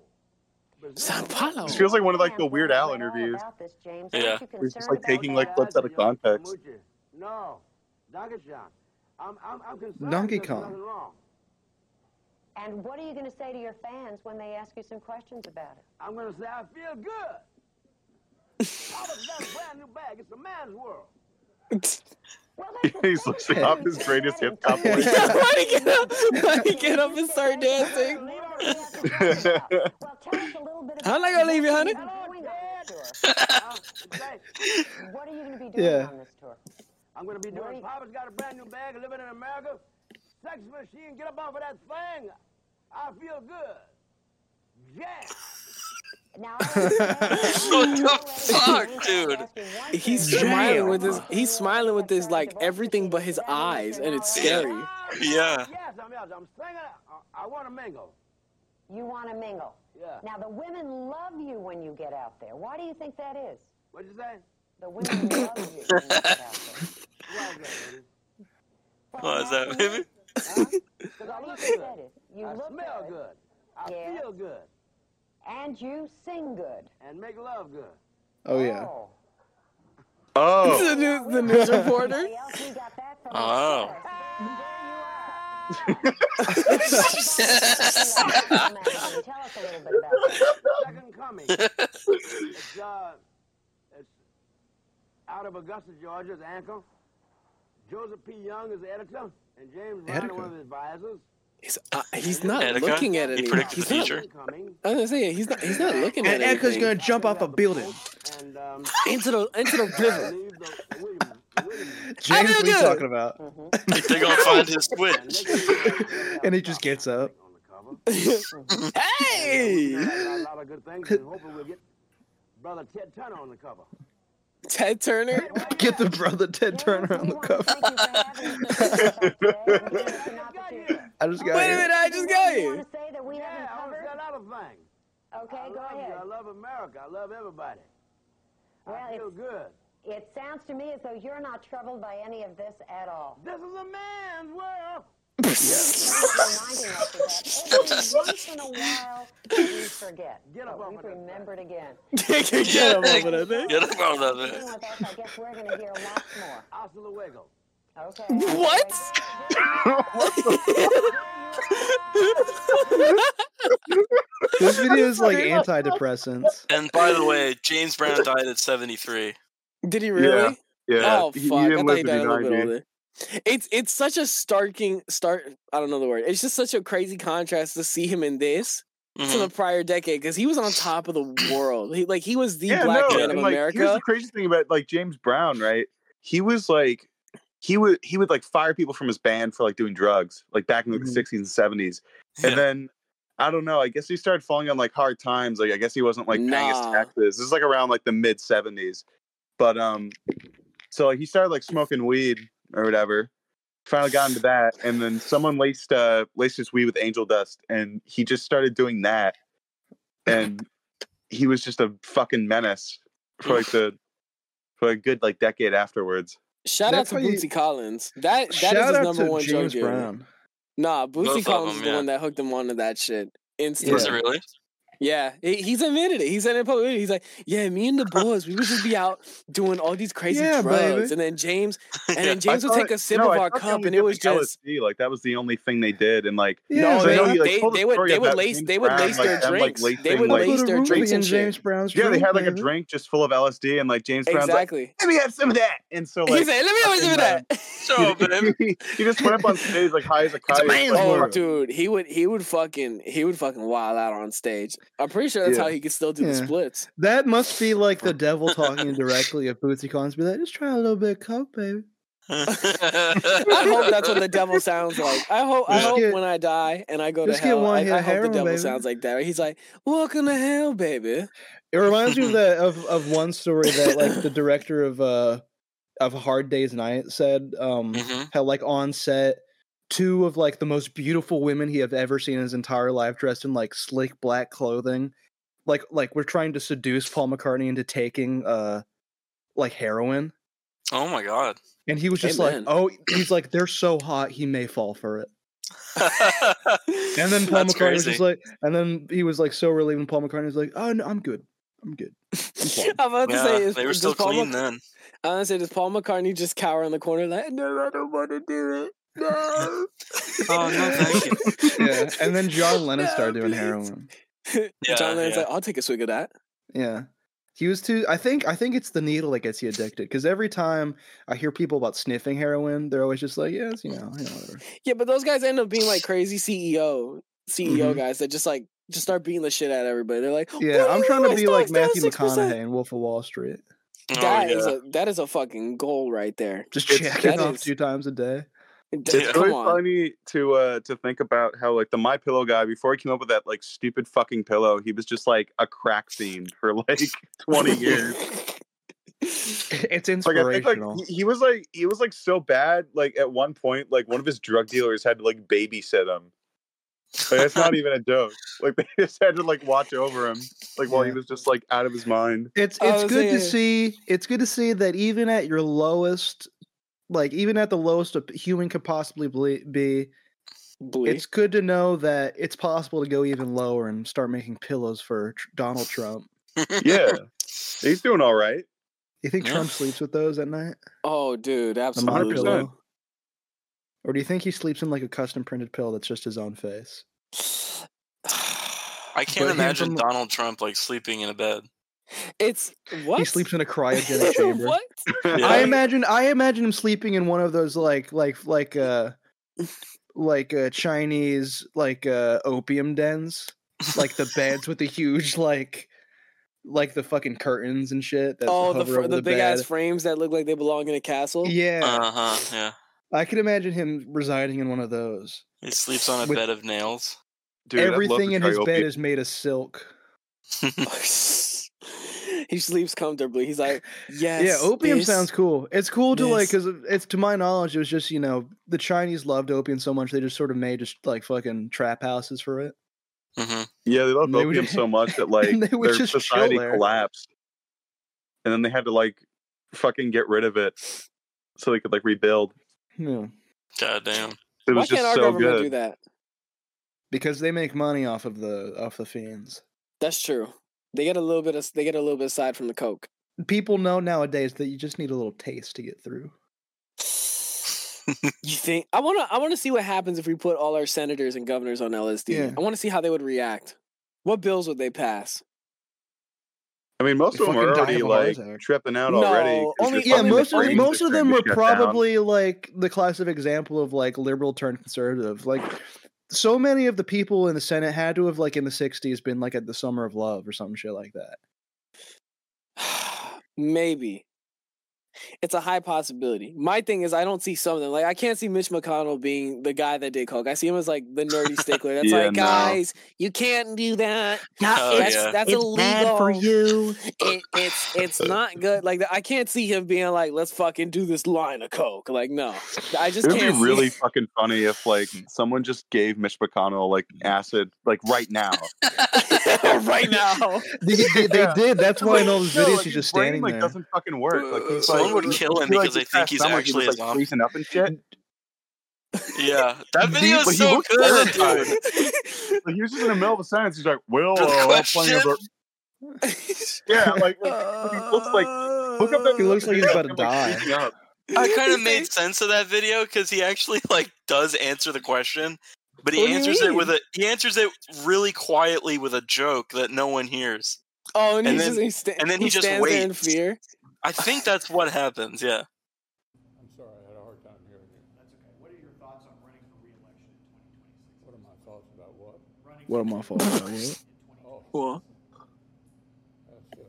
[SPEAKER 9] Brazil.
[SPEAKER 4] San Paulo.
[SPEAKER 2] This feels like one of like
[SPEAKER 11] Sam,
[SPEAKER 2] the
[SPEAKER 11] what
[SPEAKER 2] Weird
[SPEAKER 11] is
[SPEAKER 2] Al
[SPEAKER 11] it all
[SPEAKER 2] interviews.
[SPEAKER 11] about this, James?
[SPEAKER 3] Yeah.
[SPEAKER 11] Aren't you
[SPEAKER 2] Where he's just
[SPEAKER 11] concerned
[SPEAKER 2] like
[SPEAKER 11] about
[SPEAKER 2] taking like
[SPEAKER 11] that?
[SPEAKER 2] clips out of context.
[SPEAKER 9] Mucho. No, Dageshan. I'm, I'm, I'm concerned.
[SPEAKER 1] Donkey
[SPEAKER 9] there's
[SPEAKER 1] Kong.
[SPEAKER 9] nothing wrong.
[SPEAKER 11] And what are you going to say to your fans when they ask you some questions about it?
[SPEAKER 9] I'm gonna say I feel good.
[SPEAKER 1] <laughs>
[SPEAKER 9] I was got a brand new bag. It's a man's world.
[SPEAKER 4] <laughs>
[SPEAKER 2] <laughs>
[SPEAKER 11] Well, that's the
[SPEAKER 2] He's
[SPEAKER 11] thing,
[SPEAKER 2] listening
[SPEAKER 11] too.
[SPEAKER 2] up his
[SPEAKER 11] You're
[SPEAKER 2] greatest
[SPEAKER 11] getting
[SPEAKER 2] hip hop
[SPEAKER 11] to it.
[SPEAKER 2] list.
[SPEAKER 4] Why did he get up? Why did he get up and start
[SPEAKER 11] Well,
[SPEAKER 4] dancing?
[SPEAKER 11] we already have to wrap it up. Well, tell us a little bit
[SPEAKER 4] How
[SPEAKER 11] about
[SPEAKER 4] am I gonna leave you, honey?
[SPEAKER 11] what you're doing on
[SPEAKER 4] <laughs>
[SPEAKER 11] this
[SPEAKER 9] Uh, okay.
[SPEAKER 11] tour. What are you going to be doing
[SPEAKER 1] Yeah.
[SPEAKER 11] on this tour?
[SPEAKER 9] I'm gonna be doing. Papa's got a brand new bag. Living in America. Sex machine. Get up off of that thing. I feel good. Yeah.
[SPEAKER 11] Now,
[SPEAKER 4] <laughs>
[SPEAKER 11] what
[SPEAKER 3] fuck, dude?
[SPEAKER 4] He's smiling with his he's smiling with his like everything but his eyes and it's scary. <laughs>
[SPEAKER 3] Yeah.
[SPEAKER 9] Yes, I'm. Yes, I'm singing. I, I want to mingle.
[SPEAKER 11] You want to mingle.
[SPEAKER 9] Yeah.
[SPEAKER 11] Now, the women love you when you get out there. Why do you think that is?
[SPEAKER 9] What'd you say?
[SPEAKER 11] The women love you when you get
[SPEAKER 9] <laughs>
[SPEAKER 11] out there.
[SPEAKER 9] Why is that,
[SPEAKER 3] What
[SPEAKER 9] baby?
[SPEAKER 3] is that, baby?
[SPEAKER 9] Huh? 'Cause I
[SPEAKER 11] Why do you
[SPEAKER 9] look
[SPEAKER 11] think
[SPEAKER 9] good.
[SPEAKER 11] that is? You
[SPEAKER 9] I
[SPEAKER 11] look
[SPEAKER 9] smell
[SPEAKER 11] good.
[SPEAKER 9] good. I
[SPEAKER 11] Yeah.
[SPEAKER 9] feel good.
[SPEAKER 11] And you sing good.
[SPEAKER 9] And make love good.
[SPEAKER 1] Oh yeah.
[SPEAKER 2] Oh.
[SPEAKER 4] <laughs> the, news, the
[SPEAKER 11] <laughs>
[SPEAKER 4] news reporter.
[SPEAKER 3] Oh.
[SPEAKER 9] <laughs> Second coming. it's, uh, it's out of Augusta, Georgia, the anchor. Joseph P. Young is the editor, and James Ryan,
[SPEAKER 1] Editor?
[SPEAKER 9] one of his advisors.
[SPEAKER 4] He's uh, he's not
[SPEAKER 3] Attica?
[SPEAKER 4] looking at
[SPEAKER 3] He
[SPEAKER 4] it.
[SPEAKER 3] predicted the future.
[SPEAKER 9] Coming,
[SPEAKER 4] I was gonna say he's not he's not looking at
[SPEAKER 1] And
[SPEAKER 4] it.
[SPEAKER 1] Edgar's
[SPEAKER 4] <laughs>
[SPEAKER 1] gonna jump off a building.
[SPEAKER 9] and um,
[SPEAKER 4] into the into the river.
[SPEAKER 9] leave the Williams. Williams.
[SPEAKER 1] James, what are you
[SPEAKER 4] good.
[SPEAKER 1] talking about? <laughs>
[SPEAKER 3] They're gonna find his
[SPEAKER 9] And
[SPEAKER 3] <laughs> switch.
[SPEAKER 9] they can-
[SPEAKER 1] And he just gets up.
[SPEAKER 9] on the cover.
[SPEAKER 4] <laughs>
[SPEAKER 3] <laughs>
[SPEAKER 4] hey,
[SPEAKER 9] A lot of good things, and hopefully we'll get Brother Ted Turner on the cover.
[SPEAKER 4] Ted Turner. <laughs>
[SPEAKER 1] Get the brother Ted Turner on the cover.
[SPEAKER 9] <laughs>
[SPEAKER 1] I just
[SPEAKER 4] Wait
[SPEAKER 1] got
[SPEAKER 4] a
[SPEAKER 1] here.
[SPEAKER 4] minute, I just got
[SPEAKER 11] You want
[SPEAKER 4] you.
[SPEAKER 11] to say that we
[SPEAKER 9] Yeah,
[SPEAKER 11] haven't
[SPEAKER 9] I want to
[SPEAKER 11] covered?
[SPEAKER 9] say a lot of things.
[SPEAKER 11] Okay,
[SPEAKER 9] I
[SPEAKER 11] go
[SPEAKER 9] love
[SPEAKER 11] ahead.
[SPEAKER 9] you. I love America. I love everybody.
[SPEAKER 11] Well,
[SPEAKER 9] I feel
[SPEAKER 11] it's-
[SPEAKER 9] good.
[SPEAKER 11] It sounds to me as though you're not troubled by any of this
[SPEAKER 9] <laughs>
[SPEAKER 11] at all.
[SPEAKER 9] This is a man's world.
[SPEAKER 11] reminding us of that. Every once in a while, we forget.
[SPEAKER 9] <laughs> Get up
[SPEAKER 11] but
[SPEAKER 9] off
[SPEAKER 11] we've
[SPEAKER 9] of that
[SPEAKER 11] remembered again.
[SPEAKER 4] Get him over there, man.
[SPEAKER 3] Get up out of
[SPEAKER 11] Being
[SPEAKER 3] it.
[SPEAKER 11] with us, I guess we're going to hear lots more.
[SPEAKER 9] Hasta luego.
[SPEAKER 11] Okay.
[SPEAKER 3] <laughs>
[SPEAKER 4] <laughs> What?
[SPEAKER 1] This video is like antidepressants.
[SPEAKER 3] And by the way, James Brown died at 73.
[SPEAKER 4] Did he really?
[SPEAKER 2] Yeah.
[SPEAKER 4] Oh
[SPEAKER 2] He- he
[SPEAKER 4] fuck! I
[SPEAKER 2] didn't
[SPEAKER 4] thought
[SPEAKER 2] live
[SPEAKER 4] he
[SPEAKER 2] to
[SPEAKER 4] died
[SPEAKER 2] be
[SPEAKER 4] a little bit
[SPEAKER 2] 90.
[SPEAKER 4] older. It's it's such a starking start. I don't know the word. It's just such a crazy contrast to see him in this to
[SPEAKER 3] Mhm.
[SPEAKER 4] the prior decade because he was on top of the world. He like he was the
[SPEAKER 2] yeah,
[SPEAKER 4] black
[SPEAKER 2] no,
[SPEAKER 4] man of
[SPEAKER 2] and, like, Here's the
[SPEAKER 4] America.
[SPEAKER 2] crazy thing about like James Brown, right? He was like he would he would like fire people from his band for like doing drugs, like back in like,
[SPEAKER 1] Mhm.
[SPEAKER 4] Mm-hmm.
[SPEAKER 2] the sixties and seventies.
[SPEAKER 3] Yeah.
[SPEAKER 2] And then I don't know, I guess he started falling on like hard times. Like I guess he wasn't like paying his
[SPEAKER 4] Nah.
[SPEAKER 2] taxes. This is like around like the mid seventies. But um so like he started like smoking weed or whatever. Finally got into that, and then someone laced uh laced his weed with angel dust, and he just started doing that, and he was just a fucking menace for like the for a good like decade afterwards.
[SPEAKER 4] Shout
[SPEAKER 1] That's
[SPEAKER 4] out to
[SPEAKER 1] why you-
[SPEAKER 4] Bootsy Collins. That that is
[SPEAKER 1] Shout
[SPEAKER 4] his
[SPEAKER 1] out
[SPEAKER 4] number
[SPEAKER 1] to
[SPEAKER 4] one drug
[SPEAKER 1] James
[SPEAKER 4] dealer.
[SPEAKER 1] Brown.
[SPEAKER 4] Nah,
[SPEAKER 3] Both
[SPEAKER 4] Bootsy
[SPEAKER 3] of
[SPEAKER 4] Collins
[SPEAKER 3] them,
[SPEAKER 4] is the
[SPEAKER 3] yeah.
[SPEAKER 4] one that hooked him onto that shit.
[SPEAKER 3] Was
[SPEAKER 4] Instantly.
[SPEAKER 3] it really?
[SPEAKER 4] Yeah, he, he's admitted it. He said it in public. video. He's like, "Yeah,
[SPEAKER 1] <laughs>
[SPEAKER 4] me and the boys, we would just be out doing all these crazy
[SPEAKER 1] Yeah,
[SPEAKER 4] drugs,
[SPEAKER 1] baby.
[SPEAKER 4] and
[SPEAKER 1] <laughs>
[SPEAKER 4] then James,
[SPEAKER 3] <laughs>
[SPEAKER 4] and
[SPEAKER 3] Yeah.
[SPEAKER 4] then James
[SPEAKER 2] I
[SPEAKER 4] would take
[SPEAKER 2] thought-
[SPEAKER 4] a sip
[SPEAKER 2] no,
[SPEAKER 4] of
[SPEAKER 2] I
[SPEAKER 4] our
[SPEAKER 2] thought they
[SPEAKER 4] cup,
[SPEAKER 2] only
[SPEAKER 4] and
[SPEAKER 2] did,
[SPEAKER 4] it was
[SPEAKER 2] like,
[SPEAKER 4] just
[SPEAKER 2] LSD. like that was the only thing they did, and like
[SPEAKER 1] Yeah,
[SPEAKER 4] no.
[SPEAKER 2] so I
[SPEAKER 1] they-
[SPEAKER 2] know you, like,
[SPEAKER 4] They
[SPEAKER 2] told the
[SPEAKER 4] they would
[SPEAKER 2] story
[SPEAKER 4] they would
[SPEAKER 2] about
[SPEAKER 4] lace
[SPEAKER 2] James
[SPEAKER 4] they would
[SPEAKER 2] Brown,
[SPEAKER 4] lace
[SPEAKER 2] like,
[SPEAKER 4] their
[SPEAKER 2] them, like,
[SPEAKER 4] drinks. They
[SPEAKER 2] lacing,
[SPEAKER 4] would
[SPEAKER 2] like-
[SPEAKER 4] lace
[SPEAKER 1] Put a
[SPEAKER 4] their
[SPEAKER 1] ruby
[SPEAKER 4] drinks
[SPEAKER 1] in
[SPEAKER 4] and
[SPEAKER 1] James
[SPEAKER 4] shit.
[SPEAKER 1] Brown's
[SPEAKER 2] yeah, they
[SPEAKER 1] drink,
[SPEAKER 2] had like a
[SPEAKER 1] baby.
[SPEAKER 2] drink just full of LSD, and like James Brown's like,
[SPEAKER 4] Exactly.
[SPEAKER 2] let me have some of that, and so
[SPEAKER 4] He
[SPEAKER 2] like
[SPEAKER 4] said, "Let me always do that."
[SPEAKER 1] <laughs>
[SPEAKER 3] So, <laughs> babe.
[SPEAKER 2] <laughs> he just went up on stage like high as a kite.
[SPEAKER 1] man's
[SPEAKER 2] like,
[SPEAKER 4] Oh,
[SPEAKER 1] world.
[SPEAKER 4] dude, he would he would fucking he would fucking wild out on stage. I'm pretty sure that's
[SPEAKER 2] Yeah.
[SPEAKER 4] how he could still do the
[SPEAKER 1] Yeah. <laughs>
[SPEAKER 4] splits.
[SPEAKER 1] That must be like the devil talking directly of Bootsy Collins. Be like, just try a little bit of coke, baby.
[SPEAKER 4] I
[SPEAKER 3] I
[SPEAKER 2] <laughs>
[SPEAKER 4] hope that's what the devil sounds like. I hope I
[SPEAKER 1] Just
[SPEAKER 4] hope
[SPEAKER 1] get-
[SPEAKER 4] when I die and I go to
[SPEAKER 1] just get
[SPEAKER 4] hell,
[SPEAKER 1] one
[SPEAKER 4] I,
[SPEAKER 1] hit
[SPEAKER 4] I
[SPEAKER 1] of
[SPEAKER 4] hope the
[SPEAKER 1] heroin,
[SPEAKER 4] devil
[SPEAKER 1] baby.
[SPEAKER 4] sounds like that. He's like, "Welcome to hell, baby."
[SPEAKER 1] It reminds me of that of, of one story that like the director of uh of Hard Day's Night said um
[SPEAKER 2] Mm-hmm.
[SPEAKER 3] Mhm.
[SPEAKER 1] how like on set two of like the most beautiful women he have ever seen in his entire life dressed in like slick black clothing like like we're trying to seduce Paul McCartney into taking uh like heroin
[SPEAKER 3] Oh my
[SPEAKER 4] <laughs>
[SPEAKER 3] god.
[SPEAKER 1] and he was just
[SPEAKER 4] Amen.
[SPEAKER 1] like oh he's like they're so hot he may fall for it
[SPEAKER 4] <laughs>
[SPEAKER 1] and then Paul
[SPEAKER 3] That's
[SPEAKER 1] McCartney was just
[SPEAKER 3] crazy.
[SPEAKER 1] like and then he was like so relieved when Paul McCartney was like oh no I'm good I'm good
[SPEAKER 4] I'm about to
[SPEAKER 3] Yeah,
[SPEAKER 4] say, is,
[SPEAKER 3] they were
[SPEAKER 4] does
[SPEAKER 3] still
[SPEAKER 4] Paul
[SPEAKER 3] clean
[SPEAKER 4] Mc-
[SPEAKER 3] then.
[SPEAKER 4] I was gonna say, does Paul McCartney just cower in the corner like, "No, I don't want to do it." No.
[SPEAKER 3] <laughs> Oh, no, thank you.
[SPEAKER 4] <laughs>
[SPEAKER 1] yeah <laughs> and then John Lennon
[SPEAKER 4] No,
[SPEAKER 1] started doing
[SPEAKER 4] please.
[SPEAKER 1] heroin
[SPEAKER 3] Yeah,
[SPEAKER 4] John Lennon's
[SPEAKER 3] yeah.
[SPEAKER 4] like, "I'll take a swig of that."
[SPEAKER 1] Yeah. He was too I think I think it's the needle that gets you addicted because every time I hear people about sniffing heroin, they're always just like, Yes, you know, you know whatever.
[SPEAKER 4] Yeah, but those guys end up being like crazy E CEO CEO
[SPEAKER 1] Mhm.
[SPEAKER 4] E guys that just like just start beating the shit out of everybody. They're like,
[SPEAKER 1] Yeah,
[SPEAKER 4] "Why
[SPEAKER 1] I'm
[SPEAKER 4] are
[SPEAKER 1] trying to
[SPEAKER 4] my
[SPEAKER 1] be like
[SPEAKER 4] stocks down
[SPEAKER 1] Matthew
[SPEAKER 4] 6%?"
[SPEAKER 1] McConaughey in Wolf of Wall Street.
[SPEAKER 3] Oh,
[SPEAKER 4] That
[SPEAKER 3] yeah. <laughs>
[SPEAKER 4] is a that is a fucking goal right there.
[SPEAKER 1] Just <laughs>
[SPEAKER 2] It's-
[SPEAKER 1] checking
[SPEAKER 4] that
[SPEAKER 1] off
[SPEAKER 4] is-
[SPEAKER 1] two times a day.
[SPEAKER 4] D-
[SPEAKER 2] It's
[SPEAKER 4] Come
[SPEAKER 2] really
[SPEAKER 4] on.
[SPEAKER 2] funny to uh to think about how like the My Pillow guy before he came up with that like stupid fucking pillow, he was just like a crack fiend for like <laughs>
[SPEAKER 4] <laughs>
[SPEAKER 2] twenty years.
[SPEAKER 1] It's
[SPEAKER 2] like I think
[SPEAKER 1] inspirational.
[SPEAKER 2] like he, he was like he was like so bad like at one point like one of his drug dealers had to like babysit him. Like that's not even a joke. Like <laughs> they just had to like watch over him like while he
[SPEAKER 1] Yeah.
[SPEAKER 2] was just like out of his <laughs> mind.
[SPEAKER 1] it's
[SPEAKER 4] I
[SPEAKER 1] it's
[SPEAKER 4] was
[SPEAKER 1] good to
[SPEAKER 4] saying-
[SPEAKER 1] see it's good to see that even at your lowest like even at the lowest a human could possibly ble- be
[SPEAKER 4] Bleak.
[SPEAKER 1] It's good to know that it's possible to go even lower and start making pillows for tr- Donald Trump.
[SPEAKER 2] yeah, he's doing all right.
[SPEAKER 1] You think
[SPEAKER 2] Yeah.
[SPEAKER 1] Trump sleeps with those at night?
[SPEAKER 4] Oh, dude,
[SPEAKER 1] A mock
[SPEAKER 4] absolutely.
[SPEAKER 1] pillow? Or do you think he sleeps in like a custom printed pill that's just his own face?
[SPEAKER 3] <sighs> I
[SPEAKER 1] But
[SPEAKER 3] can't
[SPEAKER 1] him
[SPEAKER 3] imagine
[SPEAKER 1] from-
[SPEAKER 3] Donald Trump like sleeping in a bed.
[SPEAKER 4] It's what
[SPEAKER 1] He sleeps in a
[SPEAKER 4] <laughs>
[SPEAKER 1] cryogenic chamber.
[SPEAKER 4] what?
[SPEAKER 1] I imagine I imagine him sleeping in one of those like like like uh like uh Chinese like uh opium dens. Like the beds with the huge like like the fucking curtains and shit that
[SPEAKER 4] Oh, the
[SPEAKER 1] hover
[SPEAKER 4] fr-
[SPEAKER 1] over
[SPEAKER 4] the,
[SPEAKER 1] the,
[SPEAKER 4] big
[SPEAKER 1] bed.
[SPEAKER 4] ass frames that look like they belong in a castle.
[SPEAKER 1] Yeah.
[SPEAKER 3] Uh huh. Yeah.
[SPEAKER 1] I could imagine him residing in one of those.
[SPEAKER 3] He sleeps on a
[SPEAKER 1] With-
[SPEAKER 3] bed of nails.
[SPEAKER 2] Dude, I'd love
[SPEAKER 1] Everything
[SPEAKER 2] to
[SPEAKER 1] in
[SPEAKER 2] try
[SPEAKER 1] his bed
[SPEAKER 2] opium.
[SPEAKER 1] is made of silk.
[SPEAKER 4] <laughs> he sleeps comfortably. He's like, yes.
[SPEAKER 1] yeah, opium
[SPEAKER 4] this-
[SPEAKER 1] sounds cool. It's cool to like
[SPEAKER 4] this.
[SPEAKER 1] because it's to my knowledge, it was just you know the Chinese loved opium so much they just sort of made just like fucking trap houses for it.
[SPEAKER 3] hmm
[SPEAKER 2] Yeah, they loved
[SPEAKER 1] They would-
[SPEAKER 2] opium so much
[SPEAKER 1] <laughs>
[SPEAKER 2] that like
[SPEAKER 1] they would
[SPEAKER 2] their
[SPEAKER 1] just chill
[SPEAKER 2] society
[SPEAKER 1] there.
[SPEAKER 2] collapsed, and then they had to like fucking get rid of it so they could like rebuild.
[SPEAKER 1] Yeah,
[SPEAKER 3] God damn.
[SPEAKER 2] It
[SPEAKER 4] Why
[SPEAKER 2] was
[SPEAKER 4] can't
[SPEAKER 2] just
[SPEAKER 4] our
[SPEAKER 2] so
[SPEAKER 4] government do
[SPEAKER 2] good.
[SPEAKER 4] that?
[SPEAKER 1] because they make money off of the off the fiends.
[SPEAKER 4] That's true. They get a little bit. Of, they get a little bit aside from the coke.
[SPEAKER 1] People know nowadays that you just need a little taste to get through.
[SPEAKER 4] You think? I wanna. I wanna see what happens if we put all our senators and governors on LSD.
[SPEAKER 1] Yeah.
[SPEAKER 4] I wanna see how they would react. What bills would they pass?
[SPEAKER 2] I mean, most
[SPEAKER 1] They
[SPEAKER 2] of them
[SPEAKER 1] fucking
[SPEAKER 2] are
[SPEAKER 1] die
[SPEAKER 2] already
[SPEAKER 1] of a heart
[SPEAKER 2] like
[SPEAKER 1] attack.
[SPEAKER 2] tripping out
[SPEAKER 4] No,
[SPEAKER 2] already. 'cause
[SPEAKER 4] only-
[SPEAKER 2] their
[SPEAKER 1] Yeah,
[SPEAKER 2] fucking
[SPEAKER 1] most of
[SPEAKER 2] brains
[SPEAKER 1] most
[SPEAKER 2] are
[SPEAKER 1] of them
[SPEAKER 2] starting
[SPEAKER 1] were
[SPEAKER 2] to shut down.
[SPEAKER 1] probably like the classic example of like liberal turned conservative. Like so many of the people in the Senate had to have like in the '60s been like at the Summer of Love or some shit like
[SPEAKER 2] <laughs>
[SPEAKER 1] that.
[SPEAKER 4] <sighs> Maybe. It's a high possibility. My thing is, I don't see some of them. Like, I can't see Mitch McConnell being the guy that did coke. I see him as like the nerdy stickler. That's
[SPEAKER 2] Yeah,
[SPEAKER 4] like,
[SPEAKER 2] no.
[SPEAKER 4] guys, you can't do that.
[SPEAKER 3] Oh,
[SPEAKER 4] that's
[SPEAKER 3] yeah.
[SPEAKER 4] that's illegal.
[SPEAKER 1] you.
[SPEAKER 4] It, it's it's not good. Like, I can't see him being like, let's fucking do this line of coke. Like, no, I just
[SPEAKER 2] It would
[SPEAKER 4] can't.
[SPEAKER 2] be
[SPEAKER 4] see- <laughs>
[SPEAKER 2] really fucking funny if like someone just gave Mitch McConnell like acid like
[SPEAKER 1] <laughs>
[SPEAKER 2] right now.
[SPEAKER 4] right now.
[SPEAKER 1] They, they- they
[SPEAKER 2] Yeah.
[SPEAKER 1] did. That's why in all those
[SPEAKER 2] No,
[SPEAKER 1] videos
[SPEAKER 2] like,
[SPEAKER 1] he's
[SPEAKER 2] his
[SPEAKER 1] just
[SPEAKER 2] brain,
[SPEAKER 1] standing
[SPEAKER 2] like,
[SPEAKER 1] there.
[SPEAKER 2] Doesn't fucking work. Like he's
[SPEAKER 3] Someone
[SPEAKER 2] like,
[SPEAKER 3] would kill him
[SPEAKER 2] he, like,
[SPEAKER 3] because they
[SPEAKER 2] just
[SPEAKER 3] think
[SPEAKER 2] past
[SPEAKER 3] he's
[SPEAKER 2] someone,
[SPEAKER 3] actually
[SPEAKER 2] he
[SPEAKER 3] a
[SPEAKER 2] was, like
[SPEAKER 3] zombie.
[SPEAKER 2] freezing up and shit.
[SPEAKER 1] <laughs>
[SPEAKER 3] Yeah. That video
[SPEAKER 2] but he
[SPEAKER 3] is so
[SPEAKER 2] looks
[SPEAKER 3] good,
[SPEAKER 4] <laughs>
[SPEAKER 2] terrified.
[SPEAKER 3] dude.
[SPEAKER 2] Like, he was just in the middle of a sentence. He's like, "Well,
[SPEAKER 3] The
[SPEAKER 2] uh, I'm playing a
[SPEAKER 3] question?
[SPEAKER 2] ver- yeah." Like, like, he looks like look up that.
[SPEAKER 1] He looks like he's about to
[SPEAKER 2] and, <laughs> like, freaking out.
[SPEAKER 3] <laughs>
[SPEAKER 4] <laughs>
[SPEAKER 3] I kind of made sense of that video because he actually like does answer the question, but he
[SPEAKER 4] What do you
[SPEAKER 3] answers it with
[SPEAKER 4] mean?
[SPEAKER 3] a he answers it really quietly with a joke that no one hears.
[SPEAKER 4] Oh, and,
[SPEAKER 3] And
[SPEAKER 4] he's
[SPEAKER 3] then-
[SPEAKER 4] just, he sta-
[SPEAKER 3] and then he just
[SPEAKER 4] stands there in
[SPEAKER 3] waits.
[SPEAKER 4] fear.
[SPEAKER 3] I think that's what happens. Yeah.
[SPEAKER 12] I'm sorry, I had a hard time hearing you. That's okay. What are your thoughts on running for reelection in 2026? What are my thoughts about what? Running
[SPEAKER 1] What
[SPEAKER 4] <laughs>
[SPEAKER 1] am I for?
[SPEAKER 12] Oh,
[SPEAKER 4] Well,
[SPEAKER 12] that's uh,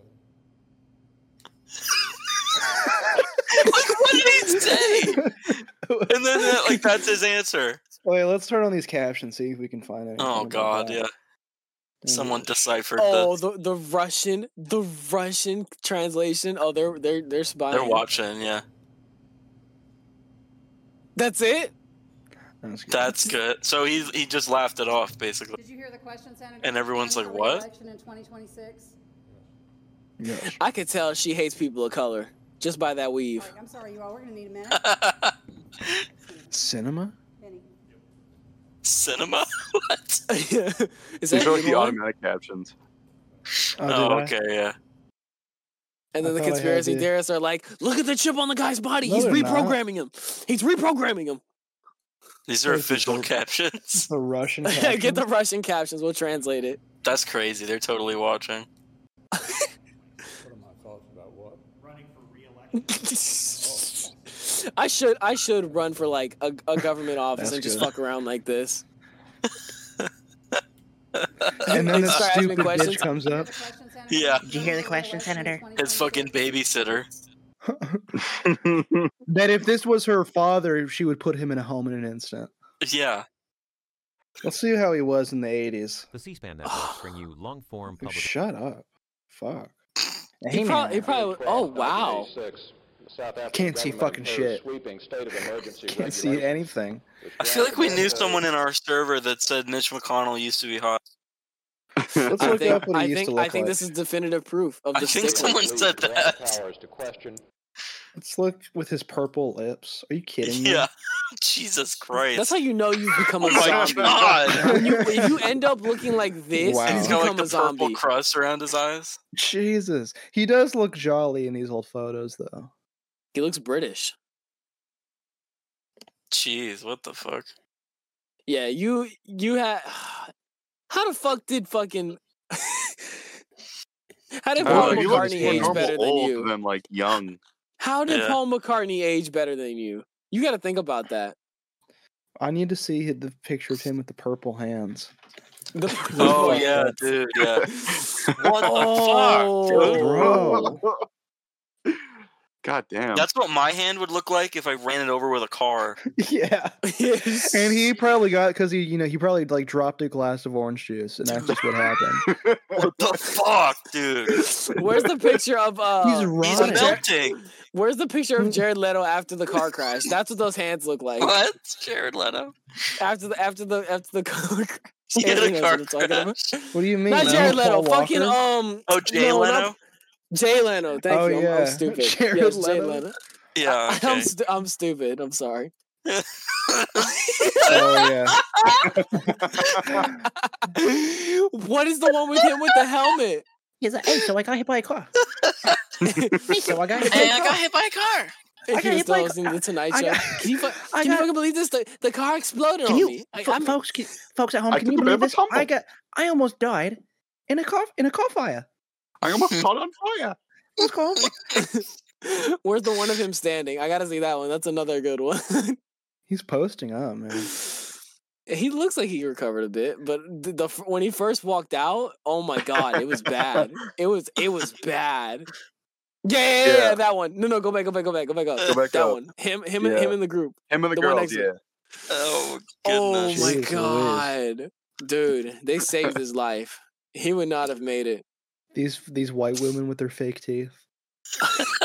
[SPEAKER 3] like what did he say? And then that, like that's his answer.
[SPEAKER 1] Wait, let's turn on these captions see if we can find anything.
[SPEAKER 3] Oh
[SPEAKER 1] about
[SPEAKER 3] god,
[SPEAKER 1] that.
[SPEAKER 3] yeah.
[SPEAKER 1] Mm.
[SPEAKER 3] Someone deciphered
[SPEAKER 4] oh,
[SPEAKER 3] the
[SPEAKER 4] the the Russian, the Russian translation. Oh, they're they're they're spying.
[SPEAKER 3] they're watching, yeah.
[SPEAKER 4] That's it.
[SPEAKER 1] That's good.
[SPEAKER 3] That's good. So he he just laughed it off basically.
[SPEAKER 7] <laughs>
[SPEAKER 13] Did you hear the question, Senator?
[SPEAKER 3] And everyone's
[SPEAKER 13] Running
[SPEAKER 3] like,
[SPEAKER 13] for
[SPEAKER 3] "What?"
[SPEAKER 13] Election in 2026.
[SPEAKER 1] Yes.
[SPEAKER 4] <laughs> I could tell she hates people of color just by that weave. <laughs>
[SPEAKER 13] Like, I'm sorry, you all. We're gonna need a minute.
[SPEAKER 1] Cinema?
[SPEAKER 13] Benny.
[SPEAKER 3] Cinema? <laughs> what?
[SPEAKER 4] Is
[SPEAKER 2] These
[SPEAKER 4] that
[SPEAKER 2] are like the
[SPEAKER 4] Elon?
[SPEAKER 2] automatic captions.
[SPEAKER 1] Oh, did
[SPEAKER 3] Oh,
[SPEAKER 1] I?
[SPEAKER 3] okay, yeah.
[SPEAKER 4] And then
[SPEAKER 1] I
[SPEAKER 4] the
[SPEAKER 1] thought I had
[SPEAKER 4] conspiracy
[SPEAKER 1] the-
[SPEAKER 4] theorists are like, "Look at the chip on the guy's body.
[SPEAKER 1] No,
[SPEAKER 4] He's
[SPEAKER 1] they're not.
[SPEAKER 4] reprogramming him. He's reprogramming him."
[SPEAKER 3] These are
[SPEAKER 1] Where's the
[SPEAKER 3] official
[SPEAKER 1] dope? <laughs>
[SPEAKER 3] <laughs> captions.
[SPEAKER 1] The Russian.
[SPEAKER 4] <laughs> Get the
[SPEAKER 1] captions?
[SPEAKER 4] Russian captions. We'll translate it. <laughs>
[SPEAKER 3] That's crazy. They're totally watching.
[SPEAKER 12] what are my thoughts about what? Running for reelection.
[SPEAKER 4] I should I should run for like a, a government office
[SPEAKER 1] That's
[SPEAKER 4] and just
[SPEAKER 1] good.
[SPEAKER 4] fuck around like this. <laughs>
[SPEAKER 1] and then
[SPEAKER 4] like,
[SPEAKER 1] that
[SPEAKER 4] start asking
[SPEAKER 1] stupid bitch
[SPEAKER 4] questions.
[SPEAKER 1] comes
[SPEAKER 13] Did you hear the
[SPEAKER 1] up.
[SPEAKER 4] <laughs>
[SPEAKER 13] question, Senator?
[SPEAKER 3] Yeah.
[SPEAKER 13] Running
[SPEAKER 5] Did you hear the
[SPEAKER 13] for
[SPEAKER 5] question,
[SPEAKER 13] reelection in
[SPEAKER 5] Senator?
[SPEAKER 13] 2026?
[SPEAKER 3] His fucking babysitter.
[SPEAKER 1] that if this was her father, she would put him in a home in an instant.
[SPEAKER 3] Yeah.
[SPEAKER 1] Let's see how he was in the '80s.
[SPEAKER 14] The C-SPAN networks bring you long-form public.
[SPEAKER 1] Shut up. Fuck.
[SPEAKER 4] He,
[SPEAKER 1] Hey,
[SPEAKER 4] prob-
[SPEAKER 1] man.
[SPEAKER 4] he probably. Oh wow.
[SPEAKER 1] Can't see fucking shit. <laughs> Can't see
[SPEAKER 4] <laughs>
[SPEAKER 1] anything.
[SPEAKER 3] I feel like we knew someone <laughs> in our server that said Mitch McConnell used to be hot.
[SPEAKER 1] Let's
[SPEAKER 4] I
[SPEAKER 1] look
[SPEAKER 4] think,
[SPEAKER 1] up what he
[SPEAKER 4] I
[SPEAKER 1] used
[SPEAKER 4] think,
[SPEAKER 1] to
[SPEAKER 4] I
[SPEAKER 1] look
[SPEAKER 4] think
[SPEAKER 1] like.
[SPEAKER 4] this is definitive proof of
[SPEAKER 3] I
[SPEAKER 4] the
[SPEAKER 3] think
[SPEAKER 4] stickler.
[SPEAKER 3] someone said that.
[SPEAKER 1] Let's look with his purple lips. Are you
[SPEAKER 3] <laughs>
[SPEAKER 1] kidding
[SPEAKER 4] <laughs>
[SPEAKER 1] me?
[SPEAKER 3] Yeah. Jesus Christ.
[SPEAKER 4] That's how you know you've become a
[SPEAKER 3] Oh my
[SPEAKER 4] zombie.
[SPEAKER 3] God.
[SPEAKER 4] <laughs> When you, if you end up looking like
[SPEAKER 1] <laughs>
[SPEAKER 4] this,
[SPEAKER 1] Wow.
[SPEAKER 4] you
[SPEAKER 1] He's
[SPEAKER 3] He's got
[SPEAKER 4] become
[SPEAKER 3] like the
[SPEAKER 4] a zombie.
[SPEAKER 3] purple crust around his eyes.
[SPEAKER 1] Jesus. He does look jolly in these old photos, though.
[SPEAKER 4] He looks British.
[SPEAKER 3] Jeez, what the fuck?
[SPEAKER 4] Yeah, you you had. <sighs> How the fuck did fucking? <laughs> how did Paul
[SPEAKER 2] Oh, you look
[SPEAKER 4] McCartney
[SPEAKER 2] more
[SPEAKER 4] age better
[SPEAKER 2] normal
[SPEAKER 4] than
[SPEAKER 2] old
[SPEAKER 4] you?
[SPEAKER 2] than like young.
[SPEAKER 4] How did
[SPEAKER 2] Yeah.
[SPEAKER 4] Paul McCartney age better than you? You got to think about that.
[SPEAKER 1] I need to see hi- the picture of him with the purple hands. <laughs>
[SPEAKER 4] The-
[SPEAKER 3] <laughs> Oh
[SPEAKER 1] fuck
[SPEAKER 3] yeah,
[SPEAKER 1] that.
[SPEAKER 3] dude. <laughs> Yeah. What
[SPEAKER 4] Oh.
[SPEAKER 3] the fuck, dude?
[SPEAKER 4] <laughs>
[SPEAKER 1] Bro.
[SPEAKER 2] <laughs> God damn.
[SPEAKER 3] That's what my hand would look like if I ran it over with a car.
[SPEAKER 1] yeah. And he probably got because he, you know, he probably like dropped a glass of orange juice, and that's just what
[SPEAKER 4] <laughs>
[SPEAKER 1] happened.
[SPEAKER 3] <laughs> What the fuck, dude? <laughs> He's
[SPEAKER 4] Where's the picture of? Uh,
[SPEAKER 1] <laughs> He's rotting.
[SPEAKER 3] melting.
[SPEAKER 4] Where's the
[SPEAKER 1] <laughs>
[SPEAKER 4] picture of Jared Leto after the car crash? That's what those hands look like.
[SPEAKER 3] What? Jared <laughs> Leto?
[SPEAKER 4] After the after the after the <laughs> car crash.
[SPEAKER 3] Yeah, the
[SPEAKER 4] Anthony knows
[SPEAKER 3] car
[SPEAKER 4] what I'm talking about.
[SPEAKER 1] What do you mean?
[SPEAKER 4] Not
[SPEAKER 1] no
[SPEAKER 4] Jared Leto.
[SPEAKER 1] Paul
[SPEAKER 4] Fucking
[SPEAKER 1] Walker?
[SPEAKER 4] um.
[SPEAKER 3] Oh, Jay
[SPEAKER 4] no, not-
[SPEAKER 3] Leno?
[SPEAKER 4] Jay Leno. Thank
[SPEAKER 1] Oh,
[SPEAKER 4] you. I'm,
[SPEAKER 1] yeah.
[SPEAKER 4] I'm stupid.
[SPEAKER 1] <laughs> Jared
[SPEAKER 4] Yes, Jay
[SPEAKER 1] Leto.
[SPEAKER 4] Leno. <laughs>
[SPEAKER 3] Yeah.
[SPEAKER 4] I'm,
[SPEAKER 3] Okay.
[SPEAKER 4] stu- I'm stupid. I'm sorry. <laughs>
[SPEAKER 1] Oh yeah.
[SPEAKER 4] what is the one with him with the helmet?
[SPEAKER 1] <gasps> He's like, hey, so I got hit by a car. <laughs> hey, so I got hit
[SPEAKER 3] <laughs>
[SPEAKER 5] Hey, I got hit by a car.
[SPEAKER 1] I
[SPEAKER 4] If he
[SPEAKER 1] got
[SPEAKER 4] was
[SPEAKER 1] hit
[SPEAKER 4] still
[SPEAKER 1] by a-
[SPEAKER 4] hosting the Tonight
[SPEAKER 1] I
[SPEAKER 4] Show.
[SPEAKER 1] got-
[SPEAKER 4] Can you,
[SPEAKER 1] <laughs>
[SPEAKER 4] fu-
[SPEAKER 1] I
[SPEAKER 4] can you
[SPEAKER 1] got-
[SPEAKER 4] fucking believe this? The, the car exploded
[SPEAKER 1] Can
[SPEAKER 4] on
[SPEAKER 1] you,
[SPEAKER 4] me. <laughs> I,
[SPEAKER 1] fo-
[SPEAKER 4] I'm-
[SPEAKER 1] folks, can- folks at home,
[SPEAKER 2] I
[SPEAKER 1] can
[SPEAKER 2] took
[SPEAKER 1] you
[SPEAKER 2] a bit
[SPEAKER 1] believe
[SPEAKER 2] of a
[SPEAKER 1] this? I
[SPEAKER 2] tumble.
[SPEAKER 1] got, I almost died in a car, in a car fire.
[SPEAKER 2] I almost caught on fire.
[SPEAKER 1] What's called?
[SPEAKER 4] where's the one of him standing? I gotta see that one. That's another good one. <laughs>
[SPEAKER 1] He's posting up, man.
[SPEAKER 4] he looks like he recovered a bit, but the, the f- when he first walked out, oh my god, it was bad. it was it was bad. Yeah, yeah, yeah,
[SPEAKER 2] Yeah.
[SPEAKER 4] that one. No, no, go back, go back, go back, go back up.
[SPEAKER 2] Go back
[SPEAKER 4] that
[SPEAKER 2] up.
[SPEAKER 4] one. Him, him, and
[SPEAKER 2] Yeah.
[SPEAKER 4] him in the group.
[SPEAKER 2] Him and the,
[SPEAKER 4] The one next
[SPEAKER 2] girls,
[SPEAKER 4] to-
[SPEAKER 2] yeah.
[SPEAKER 3] Oh
[SPEAKER 4] Oh
[SPEAKER 3] goodness.
[SPEAKER 4] my
[SPEAKER 1] Jeez Louise.
[SPEAKER 4] god, dude, they saved his life. He would not have made it.
[SPEAKER 1] These these white women with their fake teeth. <laughs>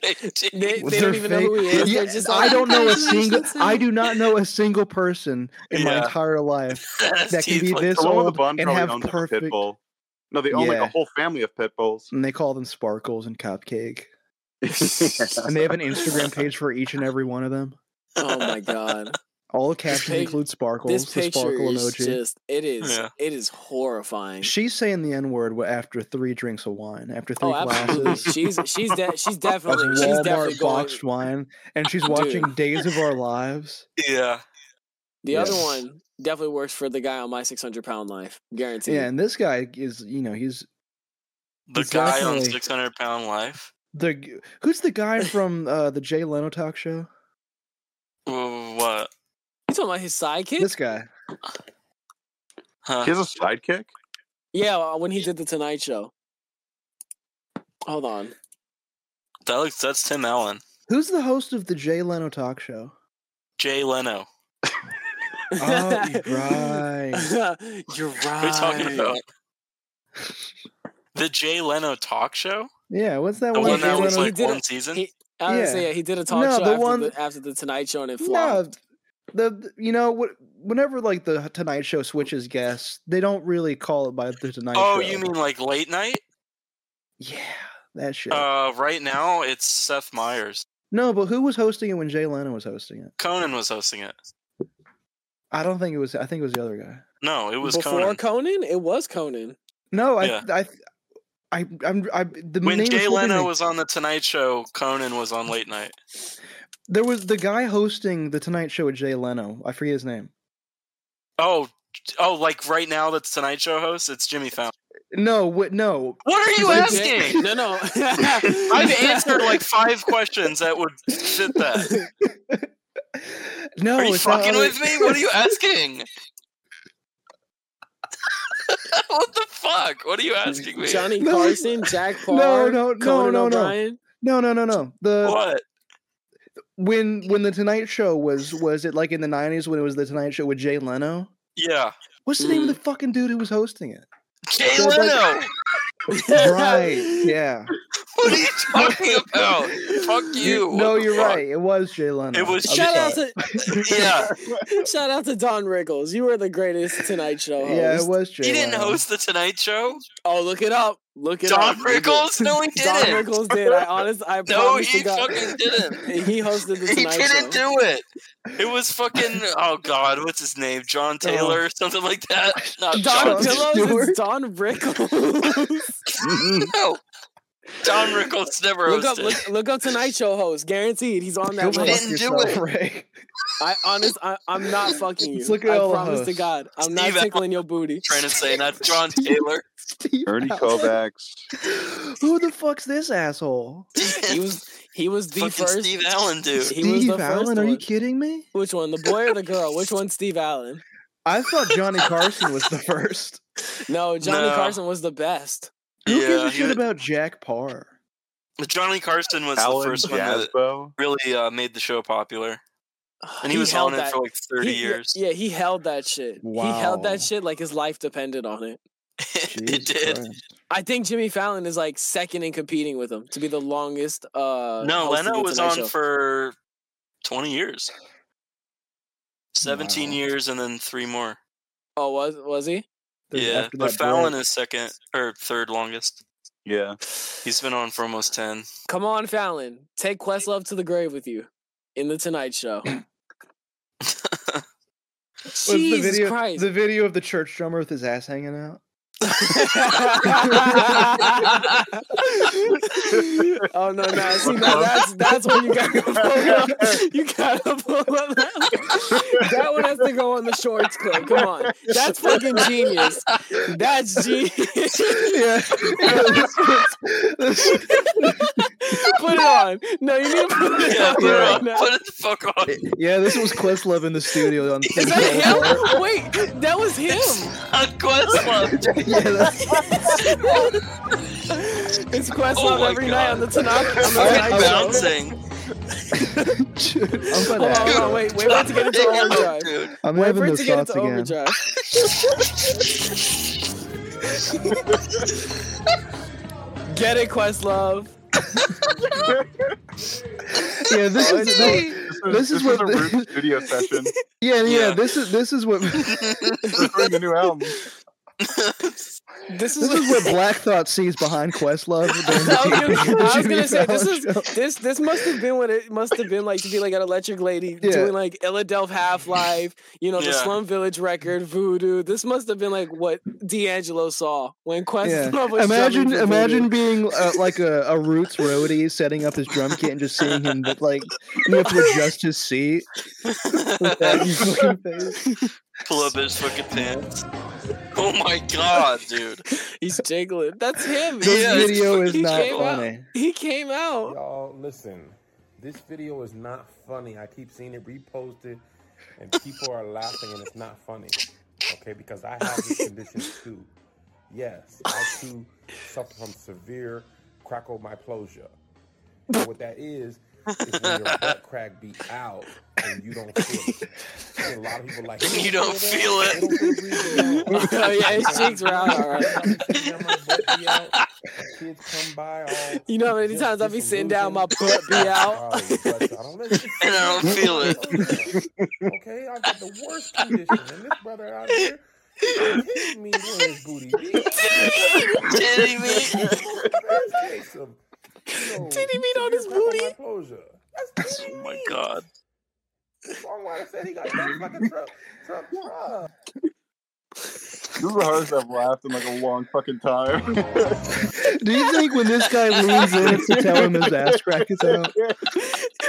[SPEAKER 4] They,
[SPEAKER 1] With their
[SPEAKER 4] they don't even know who he
[SPEAKER 1] fake-
[SPEAKER 4] is.
[SPEAKER 1] Yeah,
[SPEAKER 4] They're just
[SPEAKER 1] I
[SPEAKER 4] like,
[SPEAKER 1] don't know a single.
[SPEAKER 4] "Congratulations,
[SPEAKER 1] I
[SPEAKER 4] Sam."
[SPEAKER 1] do not know a single person in my
[SPEAKER 3] Yeah.
[SPEAKER 1] entire life that can
[SPEAKER 3] Teeth
[SPEAKER 1] be
[SPEAKER 3] like-
[SPEAKER 1] this
[SPEAKER 2] the one with the
[SPEAKER 1] old
[SPEAKER 2] bun
[SPEAKER 1] and
[SPEAKER 2] probably
[SPEAKER 1] have
[SPEAKER 2] owns like, a pit
[SPEAKER 1] perfect.
[SPEAKER 2] bull. No, they own like
[SPEAKER 1] Yeah.
[SPEAKER 2] a whole family of pit bulls.
[SPEAKER 1] And they call them sparkles and cupcake.
[SPEAKER 2] Yeah.
[SPEAKER 1] <laughs> And they have an Instagram page for each and every one of them.
[SPEAKER 4] <laughs> Oh my god.
[SPEAKER 1] All the captions
[SPEAKER 4] pic-
[SPEAKER 1] include sparkles.
[SPEAKER 4] This
[SPEAKER 1] the
[SPEAKER 4] picture
[SPEAKER 1] sparkle
[SPEAKER 4] is
[SPEAKER 1] emoji.
[SPEAKER 4] just it is
[SPEAKER 3] Yeah.
[SPEAKER 4] it is horrifying.
[SPEAKER 1] She's saying the N word after three drinks of wine, after three
[SPEAKER 4] oh, absolutely.
[SPEAKER 1] glasses <laughs>
[SPEAKER 4] She's she's de- she's
[SPEAKER 1] of
[SPEAKER 4] definitely <laughs> she's definitely
[SPEAKER 1] Walmart
[SPEAKER 4] going.
[SPEAKER 1] boxed wine, and
[SPEAKER 4] <laughs>
[SPEAKER 1] she's watching Days of Our Lives.
[SPEAKER 3] Yeah.
[SPEAKER 4] The
[SPEAKER 1] Yeah.
[SPEAKER 4] other one definitely works for the guy on my six hundred pound life, guaranteed.
[SPEAKER 1] Yeah, and this guy is, you know, he's
[SPEAKER 3] The
[SPEAKER 1] He's
[SPEAKER 3] guy on
[SPEAKER 1] definitely-
[SPEAKER 3] 600 pound life.
[SPEAKER 1] the g- who's the guy from uh, the Jay Leno talk show?
[SPEAKER 3] Wh- What?
[SPEAKER 4] You talking about his sidekick?
[SPEAKER 1] This guy.
[SPEAKER 3] Huh?
[SPEAKER 2] He has a sidekick?
[SPEAKER 4] yeah, uh, when he did the Tonight Show. Hold on.
[SPEAKER 3] That looks. That's Tim Allen.
[SPEAKER 1] Who's the host of the Jay Leno talk show?
[SPEAKER 3] Jay Leno.
[SPEAKER 1] <laughs> Oh, you're
[SPEAKER 4] <laughs>
[SPEAKER 1] right.
[SPEAKER 4] You're
[SPEAKER 3] What are you talking
[SPEAKER 4] right.
[SPEAKER 3] about? The Jay Leno talk show?
[SPEAKER 1] Yeah, what's that
[SPEAKER 3] The
[SPEAKER 1] one?
[SPEAKER 3] one
[SPEAKER 1] Jay
[SPEAKER 3] that was
[SPEAKER 1] Leno-
[SPEAKER 3] like
[SPEAKER 4] did
[SPEAKER 3] one
[SPEAKER 4] it-
[SPEAKER 3] season?
[SPEAKER 4] He, I was gonna say,
[SPEAKER 1] Yeah.
[SPEAKER 4] yeah, he did a talk
[SPEAKER 1] No,
[SPEAKER 4] show
[SPEAKER 1] the
[SPEAKER 4] after,
[SPEAKER 1] one-
[SPEAKER 4] the, after the Tonight Show and it flopped.
[SPEAKER 1] no, the the- you know what? Whenever like the Tonight Show switches guests, they don't really call it by the Tonight
[SPEAKER 3] oh,
[SPEAKER 1] Show.
[SPEAKER 3] you mean like late night?
[SPEAKER 1] yeah, that shit.
[SPEAKER 3] Uh, right now it's Seth Meyers.
[SPEAKER 1] no, but who was hosting it when Jay Leno was hosting it?
[SPEAKER 3] Conan was hosting it.
[SPEAKER 1] I don't think it was. I think it was the other guy.
[SPEAKER 3] No, it was
[SPEAKER 4] Before
[SPEAKER 3] Conan.
[SPEAKER 4] Conan, it was Conan.
[SPEAKER 1] No, I,
[SPEAKER 3] Yeah.
[SPEAKER 1] I, I, I'm, I. The
[SPEAKER 3] when
[SPEAKER 1] name is
[SPEAKER 3] Jay
[SPEAKER 1] slipping
[SPEAKER 3] Leno
[SPEAKER 1] my-
[SPEAKER 3] was on the Tonight Show, Conan was on late night.
[SPEAKER 1] There was the guy hosting the Tonight Show with Jay Leno. I forget his name.
[SPEAKER 3] Oh, oh, like right now that's Tonight Show host. It's Jimmy Fallon.
[SPEAKER 1] No, what? No,
[SPEAKER 3] What are you
[SPEAKER 1] Is
[SPEAKER 4] Yeah,
[SPEAKER 3] asking?
[SPEAKER 4] <laughs> No, no.
[SPEAKER 3] I've
[SPEAKER 4] <laughs>
[SPEAKER 3] answered like five questions that would fit that.
[SPEAKER 1] no.
[SPEAKER 3] Are you
[SPEAKER 1] it's not
[SPEAKER 3] fucking
[SPEAKER 1] other-
[SPEAKER 3] with me? What are you asking? what the fuck? What are you asking me?
[SPEAKER 4] Johnny
[SPEAKER 1] No,
[SPEAKER 4] Carson, Jack
[SPEAKER 1] no,
[SPEAKER 4] Parr,
[SPEAKER 1] no, no,
[SPEAKER 4] Conan
[SPEAKER 1] no, no.
[SPEAKER 4] O'Brien.
[SPEAKER 1] No, no, no, no. The
[SPEAKER 3] What?
[SPEAKER 1] when when the Tonight Show was was it like in the '90s when it was the Tonight Show with Jay Leno?
[SPEAKER 3] Yeah.
[SPEAKER 1] What's the name
[SPEAKER 3] Mm.
[SPEAKER 1] of the
[SPEAKER 3] <laughs>
[SPEAKER 1] fucking dude who was hosting it?
[SPEAKER 3] Jay
[SPEAKER 1] So, like-
[SPEAKER 3] Leno.
[SPEAKER 1] right. <laughs> Yeah.
[SPEAKER 3] What are you talking about? Fuck <laughs> you.
[SPEAKER 1] No, you're right. It was Jay Leno.
[SPEAKER 3] It was
[SPEAKER 1] I'm
[SPEAKER 3] Jay-
[SPEAKER 1] sorry.
[SPEAKER 4] <laughs> Shout out to
[SPEAKER 3] yeah.
[SPEAKER 4] Shout out to Don Rickles. You were the greatest Tonight Show host.
[SPEAKER 1] Yeah, it was Jay
[SPEAKER 3] He didn't
[SPEAKER 1] Leno.
[SPEAKER 3] host the Tonight Show.
[SPEAKER 4] Oh, look it up. Look it
[SPEAKER 3] Don
[SPEAKER 4] up.
[SPEAKER 3] Rickles? No, he
[SPEAKER 4] Don
[SPEAKER 3] didn't.
[SPEAKER 4] Rickles did. I honest. I
[SPEAKER 3] <laughs> No,
[SPEAKER 4] promise
[SPEAKER 3] he
[SPEAKER 4] to God.
[SPEAKER 3] fucking didn't.
[SPEAKER 4] <laughs> He hosted the
[SPEAKER 3] He
[SPEAKER 4] Tonight
[SPEAKER 3] didn't
[SPEAKER 4] Show.
[SPEAKER 3] do it. It was fucking oh god, what's his name?
[SPEAKER 4] Oh.
[SPEAKER 3] John Taylor <laughs> or something like that. Not
[SPEAKER 4] Don
[SPEAKER 3] John
[SPEAKER 4] Pillows
[SPEAKER 1] Stewart?
[SPEAKER 4] is Don Rickles.
[SPEAKER 3] <laughs> No. Don Rickles never
[SPEAKER 4] look up,
[SPEAKER 3] hosted.
[SPEAKER 4] look, look up Tonight Show host. Guaranteed, he's on
[SPEAKER 1] Go
[SPEAKER 4] that
[SPEAKER 1] fuck
[SPEAKER 4] list.
[SPEAKER 3] didn't do
[SPEAKER 1] yourself,
[SPEAKER 3] it.
[SPEAKER 1] Ray.
[SPEAKER 4] I honest, I, I'm
[SPEAKER 1] <laughs>
[SPEAKER 4] not fucking you.
[SPEAKER 1] Let's look at
[SPEAKER 4] I
[SPEAKER 1] all the
[SPEAKER 4] promise to
[SPEAKER 1] hosts.
[SPEAKER 4] God, I'm not
[SPEAKER 3] Steve Allen.
[SPEAKER 4] tickling your booty.
[SPEAKER 3] trying to say not John <laughs> Taylor.
[SPEAKER 1] <laughs> Steve
[SPEAKER 2] <laughs> Ernie
[SPEAKER 1] Allen. <gasps>
[SPEAKER 2] Kovacs.
[SPEAKER 1] Who the fuck's this asshole?
[SPEAKER 4] He was, he was the
[SPEAKER 3] Fucking
[SPEAKER 4] first.
[SPEAKER 3] Steve Allen dude.
[SPEAKER 4] He was
[SPEAKER 1] Steve
[SPEAKER 4] the first
[SPEAKER 1] Allen? Are
[SPEAKER 4] one.
[SPEAKER 1] you kidding me?
[SPEAKER 4] Which one, the boy or the girl? Which one's Steve Allen?
[SPEAKER 1] I thought
[SPEAKER 3] <laughs>
[SPEAKER 1] Johnny Carson was the first.
[SPEAKER 4] No, Johnny
[SPEAKER 3] No.
[SPEAKER 4] Carson was the best.
[SPEAKER 1] Who gives
[SPEAKER 3] Yeah,
[SPEAKER 1] a
[SPEAKER 3] he
[SPEAKER 1] shit
[SPEAKER 3] was-
[SPEAKER 1] about Jack Parr?
[SPEAKER 3] Johnny Carson was
[SPEAKER 2] Alan
[SPEAKER 3] the first one that
[SPEAKER 2] Jasbo.
[SPEAKER 3] really uh, made the show popular. <sighs> And he, was
[SPEAKER 4] held
[SPEAKER 3] on it
[SPEAKER 4] that.
[SPEAKER 3] for like 30
[SPEAKER 4] he- yeah-
[SPEAKER 3] years.
[SPEAKER 4] Yeah, he held that shit. He held
[SPEAKER 1] Wow.
[SPEAKER 4] that shit like his life depended on it.
[SPEAKER 3] <laughs> <laughs> it did.
[SPEAKER 4] I think Jimmy Fallon is like second in competing with him to be the longest. Uh,
[SPEAKER 3] No,
[SPEAKER 4] host of
[SPEAKER 3] Leno
[SPEAKER 4] the
[SPEAKER 3] was
[SPEAKER 4] Tonight
[SPEAKER 3] on
[SPEAKER 4] Show.
[SPEAKER 3] for 20 years. 17
[SPEAKER 1] Wow.
[SPEAKER 3] years and then three more.
[SPEAKER 4] Oh, was was he?
[SPEAKER 1] There's-
[SPEAKER 3] yeah,
[SPEAKER 1] after
[SPEAKER 3] but
[SPEAKER 1] that
[SPEAKER 3] Fallon
[SPEAKER 1] break.
[SPEAKER 3] is second or third longest.
[SPEAKER 2] Yeah.
[SPEAKER 3] He's been on for almost 10.
[SPEAKER 4] Come on, Fallon, take Questlove to the grave with you in the
[SPEAKER 1] <laughs>
[SPEAKER 4] Tonight Show.
[SPEAKER 1] Was the
[SPEAKER 4] Jesus
[SPEAKER 1] video,
[SPEAKER 4] Christ!
[SPEAKER 1] The video of the church drummer with his ass hanging out. <laughs>
[SPEAKER 4] <laughs> oh no, no! See, now that's that's when you gotta pull up. You gotta pull up. That, that one has to go on the shorts clip. Come on, that's fucking genius. That's genius.
[SPEAKER 1] yeah.
[SPEAKER 4] <laughs> put it on. No, you need to put
[SPEAKER 3] <laughs>
[SPEAKER 4] it
[SPEAKER 3] Yeah,
[SPEAKER 4] on
[SPEAKER 3] put it
[SPEAKER 4] right
[SPEAKER 3] on.
[SPEAKER 4] now.
[SPEAKER 3] Put it the fuck on.
[SPEAKER 1] yeah, this was Questlove in the studio on
[SPEAKER 4] Is
[SPEAKER 1] Steve
[SPEAKER 4] that
[SPEAKER 1] Allen Parr.
[SPEAKER 4] him? Wait, that was
[SPEAKER 3] It's <laughs>
[SPEAKER 4] him.
[SPEAKER 3] not Questlove.
[SPEAKER 1] yeah, that's,
[SPEAKER 4] It's Questlove
[SPEAKER 3] Oh my
[SPEAKER 4] every night on the
[SPEAKER 3] God.
[SPEAKER 4] Tonight on the
[SPEAKER 1] Alright,
[SPEAKER 4] Tonight
[SPEAKER 3] Fucking
[SPEAKER 1] I-
[SPEAKER 4] Show.
[SPEAKER 3] bouncing.
[SPEAKER 4] <laughs>
[SPEAKER 1] I'm
[SPEAKER 4] Hold on, hold on,
[SPEAKER 1] gonna-
[SPEAKER 4] wait, wait, wait to get into overdrive.
[SPEAKER 3] Dude.
[SPEAKER 1] I'm
[SPEAKER 4] Oh, Wait for
[SPEAKER 1] having
[SPEAKER 4] it
[SPEAKER 1] those
[SPEAKER 4] to get
[SPEAKER 1] thoughts
[SPEAKER 4] into
[SPEAKER 1] again.
[SPEAKER 4] overdrive. <laughs> Get it, Questlove.
[SPEAKER 1] Yeah,
[SPEAKER 4] Oh,
[SPEAKER 1] this is
[SPEAKER 2] This,
[SPEAKER 1] this, this is
[SPEAKER 2] was
[SPEAKER 1] what
[SPEAKER 2] a
[SPEAKER 1] the,
[SPEAKER 2] root studio session.
[SPEAKER 1] yeah, yeah
[SPEAKER 3] Yeah.
[SPEAKER 1] this is this is what this
[SPEAKER 2] Recording the new album.
[SPEAKER 4] This is.
[SPEAKER 1] is what Black Thought sees behind Questlove. during the
[SPEAKER 4] <laughs> I
[SPEAKER 1] <laughs>
[SPEAKER 4] was
[SPEAKER 1] Jimmy-
[SPEAKER 4] gonna, I was
[SPEAKER 1] Jimmy
[SPEAKER 4] gonna
[SPEAKER 1] <laughs>
[SPEAKER 4] say this
[SPEAKER 1] Fallon
[SPEAKER 4] is
[SPEAKER 1] show.
[SPEAKER 4] this this must have been what it must have been like to be like an electric lady
[SPEAKER 1] Yeah.
[SPEAKER 4] doing like Illadelph Half Life, you know, the
[SPEAKER 3] Yeah.
[SPEAKER 4] Slum Village record, Voodoo. This must have been like what D'Angelo saw when Quest
[SPEAKER 1] Yeah.
[SPEAKER 4] was
[SPEAKER 1] Imagine,
[SPEAKER 4] drumming for
[SPEAKER 1] imagine
[SPEAKER 4] Voodoo.
[SPEAKER 1] being uh, like a, a roots roadie setting up his drum kit and just seeing him but like and you have to adjust his seat
[SPEAKER 3] <laughs>
[SPEAKER 1] with that fucking face.
[SPEAKER 3] Pull up his fucking pants. Oh my god, dude.
[SPEAKER 4] he's jiggling. That's him.
[SPEAKER 1] This
[SPEAKER 3] Yeah, it's
[SPEAKER 1] video is
[SPEAKER 4] he
[SPEAKER 1] not
[SPEAKER 4] came
[SPEAKER 1] funny.
[SPEAKER 4] out. He came out.
[SPEAKER 12] Y'all, listen. This video is not funny. I keep seeing it reposted, and people are laughing, and it's not funny. Okay, because I have this condition too. Yes, I too suffer from severe crackomyplosia. And what that is is when your butt crack be out and you don't feel it. And a lot of people like
[SPEAKER 3] You don't feel
[SPEAKER 12] that?
[SPEAKER 3] it.
[SPEAKER 12] They don't feel the
[SPEAKER 4] <laughs> Oh
[SPEAKER 12] breeze at all."
[SPEAKER 4] yeah, his cheeks were out. All right.
[SPEAKER 12] I be sitting there, my butt be out. Kids come by all
[SPEAKER 4] <laughs> You know how many
[SPEAKER 12] just
[SPEAKER 4] times I be sitting down, my butt
[SPEAKER 12] disillusioned.
[SPEAKER 4] be <laughs> out.
[SPEAKER 12] Oh, your butt's out.
[SPEAKER 4] <laughs>
[SPEAKER 12] I'm like,
[SPEAKER 3] And I don't feel it.
[SPEAKER 12] Okay, I got the worst condition, and this brother out here kidding me with his booty. Be
[SPEAKER 3] Kidding me?
[SPEAKER 12] Best
[SPEAKER 4] <laughs>
[SPEAKER 12] case of you know,
[SPEAKER 4] Titty meat on his
[SPEAKER 12] severe
[SPEAKER 4] booty?
[SPEAKER 12] crackomyplosia. That's
[SPEAKER 3] Oh
[SPEAKER 12] titty
[SPEAKER 3] my
[SPEAKER 12] meat.
[SPEAKER 3] god.
[SPEAKER 12] Songwriter said he got that fucking truck, truck, truck.
[SPEAKER 2] This is the hardest I've laughed in like a long fucking time. <laughs>
[SPEAKER 1] Do you think when this <laughs> guy leans in, it's to tell him his ass crack is <laughs> out?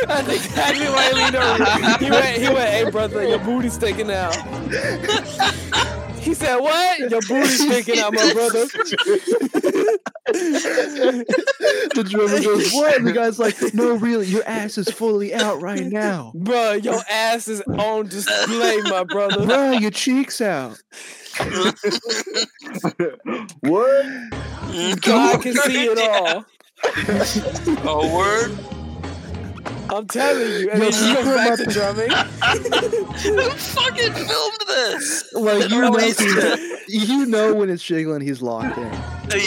[SPEAKER 4] That's exactly why he know. He went, he went, hey brother, your booty's sticking out. <laughs> He said, what? Your booty's sticking out, my brother.
[SPEAKER 1] the drummer goes, "What?" <laughs> And the guy's like, "No, really, your ass is fully out right now,
[SPEAKER 4] Bro, your ass is on display, my brother.
[SPEAKER 1] bro. Your cheeks out."
[SPEAKER 2] what?
[SPEAKER 4] God
[SPEAKER 3] <laughs>
[SPEAKER 4] can see it all.
[SPEAKER 3] Oh, word?
[SPEAKER 4] I'm telling you. And then she goes back to drumming.
[SPEAKER 3] Who fucking filmed this?
[SPEAKER 1] Like you know,
[SPEAKER 3] Released
[SPEAKER 1] he- you know when it's jiggling, he's locked in.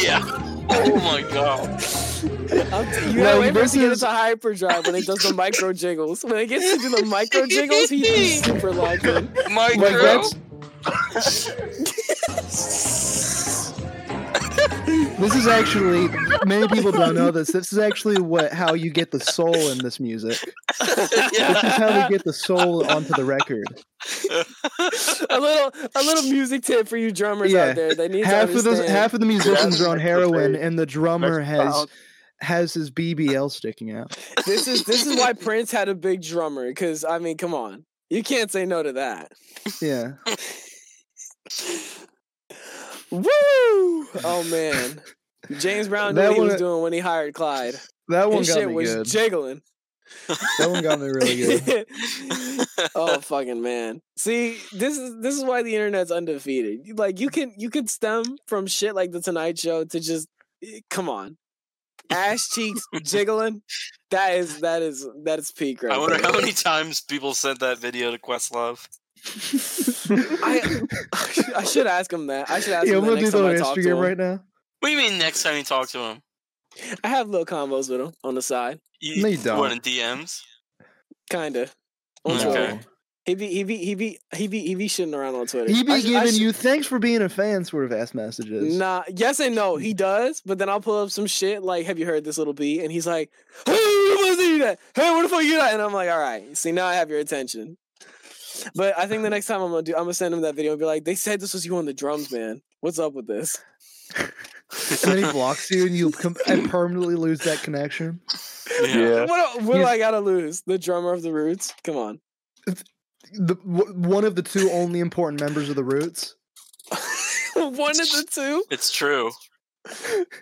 [SPEAKER 3] Yeah. Oh my god.
[SPEAKER 4] You
[SPEAKER 3] No,
[SPEAKER 4] gotta wait for it to get
[SPEAKER 3] versus-
[SPEAKER 4] into hyperdrive when it does the micro jiggles. When it gets to do the micro jiggles, he- he's super locked in.
[SPEAKER 3] Micro?
[SPEAKER 1] This is actually many people don't know this. This is actually what how you get the soul in this music. This is how they get the soul onto the record.
[SPEAKER 4] a little, a little music tip for you drummers
[SPEAKER 1] Yeah,
[SPEAKER 4] out there. They need
[SPEAKER 1] half
[SPEAKER 4] to
[SPEAKER 1] of the
[SPEAKER 4] understand.
[SPEAKER 1] half of the musicians are on heroin, and the drummer
[SPEAKER 4] That's
[SPEAKER 1] has
[SPEAKER 4] wild.
[SPEAKER 1] has his BBL sticking out.
[SPEAKER 4] <laughs> This is this is
[SPEAKER 1] <laughs>
[SPEAKER 4] why Prince had a big drummer. Because I mean, come on, you can't say no to that.
[SPEAKER 1] Yeah,
[SPEAKER 4] Woo! Oh man,
[SPEAKER 1] <laughs>
[SPEAKER 4] James Brown knew
[SPEAKER 1] That
[SPEAKER 4] what he was
[SPEAKER 1] one-
[SPEAKER 4] doing when he hired Clyde.
[SPEAKER 1] that one
[SPEAKER 4] His
[SPEAKER 1] got
[SPEAKER 4] shit
[SPEAKER 1] me
[SPEAKER 4] was
[SPEAKER 1] good.
[SPEAKER 4] jiggling.
[SPEAKER 1] that one got me really <laughs>
[SPEAKER 4] <laughs>
[SPEAKER 1] good.
[SPEAKER 3] <laughs>
[SPEAKER 4] oh fucking man! See, this is this is why the internet's undefeated. You- Like you can you can stem from shit like the Tonight Show to just eh, come on, ass cheeks jiggling. That is that is that is peak right
[SPEAKER 3] I wonder
[SPEAKER 4] there.
[SPEAKER 3] how many times people sent that video to Questlove. <laughs>
[SPEAKER 4] I, <laughs> I should ask him that. I should ask
[SPEAKER 1] Yeah,
[SPEAKER 4] him
[SPEAKER 1] I'm gonna
[SPEAKER 4] that
[SPEAKER 1] do
[SPEAKER 4] next
[SPEAKER 1] that
[SPEAKER 4] time
[SPEAKER 1] on
[SPEAKER 4] I talk to him.
[SPEAKER 1] Instagram right now.
[SPEAKER 3] What do you mean next time you talk to him?
[SPEAKER 4] I have little combos with him on the side,
[SPEAKER 1] No, you don't.
[SPEAKER 3] What in DMs?
[SPEAKER 4] kinda. On
[SPEAKER 3] Okay.
[SPEAKER 4] Twitter, he be he be he be he be he be shitting around on Twitter.
[SPEAKER 1] He be
[SPEAKER 4] I sh- I
[SPEAKER 1] giving
[SPEAKER 4] sh-
[SPEAKER 1] you thanks for being a fan sort of ass messages.
[SPEAKER 4] Nah, yes and no, he does. But then I'll pull up some shit like, "Have you heard this little beat?" And he's like, "Hey, where the fuck you that? Hey, where the fuck you that?" And I'm like, "All right, see now I have your attention." But I think the next time I'm gonna do, I'm gonna send him that video and be like, "They said this was you on the drums, man. What's up with this?"
[SPEAKER 1] and then he blocks you, and you com- and permanently lose that connection. Yeah.
[SPEAKER 4] What, do- what do
[SPEAKER 1] He's-
[SPEAKER 4] I gotta lose? The drummer of the Roots? Come on. <laughs>
[SPEAKER 1] The w- one of the two only important members of the Roots.
[SPEAKER 4] One of the two?
[SPEAKER 3] It's true.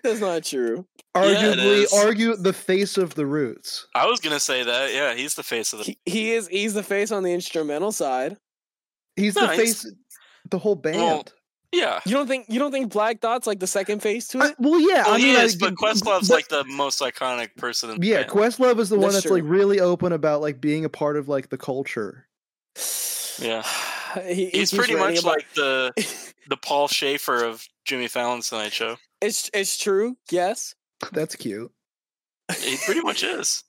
[SPEAKER 4] That's not true.
[SPEAKER 3] Yeah, it
[SPEAKER 1] Arguably,
[SPEAKER 3] is.
[SPEAKER 1] argue the face of the Roots.
[SPEAKER 3] I was gonna say that. Yeah, he's the face of the.
[SPEAKER 4] He is. He's the face on the instrumental side.
[SPEAKER 1] He's the
[SPEAKER 4] No, he's-
[SPEAKER 1] face, the whole band.
[SPEAKER 4] Well,
[SPEAKER 1] Well,
[SPEAKER 3] Yeah.
[SPEAKER 4] You don't think? You don't think Black Thought's like the second face to it?
[SPEAKER 1] yeah,
[SPEAKER 3] Well,
[SPEAKER 1] I mean,
[SPEAKER 3] he
[SPEAKER 1] I
[SPEAKER 3] is, but
[SPEAKER 1] g-
[SPEAKER 3] Questlove's
[SPEAKER 1] but-
[SPEAKER 3] like the most iconic person. In the
[SPEAKER 1] yeah,
[SPEAKER 3] band.
[SPEAKER 1] Questlove is the one
[SPEAKER 4] That's
[SPEAKER 1] that's like really open about like being a part of like the culture. <sighs>
[SPEAKER 3] yeah.
[SPEAKER 4] <sighs> He- he
[SPEAKER 3] He's
[SPEAKER 4] keeps
[SPEAKER 3] pretty much
[SPEAKER 4] ranting about-
[SPEAKER 3] like the
[SPEAKER 1] <laughs>
[SPEAKER 3] the Paul Schaefer of Jimmy Fallon's Tonight Show.
[SPEAKER 4] It's it's true, yes.
[SPEAKER 1] That's cute.
[SPEAKER 3] He pretty much is.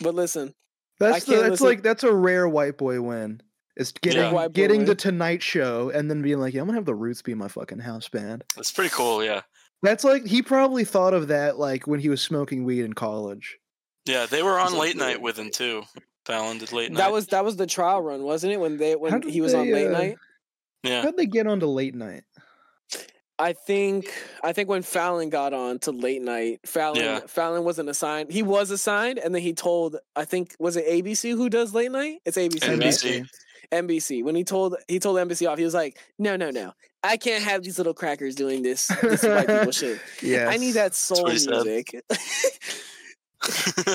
[SPEAKER 4] But listen,
[SPEAKER 1] That's the,
[SPEAKER 4] can't
[SPEAKER 1] that's
[SPEAKER 4] listen-
[SPEAKER 1] like that's a rare white boy win. It's getting
[SPEAKER 3] white boy
[SPEAKER 1] getting the
[SPEAKER 4] win.
[SPEAKER 1] Tonight Show and then being like, yeah, I'm gonna have the Roots be my fucking house band.
[SPEAKER 3] It's pretty cool. Yeah.
[SPEAKER 1] That's like he probably thought of that like when he was smoking weed in college.
[SPEAKER 3] Yeah, they were on late night with him too. Fallon did late night.
[SPEAKER 4] that was that was the trial run, wasn't it? When they when
[SPEAKER 1] did
[SPEAKER 4] he was on
[SPEAKER 1] they,
[SPEAKER 4] late
[SPEAKER 1] uh,
[SPEAKER 4] night.
[SPEAKER 3] yeah.
[SPEAKER 1] How'd they get onto late night?
[SPEAKER 4] I think I think when Fallon got on to late night, Fallon
[SPEAKER 3] Yeah.
[SPEAKER 4] Fallon wasn't assigned. He was assigned, and then he told I think was it ABC who does late night? It's ABC. right?
[SPEAKER 3] NBC.
[SPEAKER 4] NBC. When he told he told NBC off, he was like, "No, no, no, I can't have these little crackers doing this, this white people shit.
[SPEAKER 1] Yeah,
[SPEAKER 4] I need that soul
[SPEAKER 3] what he said.
[SPEAKER 4] music."
[SPEAKER 3] <laughs>
[SPEAKER 4] <laughs>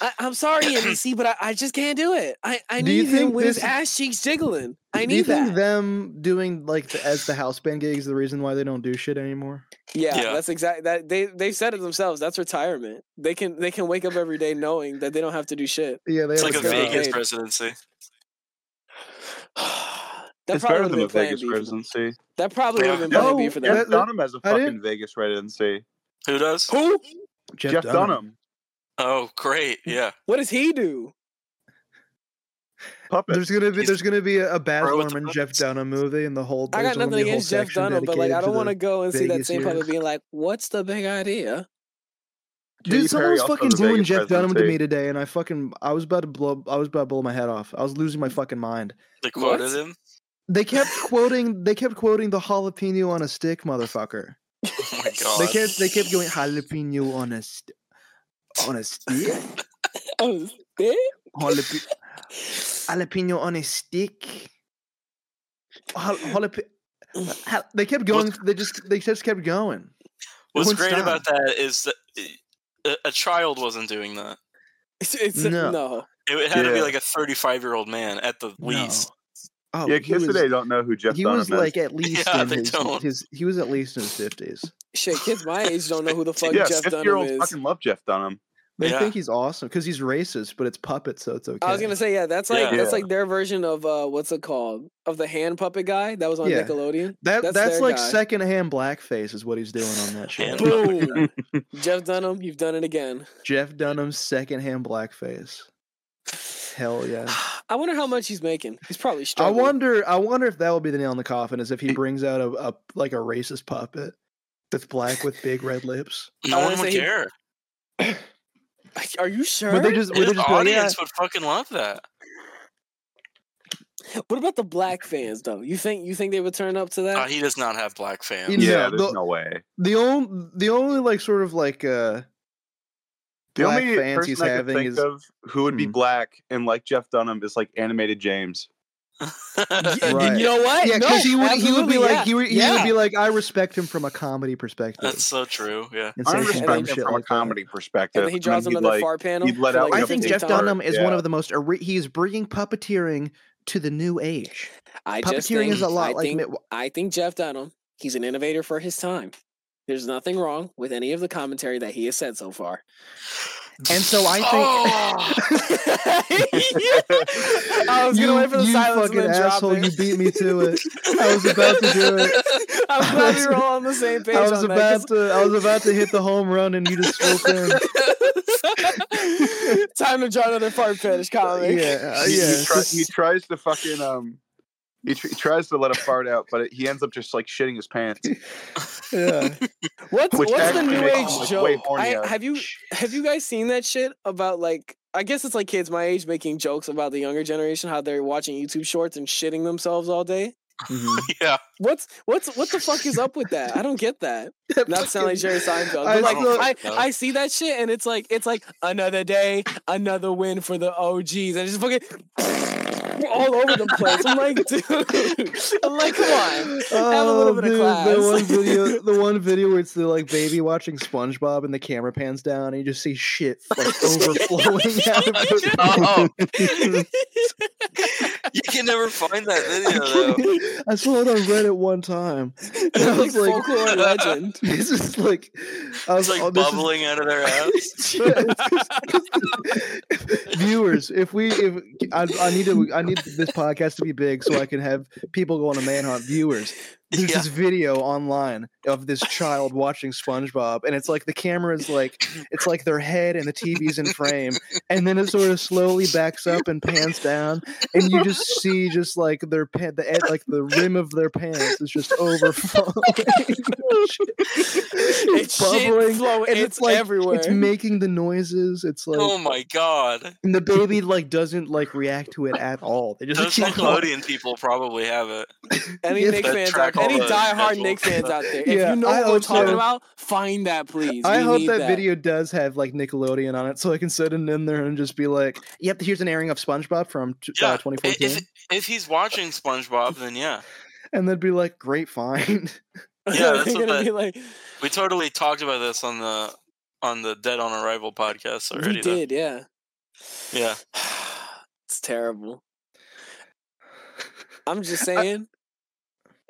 [SPEAKER 4] I, I'm sorry, NBC, but I, I just can't do it. I, I
[SPEAKER 1] Do you
[SPEAKER 4] need him
[SPEAKER 1] think
[SPEAKER 4] with his
[SPEAKER 1] this-
[SPEAKER 4] ass cheeks jiggling. I
[SPEAKER 1] do you
[SPEAKER 4] need
[SPEAKER 1] think
[SPEAKER 4] that.
[SPEAKER 1] them doing like the, as the house band gigs the reason why they don't do shit anymore?
[SPEAKER 4] Yeah,
[SPEAKER 3] Yeah.
[SPEAKER 4] that's exactly that. They they said it themselves. That's retirement. They can they can wake up every day knowing that they don't have to
[SPEAKER 2] <sighs>
[SPEAKER 4] do shit.
[SPEAKER 1] Yeah, they
[SPEAKER 3] It's
[SPEAKER 1] have
[SPEAKER 3] like a
[SPEAKER 1] job.
[SPEAKER 3] Vegas
[SPEAKER 4] Hey.
[SPEAKER 3] presidency.
[SPEAKER 4] That
[SPEAKER 2] it's
[SPEAKER 4] probably
[SPEAKER 2] better
[SPEAKER 4] would
[SPEAKER 2] than
[SPEAKER 4] have
[SPEAKER 2] the
[SPEAKER 4] been plan
[SPEAKER 2] Vegas
[SPEAKER 4] B. for them.
[SPEAKER 2] presidency.
[SPEAKER 4] That probably would have been
[SPEAKER 3] Yeah.
[SPEAKER 4] plan B
[SPEAKER 1] Oh,
[SPEAKER 4] for them.
[SPEAKER 2] Jeff
[SPEAKER 1] that-
[SPEAKER 2] Dunham has a
[SPEAKER 1] I didn't-
[SPEAKER 2] fucking Vegas presidency.
[SPEAKER 3] Who does?
[SPEAKER 4] Who?
[SPEAKER 2] Jeff, Dunham.
[SPEAKER 3] Oh, great. Yeah.
[SPEAKER 4] What does he do?
[SPEAKER 2] Puppet.
[SPEAKER 1] There's gonna be
[SPEAKER 3] He's
[SPEAKER 1] there's gonna be a, a Baz
[SPEAKER 3] pro with the
[SPEAKER 1] Luhrmann Jeff
[SPEAKER 3] puppets.
[SPEAKER 1] Dunham movie and the whole.
[SPEAKER 4] I
[SPEAKER 1] there's
[SPEAKER 4] got
[SPEAKER 1] gonna
[SPEAKER 4] nothing
[SPEAKER 1] be a whole
[SPEAKER 4] against Jeff
[SPEAKER 1] section
[SPEAKER 4] Dunham, but like
[SPEAKER 1] dedicated
[SPEAKER 4] I don't
[SPEAKER 1] the
[SPEAKER 4] want to go and see that
[SPEAKER 1] Vegas
[SPEAKER 4] same
[SPEAKER 1] years.
[SPEAKER 4] puppet being like, "What's the big idea?"
[SPEAKER 2] Katy
[SPEAKER 1] Dude, someone
[SPEAKER 2] Perry
[SPEAKER 1] was
[SPEAKER 2] also
[SPEAKER 1] fucking
[SPEAKER 2] has a
[SPEAKER 1] doing
[SPEAKER 2] Vegas
[SPEAKER 1] Jeff Dunham to
[SPEAKER 2] presidency.
[SPEAKER 1] me today, and I fucking I was about to blow I was about to blow my head off. I was losing my fucking mind.
[SPEAKER 3] They quoted
[SPEAKER 4] What?
[SPEAKER 3] him.
[SPEAKER 1] They <laughs> kept quoting they kept quoting the jalapeno on a stick, motherfucker.
[SPEAKER 3] Oh my god.
[SPEAKER 1] They kept they kept going jalapeno on a st- on a stick.
[SPEAKER 4] Oh, <laughs> yeah?
[SPEAKER 1] Jalape- jalapeno on a stick. Jal- <sighs> jalap- jal- they kept going. They just they just kept going.
[SPEAKER 3] What's
[SPEAKER 1] wouldn't
[SPEAKER 3] great
[SPEAKER 1] stop.
[SPEAKER 3] about that is that a, a child wasn't doing that.
[SPEAKER 4] It's, it's
[SPEAKER 1] No.
[SPEAKER 4] no.
[SPEAKER 3] It had to be
[SPEAKER 2] Yeah.
[SPEAKER 3] like a 35 year old man at the least.
[SPEAKER 1] No. Oh,
[SPEAKER 2] yeah,
[SPEAKER 1] he
[SPEAKER 2] kids
[SPEAKER 1] was,
[SPEAKER 2] today don't know who Jeff
[SPEAKER 1] he
[SPEAKER 2] Dunham
[SPEAKER 1] was
[SPEAKER 2] is.
[SPEAKER 1] like at least
[SPEAKER 3] <laughs> Yeah,
[SPEAKER 1] in
[SPEAKER 3] they
[SPEAKER 1] his,
[SPEAKER 3] don't.
[SPEAKER 1] his he was at least in his fifties.
[SPEAKER 4] Shit, kids my age don't know who the fuck
[SPEAKER 2] yeah,
[SPEAKER 4] Oh, Jeff Dunham
[SPEAKER 2] fifty-year-olds
[SPEAKER 4] is.
[SPEAKER 2] fucking love Jeff Dunham.
[SPEAKER 1] They
[SPEAKER 3] Yeah.
[SPEAKER 1] think he's awesome because he's racist, but it's puppets, so it's okay.
[SPEAKER 4] I was gonna say, yeah, that's like
[SPEAKER 1] Yeah.
[SPEAKER 4] that's
[SPEAKER 1] Yeah.
[SPEAKER 4] like their version of uh, what's it called of the hand puppet guy that was on
[SPEAKER 1] Yeah.
[SPEAKER 4] Nickelodeon.
[SPEAKER 1] that that's,
[SPEAKER 4] their
[SPEAKER 1] like
[SPEAKER 4] guy.
[SPEAKER 1] secondhand blackface is what he's doing on that show.
[SPEAKER 4] Boom. Jeff Dunham, you've done it again.
[SPEAKER 1] Jeff Dunham's secondhand blackface. Hell
[SPEAKER 3] <sighs>
[SPEAKER 1] yeah.
[SPEAKER 4] <sighs> I wonder how much he's making. He's probably
[SPEAKER 1] I
[SPEAKER 4] struggling.
[SPEAKER 1] wonder. I wonder if that will be the nail in the coffin. Is if he brings out a, a like a racist puppet that's black with big red lips.
[SPEAKER 3] No
[SPEAKER 4] I
[SPEAKER 3] one
[SPEAKER 4] would
[SPEAKER 3] would
[SPEAKER 4] say-
[SPEAKER 3] care.
[SPEAKER 4] Are you sure?
[SPEAKER 1] Would they just- would they
[SPEAKER 3] His
[SPEAKER 1] just be like,
[SPEAKER 3] audience
[SPEAKER 1] yeah.
[SPEAKER 3] would fucking love that.
[SPEAKER 4] <laughs> What about the black fans though? You think you think they would turn up to that?
[SPEAKER 3] Uh, he <laughs> does not have black fans.
[SPEAKER 1] Yeah,
[SPEAKER 2] there's
[SPEAKER 1] the-
[SPEAKER 2] no way.
[SPEAKER 1] The only the only like sort of like uh
[SPEAKER 2] The
[SPEAKER 1] black
[SPEAKER 2] only
[SPEAKER 1] fans
[SPEAKER 2] person
[SPEAKER 1] he's
[SPEAKER 2] I could
[SPEAKER 1] having
[SPEAKER 2] think
[SPEAKER 1] is
[SPEAKER 2] of who would be black and like Jeff Dunham is like animated James.
[SPEAKER 3] <laughs>
[SPEAKER 4] Y-
[SPEAKER 1] Right.
[SPEAKER 4] You know <laughs> what?
[SPEAKER 1] yeah, because he would he would
[SPEAKER 4] absolutely,
[SPEAKER 1] be like
[SPEAKER 4] yeah,
[SPEAKER 1] he would he
[SPEAKER 4] yeah.
[SPEAKER 1] would be like I respect him from a comedy perspective.
[SPEAKER 3] That's so true. Yeah.
[SPEAKER 1] And
[SPEAKER 2] I
[SPEAKER 1] say some dumb
[SPEAKER 2] respect him
[SPEAKER 1] shit
[SPEAKER 2] from a
[SPEAKER 1] like that.
[SPEAKER 2] comedy perspective.
[SPEAKER 4] And then he draws
[SPEAKER 2] he'd,
[SPEAKER 4] another fart panel
[SPEAKER 2] He'd let
[SPEAKER 4] for,
[SPEAKER 2] out
[SPEAKER 4] like,
[SPEAKER 1] I
[SPEAKER 2] your
[SPEAKER 1] think
[SPEAKER 4] Jeffrey
[SPEAKER 1] Jeff
[SPEAKER 4] Dahmer.
[SPEAKER 1] Dunham is one
[SPEAKER 2] Yeah.
[SPEAKER 1] of the most. ori- He is bringing puppeteering to the new age.
[SPEAKER 4] I just
[SPEAKER 1] Puppeteering
[SPEAKER 4] think,
[SPEAKER 1] is a lot
[SPEAKER 4] I
[SPEAKER 1] like
[SPEAKER 4] think,
[SPEAKER 1] Mitt Wa-
[SPEAKER 4] I think Jeff Dunham, he's an innovator for his time. There's nothing wrong with any of the commentary that he has said so far.
[SPEAKER 1] And so Oh, I think
[SPEAKER 4] <laughs>
[SPEAKER 3] Oh,
[SPEAKER 1] <laughs>
[SPEAKER 4] Oh, I was gonna wait for the
[SPEAKER 1] you
[SPEAKER 4] silence and
[SPEAKER 1] fucking
[SPEAKER 4] then drop
[SPEAKER 1] asshole,
[SPEAKER 4] it.
[SPEAKER 1] you beat me to
[SPEAKER 4] <laughs>
[SPEAKER 1] it. I was about to do it.
[SPEAKER 4] I'm glad we were all on the same page.
[SPEAKER 1] I was
[SPEAKER 4] on that,
[SPEAKER 1] about to I was about to hit the home run and you just swooped
[SPEAKER 4] <laughs>
[SPEAKER 1] in.
[SPEAKER 4] 'cause- <laughs> Time to draw another fart fetish comic.
[SPEAKER 1] Yeah, uh,
[SPEAKER 2] He, he
[SPEAKER 1] yeah.
[SPEAKER 2] try-
[SPEAKER 1] just-
[SPEAKER 2] he tries to fucking um. He, tr- he tries to let a fart out, but he ends up just like shitting his pants.
[SPEAKER 1] yeah.
[SPEAKER 4] What's
[SPEAKER 2] Which
[SPEAKER 4] what's the
[SPEAKER 2] actually
[SPEAKER 4] new
[SPEAKER 2] makes
[SPEAKER 4] age
[SPEAKER 2] him, like, way
[SPEAKER 4] joke? I,
[SPEAKER 2] hornier.
[SPEAKER 4] have you have you guys seen that shit about like I guess it's like kids my age making jokes about the younger generation how they're watching YouTube shorts and shitting themselves all day.
[SPEAKER 2] <laughs>
[SPEAKER 1] Mhm.
[SPEAKER 3] Yeah.
[SPEAKER 4] What's what's what the fuck is up with that? I don't get that. <laughs> <laughs> Not to sound like Jerry Seinfeld,
[SPEAKER 1] I
[SPEAKER 4] but like
[SPEAKER 1] still-
[SPEAKER 4] I,
[SPEAKER 3] No.
[SPEAKER 4] I see that shit and it's like it's like another day, another win for the OGs, and it's just fucking <laughs> all over the place. I'm like, dude, <laughs> I'm like, come on, have a little
[SPEAKER 1] Oh,
[SPEAKER 4] bit
[SPEAKER 1] dude,
[SPEAKER 4] of class.
[SPEAKER 1] The one
[SPEAKER 4] <laughs>
[SPEAKER 1] video, <laughs> the one video where it's the like baby watching SpongeBob and the camera pans down and you just see
[SPEAKER 4] <laughs>
[SPEAKER 1] shit like overflowing out of it.
[SPEAKER 3] Oh, you can never find that video though.
[SPEAKER 1] <laughs> I saw it on Reddit one time. And I
[SPEAKER 4] It's
[SPEAKER 1] was
[SPEAKER 4] like
[SPEAKER 1] like, <laughs>
[SPEAKER 4] folklore legend.
[SPEAKER 1] this is like, I was
[SPEAKER 3] It's like
[SPEAKER 1] oh, this is-
[SPEAKER 3] bubbling out
[SPEAKER 1] <laughs>
[SPEAKER 3] of their ass.
[SPEAKER 1] <laughs> viewers if we if I, I need to i need this podcast to be big so i can have people go on a manhunt viewers there's
[SPEAKER 3] Yeah.
[SPEAKER 1] this video online of this child watching spongebob and it's like the camera is like it's like their head and the tv's in frame and then it sort of slowly backs up and pans down and you just see just like their pant the ed- like the rim of their pants is just overflowing <laughs>
[SPEAKER 4] It's shit flowing-
[SPEAKER 1] and
[SPEAKER 4] it's
[SPEAKER 1] it's
[SPEAKER 4] everywhere.
[SPEAKER 1] making the noises it's like
[SPEAKER 3] oh my
[SPEAKER 1] <laughs>
[SPEAKER 3] god.
[SPEAKER 1] and the baby like doesn't like react to it at all. They just
[SPEAKER 3] Those
[SPEAKER 1] keep going.
[SPEAKER 3] Nickelodeon people probably have it.
[SPEAKER 1] <laughs>
[SPEAKER 4] Any
[SPEAKER 1] Yeah.
[SPEAKER 4] Nick
[SPEAKER 3] That
[SPEAKER 4] fans
[SPEAKER 3] track
[SPEAKER 4] out, any
[SPEAKER 3] all the
[SPEAKER 4] diehard
[SPEAKER 3] schedules.
[SPEAKER 4] Nick fans out there, if
[SPEAKER 1] Yeah,
[SPEAKER 4] you know
[SPEAKER 1] I
[SPEAKER 4] what we're
[SPEAKER 1] hope
[SPEAKER 4] talking
[SPEAKER 1] so.
[SPEAKER 4] about, find that please.
[SPEAKER 1] I
[SPEAKER 4] We
[SPEAKER 1] hope
[SPEAKER 4] need
[SPEAKER 1] that, video does have like Nickelodeon on it, so I can sit in, in there and just be like, "Yep, here's an airing of SpongeBob from t-
[SPEAKER 3] Yeah.
[SPEAKER 1] uh,
[SPEAKER 3] i-
[SPEAKER 1] 2014,"
[SPEAKER 3] If if he's watching SpongeBob, then yeah.
[SPEAKER 1] and they'd be like, "Great
[SPEAKER 4] <laughs>
[SPEAKER 1] find."
[SPEAKER 3] Yeah, that's
[SPEAKER 4] They're
[SPEAKER 3] what
[SPEAKER 4] gonna
[SPEAKER 3] that-
[SPEAKER 4] be like,
[SPEAKER 3] We totally talked about this on the on the Dead on Arrival podcast already.
[SPEAKER 4] we
[SPEAKER 3] though.
[SPEAKER 4] did, yeah.
[SPEAKER 3] Yeah.
[SPEAKER 4] It's terrible. I'm just saying,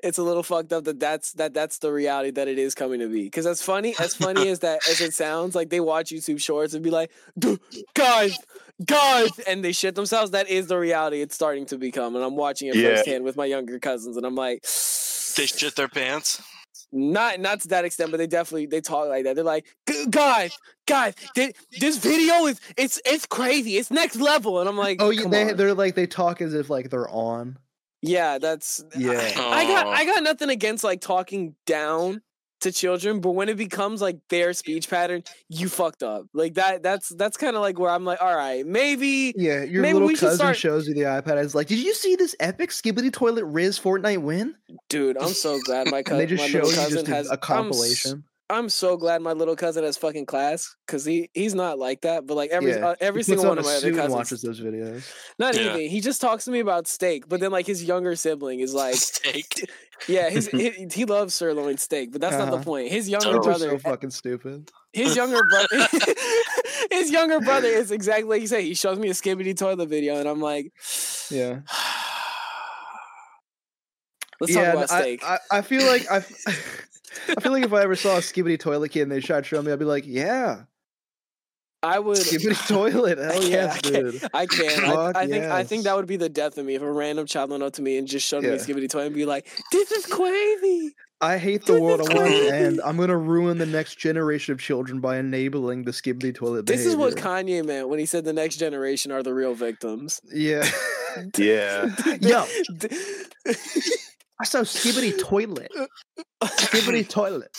[SPEAKER 4] it's a little fucked up that that's that that's the reality that it is coming to be. Because as funny as funny as that as it sounds, like they watch YouTube Shorts and be like, "Duh, guys, guys, and they shit themselves. That is the reality it's starting to become, and I'm watching it
[SPEAKER 2] Yeah.
[SPEAKER 4] firsthand with my younger cousins, and I'm like,
[SPEAKER 3] They shit their pants.
[SPEAKER 4] not not to that extent, but they definitely they talk like that. They're like, "Gu- guys, guys, thi- this video is it's it's crazy. It's next level. And I'm like,
[SPEAKER 1] Oh, yeah,
[SPEAKER 4] "Come
[SPEAKER 1] they,
[SPEAKER 4] on."
[SPEAKER 1] they're like they talk as if like they're on.
[SPEAKER 4] yeah, that's
[SPEAKER 1] Yeah,
[SPEAKER 4] I got
[SPEAKER 3] Oh.
[SPEAKER 4] I got nothing against like talking down to children, but when it becomes like their speech pattern, you fucked up. Like that that's that's kind of like where I'm like, all right,
[SPEAKER 1] <laughs>
[SPEAKER 4] maybe
[SPEAKER 1] yeah. Your
[SPEAKER 4] Maybe
[SPEAKER 1] little
[SPEAKER 4] we should
[SPEAKER 1] cousin
[SPEAKER 4] start-
[SPEAKER 1] shows you the iPad. It's like, "Did you see this epic Skibbity Toilet Riz Fortnite win?"
[SPEAKER 4] dude, I'm so glad my
[SPEAKER 1] And they
[SPEAKER 4] cousin
[SPEAKER 1] just
[SPEAKER 4] my
[SPEAKER 1] show
[SPEAKER 4] little
[SPEAKER 1] you
[SPEAKER 4] cousin
[SPEAKER 1] just a-
[SPEAKER 4] has
[SPEAKER 1] a
[SPEAKER 4] I'm
[SPEAKER 1] compilation.
[SPEAKER 4] I'm so glad my little cousin has fucking class because he he's not like that. But like every
[SPEAKER 1] yeah,
[SPEAKER 4] uh, every
[SPEAKER 1] he
[SPEAKER 4] single
[SPEAKER 1] puts on
[SPEAKER 4] one of
[SPEAKER 1] a
[SPEAKER 4] my other
[SPEAKER 1] suit and
[SPEAKER 4] cousins,
[SPEAKER 1] watches those videos.
[SPEAKER 4] not
[SPEAKER 3] Yeah.
[SPEAKER 4] even he just talks to me about steak. But then like his younger sibling is
[SPEAKER 3] <laughs>
[SPEAKER 4] like,
[SPEAKER 3] Steak.
[SPEAKER 4] <laughs>
[SPEAKER 3] <laughs>
[SPEAKER 4] yeah, his he, he loves sirloin steak, but that's not
[SPEAKER 1] Uh-huh.
[SPEAKER 4] the point. His younger
[SPEAKER 1] Kids
[SPEAKER 3] Totally.
[SPEAKER 1] are
[SPEAKER 4] brother, eh,
[SPEAKER 1] so fucking stupid.
[SPEAKER 4] his younger brother, <laughs> his younger brother is exactly like you say. He shows me a skibbity toilet video, and I'm like, <sighs>
[SPEAKER 1] Yeah.
[SPEAKER 4] let's talk about
[SPEAKER 1] I-
[SPEAKER 4] steak.
[SPEAKER 1] I, I, feel like I,
[SPEAKER 4] <laughs>
[SPEAKER 1] <laughs> f- I feel like if I ever saw a skibbity toilet kid and they tried to show me, I'd be like, yeah,
[SPEAKER 4] <laughs> I would
[SPEAKER 1] Give it a toilet. Hell yes,
[SPEAKER 4] I can't.
[SPEAKER 1] dude.
[SPEAKER 4] I, can't. I,
[SPEAKER 1] Fuck
[SPEAKER 4] I think I think
[SPEAKER 1] yes.
[SPEAKER 4] that would be the death of me if a random child went up to me and just showed me
[SPEAKER 1] Yeah.
[SPEAKER 4] a skibbity toy and be like, "This is crazy."
[SPEAKER 1] I hate the world. I want to end. I'm gonna ruin the next generation of children by enabling the skibbity toilet.
[SPEAKER 4] This is what
[SPEAKER 1] behavior.
[SPEAKER 4] Kanye meant when he said the next generation are the real victims.
[SPEAKER 1] Yeah.
[SPEAKER 2] <laughs> Yeah.
[SPEAKER 4] <laughs>
[SPEAKER 1] Yo. I saw skibbity toilet. <laughs> Skibbity toilet.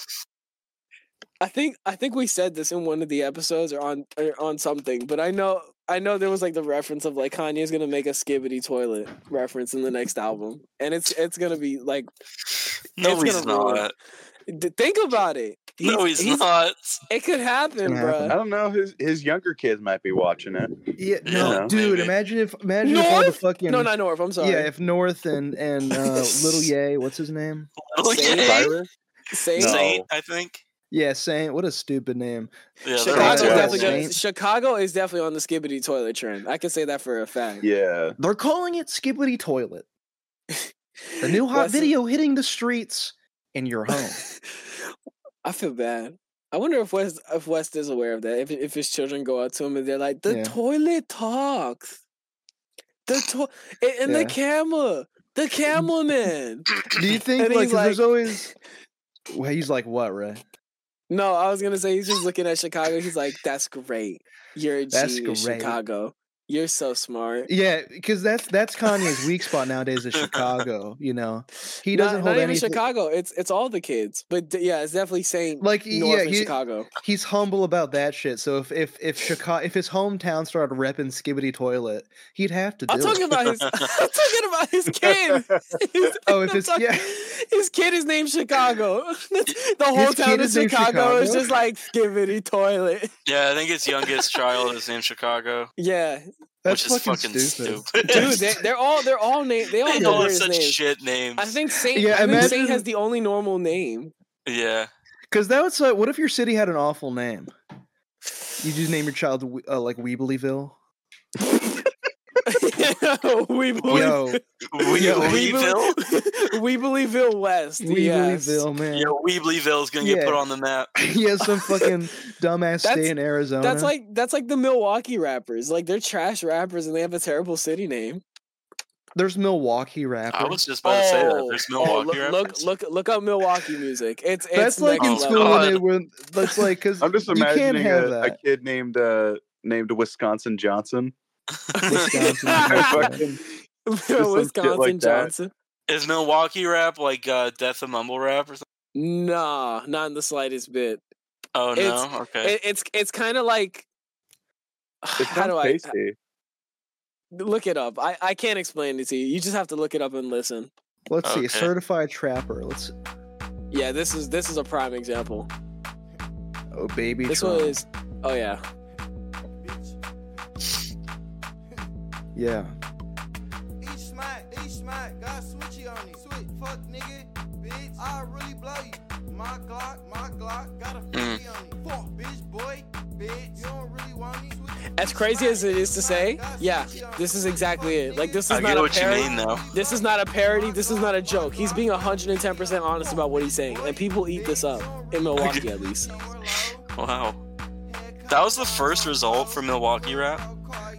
[SPEAKER 4] I think I think we said this in one of the episodes or on or on something, but I know I know there was like the reference of like Kanye's gonna make a skibbity toilet reference in the next album, and it's it's gonna be like
[SPEAKER 3] No,
[SPEAKER 4] it's
[SPEAKER 3] he's
[SPEAKER 4] gonna ruin-
[SPEAKER 3] not.
[SPEAKER 4] D- Think about it.
[SPEAKER 3] No, he's, not.
[SPEAKER 4] It could happen,
[SPEAKER 2] I
[SPEAKER 4] bro.
[SPEAKER 2] don't know. His his younger kids might be watching it.
[SPEAKER 1] Yeah, no,
[SPEAKER 2] Yeah.
[SPEAKER 1] dude. Imagine if imagine if all the fucking
[SPEAKER 4] No, not North. I'm sorry.
[SPEAKER 1] yeah, if North and and uh,
[SPEAKER 4] <laughs>
[SPEAKER 1] Little Yay, what's his name?
[SPEAKER 3] Little
[SPEAKER 4] Saint-
[SPEAKER 3] Yay?
[SPEAKER 4] Saint-
[SPEAKER 2] No.
[SPEAKER 3] Saint, I think.
[SPEAKER 1] Yeah, Saint. What a stupid name.
[SPEAKER 3] Yeah,
[SPEAKER 1] Chicago
[SPEAKER 3] they're
[SPEAKER 4] Chicago's
[SPEAKER 2] right.
[SPEAKER 4] definitely gonna-
[SPEAKER 1] Saint.
[SPEAKER 4] Chicago is definitely on the skibbity toilet trend. I can say that for a fact.
[SPEAKER 2] Yeah.
[SPEAKER 1] They're calling it Skibbity Toilet. The new hot
[SPEAKER 4] Wes-
[SPEAKER 1] video hitting the streets in your home.
[SPEAKER 4] <laughs> I feel bad. I wonder if West if West is aware of that. If if his children go out to him and they're like, the
[SPEAKER 1] Yeah.
[SPEAKER 4] toilet talks, the to- and, and
[SPEAKER 1] Yeah.
[SPEAKER 4] the camera, the
[SPEAKER 1] <laughs>
[SPEAKER 4] cameraman.
[SPEAKER 1] <laughs> Do you think
[SPEAKER 4] And
[SPEAKER 1] like,
[SPEAKER 4] he's
[SPEAKER 1] 'cause there's
[SPEAKER 4] like-
[SPEAKER 1] always? Well, he's like what, Ray?
[SPEAKER 4] No, I was gonna say he's just looking at Chicago. He's like, that's great. You're a
[SPEAKER 1] That's
[SPEAKER 4] genius,
[SPEAKER 1] great.
[SPEAKER 4] Chicago. You're so smart.
[SPEAKER 1] Yeah, because that's that's Kanye's weak spot nowadays is Chicago. You know, he
[SPEAKER 4] Not-
[SPEAKER 1] doesn't
[SPEAKER 4] not,
[SPEAKER 1] hold
[SPEAKER 4] even
[SPEAKER 1] anything.
[SPEAKER 4] Chicago. It's it's all the kids, but d- yeah, it's definitely saying
[SPEAKER 1] Like,
[SPEAKER 4] like
[SPEAKER 1] y-
[SPEAKER 4] North
[SPEAKER 1] yeah,
[SPEAKER 4] and
[SPEAKER 1] he-
[SPEAKER 4] Chicago.
[SPEAKER 1] He's humble about that shit. So if if if Chicago if his hometown started repping Skibbity Toilet, he'd have to. Do
[SPEAKER 4] I'm talking
[SPEAKER 1] it.
[SPEAKER 4] about his. I'm talking about his
[SPEAKER 3] <laughs>
[SPEAKER 4] kid. His,
[SPEAKER 1] Oh, if
[SPEAKER 4] I'm
[SPEAKER 1] it's-
[SPEAKER 4] talking-
[SPEAKER 1] yeah.
[SPEAKER 4] his kid is named Chicago. <laughs> the whole
[SPEAKER 1] His kid
[SPEAKER 4] town of
[SPEAKER 1] is named
[SPEAKER 4] Chicago, is
[SPEAKER 1] Chicago?
[SPEAKER 4] just like skibbity toilet.
[SPEAKER 3] Yeah, I think his youngest child is named Chicago,
[SPEAKER 4] Yeah,
[SPEAKER 1] That's
[SPEAKER 3] which is fucking, stupid.
[SPEAKER 4] dude, they, they're all they're all named. They all
[SPEAKER 3] <laughs> they
[SPEAKER 4] know
[SPEAKER 3] all
[SPEAKER 4] weird
[SPEAKER 3] have such
[SPEAKER 4] names.
[SPEAKER 3] shit names.
[SPEAKER 4] I think Saint.
[SPEAKER 1] Yeah,
[SPEAKER 4] I think
[SPEAKER 1] imagine-
[SPEAKER 4] Saint has the only normal name. <laughs>
[SPEAKER 3] yeah.
[SPEAKER 1] Because that would suck. What if your city had an awful name? You just name your child We- uh, like Weeblyville.
[SPEAKER 4] we believe.
[SPEAKER 1] Yo,
[SPEAKER 3] We,
[SPEAKER 1] Yo,
[SPEAKER 4] we
[SPEAKER 3] Weebleville?
[SPEAKER 4] believe. <laughs> we believe Bill West. yes.
[SPEAKER 1] Weeblyville, man.
[SPEAKER 3] Yeah, Weebleyville's gonna
[SPEAKER 1] Yeah.
[SPEAKER 3] get put on the map.
[SPEAKER 1] <laughs> he has some fucking dumbass
[SPEAKER 4] That's-
[SPEAKER 1] stay in Arizona.
[SPEAKER 4] That's like that's like the Milwaukee rappers. Like they're trash rappers and they have a terrible city name.
[SPEAKER 1] there's Milwaukee rappers.
[SPEAKER 3] I was just about to say that.
[SPEAKER 1] Oh,
[SPEAKER 3] There's Milwaukee
[SPEAKER 4] look,
[SPEAKER 3] rappers.
[SPEAKER 4] Look, look, look up Milwaukee music. It's it's
[SPEAKER 1] that's like in
[SPEAKER 4] next
[SPEAKER 3] Oh,
[SPEAKER 1] school
[SPEAKER 4] level.
[SPEAKER 1] when
[SPEAKER 3] God.
[SPEAKER 1] they were. That's like because
[SPEAKER 2] <laughs> I'm just
[SPEAKER 1] you can't
[SPEAKER 2] imagining
[SPEAKER 1] have
[SPEAKER 2] a, a
[SPEAKER 1] that.
[SPEAKER 2] kid named uh named Wisconsin Johnson.
[SPEAKER 3] <laughs>
[SPEAKER 4] <laughs>
[SPEAKER 1] Wisconsin
[SPEAKER 2] Fucking- some shit
[SPEAKER 4] Wisconsin
[SPEAKER 2] like that.
[SPEAKER 4] Johnson.
[SPEAKER 3] Is Milwaukee rap like uh, Death of Mumble Rap or something?
[SPEAKER 4] Nah, not in the slightest bit.
[SPEAKER 3] Oh
[SPEAKER 4] It's-
[SPEAKER 3] no, okay.
[SPEAKER 4] It, it's it's kind of like <sighs>
[SPEAKER 2] It sounds
[SPEAKER 4] how do I uh,
[SPEAKER 2] tasty.
[SPEAKER 4] look it up? I I can't explain it to you. You just have to look it up and listen.
[SPEAKER 1] Let's see,
[SPEAKER 3] Okay.
[SPEAKER 1] certified trapper. Let's.
[SPEAKER 4] Yeah, this is this is a prime example.
[SPEAKER 1] Oh baby,
[SPEAKER 4] This
[SPEAKER 1] Trump.
[SPEAKER 4] was oh yeah.
[SPEAKER 1] yeah.
[SPEAKER 15] Each smack, each smack, got switchy on me. Switch, fuck nigga, bitch. I really blow you. My Glock, my Glock, got
[SPEAKER 4] Mm.
[SPEAKER 15] a 50 on me. Fuck, bitch, boy, bitch. You don't really want me. Switch,
[SPEAKER 4] As crazy as it is to say, yeah, this is exactly it. Like this is
[SPEAKER 3] I
[SPEAKER 4] not
[SPEAKER 3] get
[SPEAKER 4] a
[SPEAKER 3] what you
[SPEAKER 4] parody.
[SPEAKER 3] mean though.
[SPEAKER 4] This is not a parody. This is not a joke. He's being 110% honest about what he's saying, and people eat this up in Milwaukee at least.
[SPEAKER 3] Wow. That was the first result for Milwaukee rap.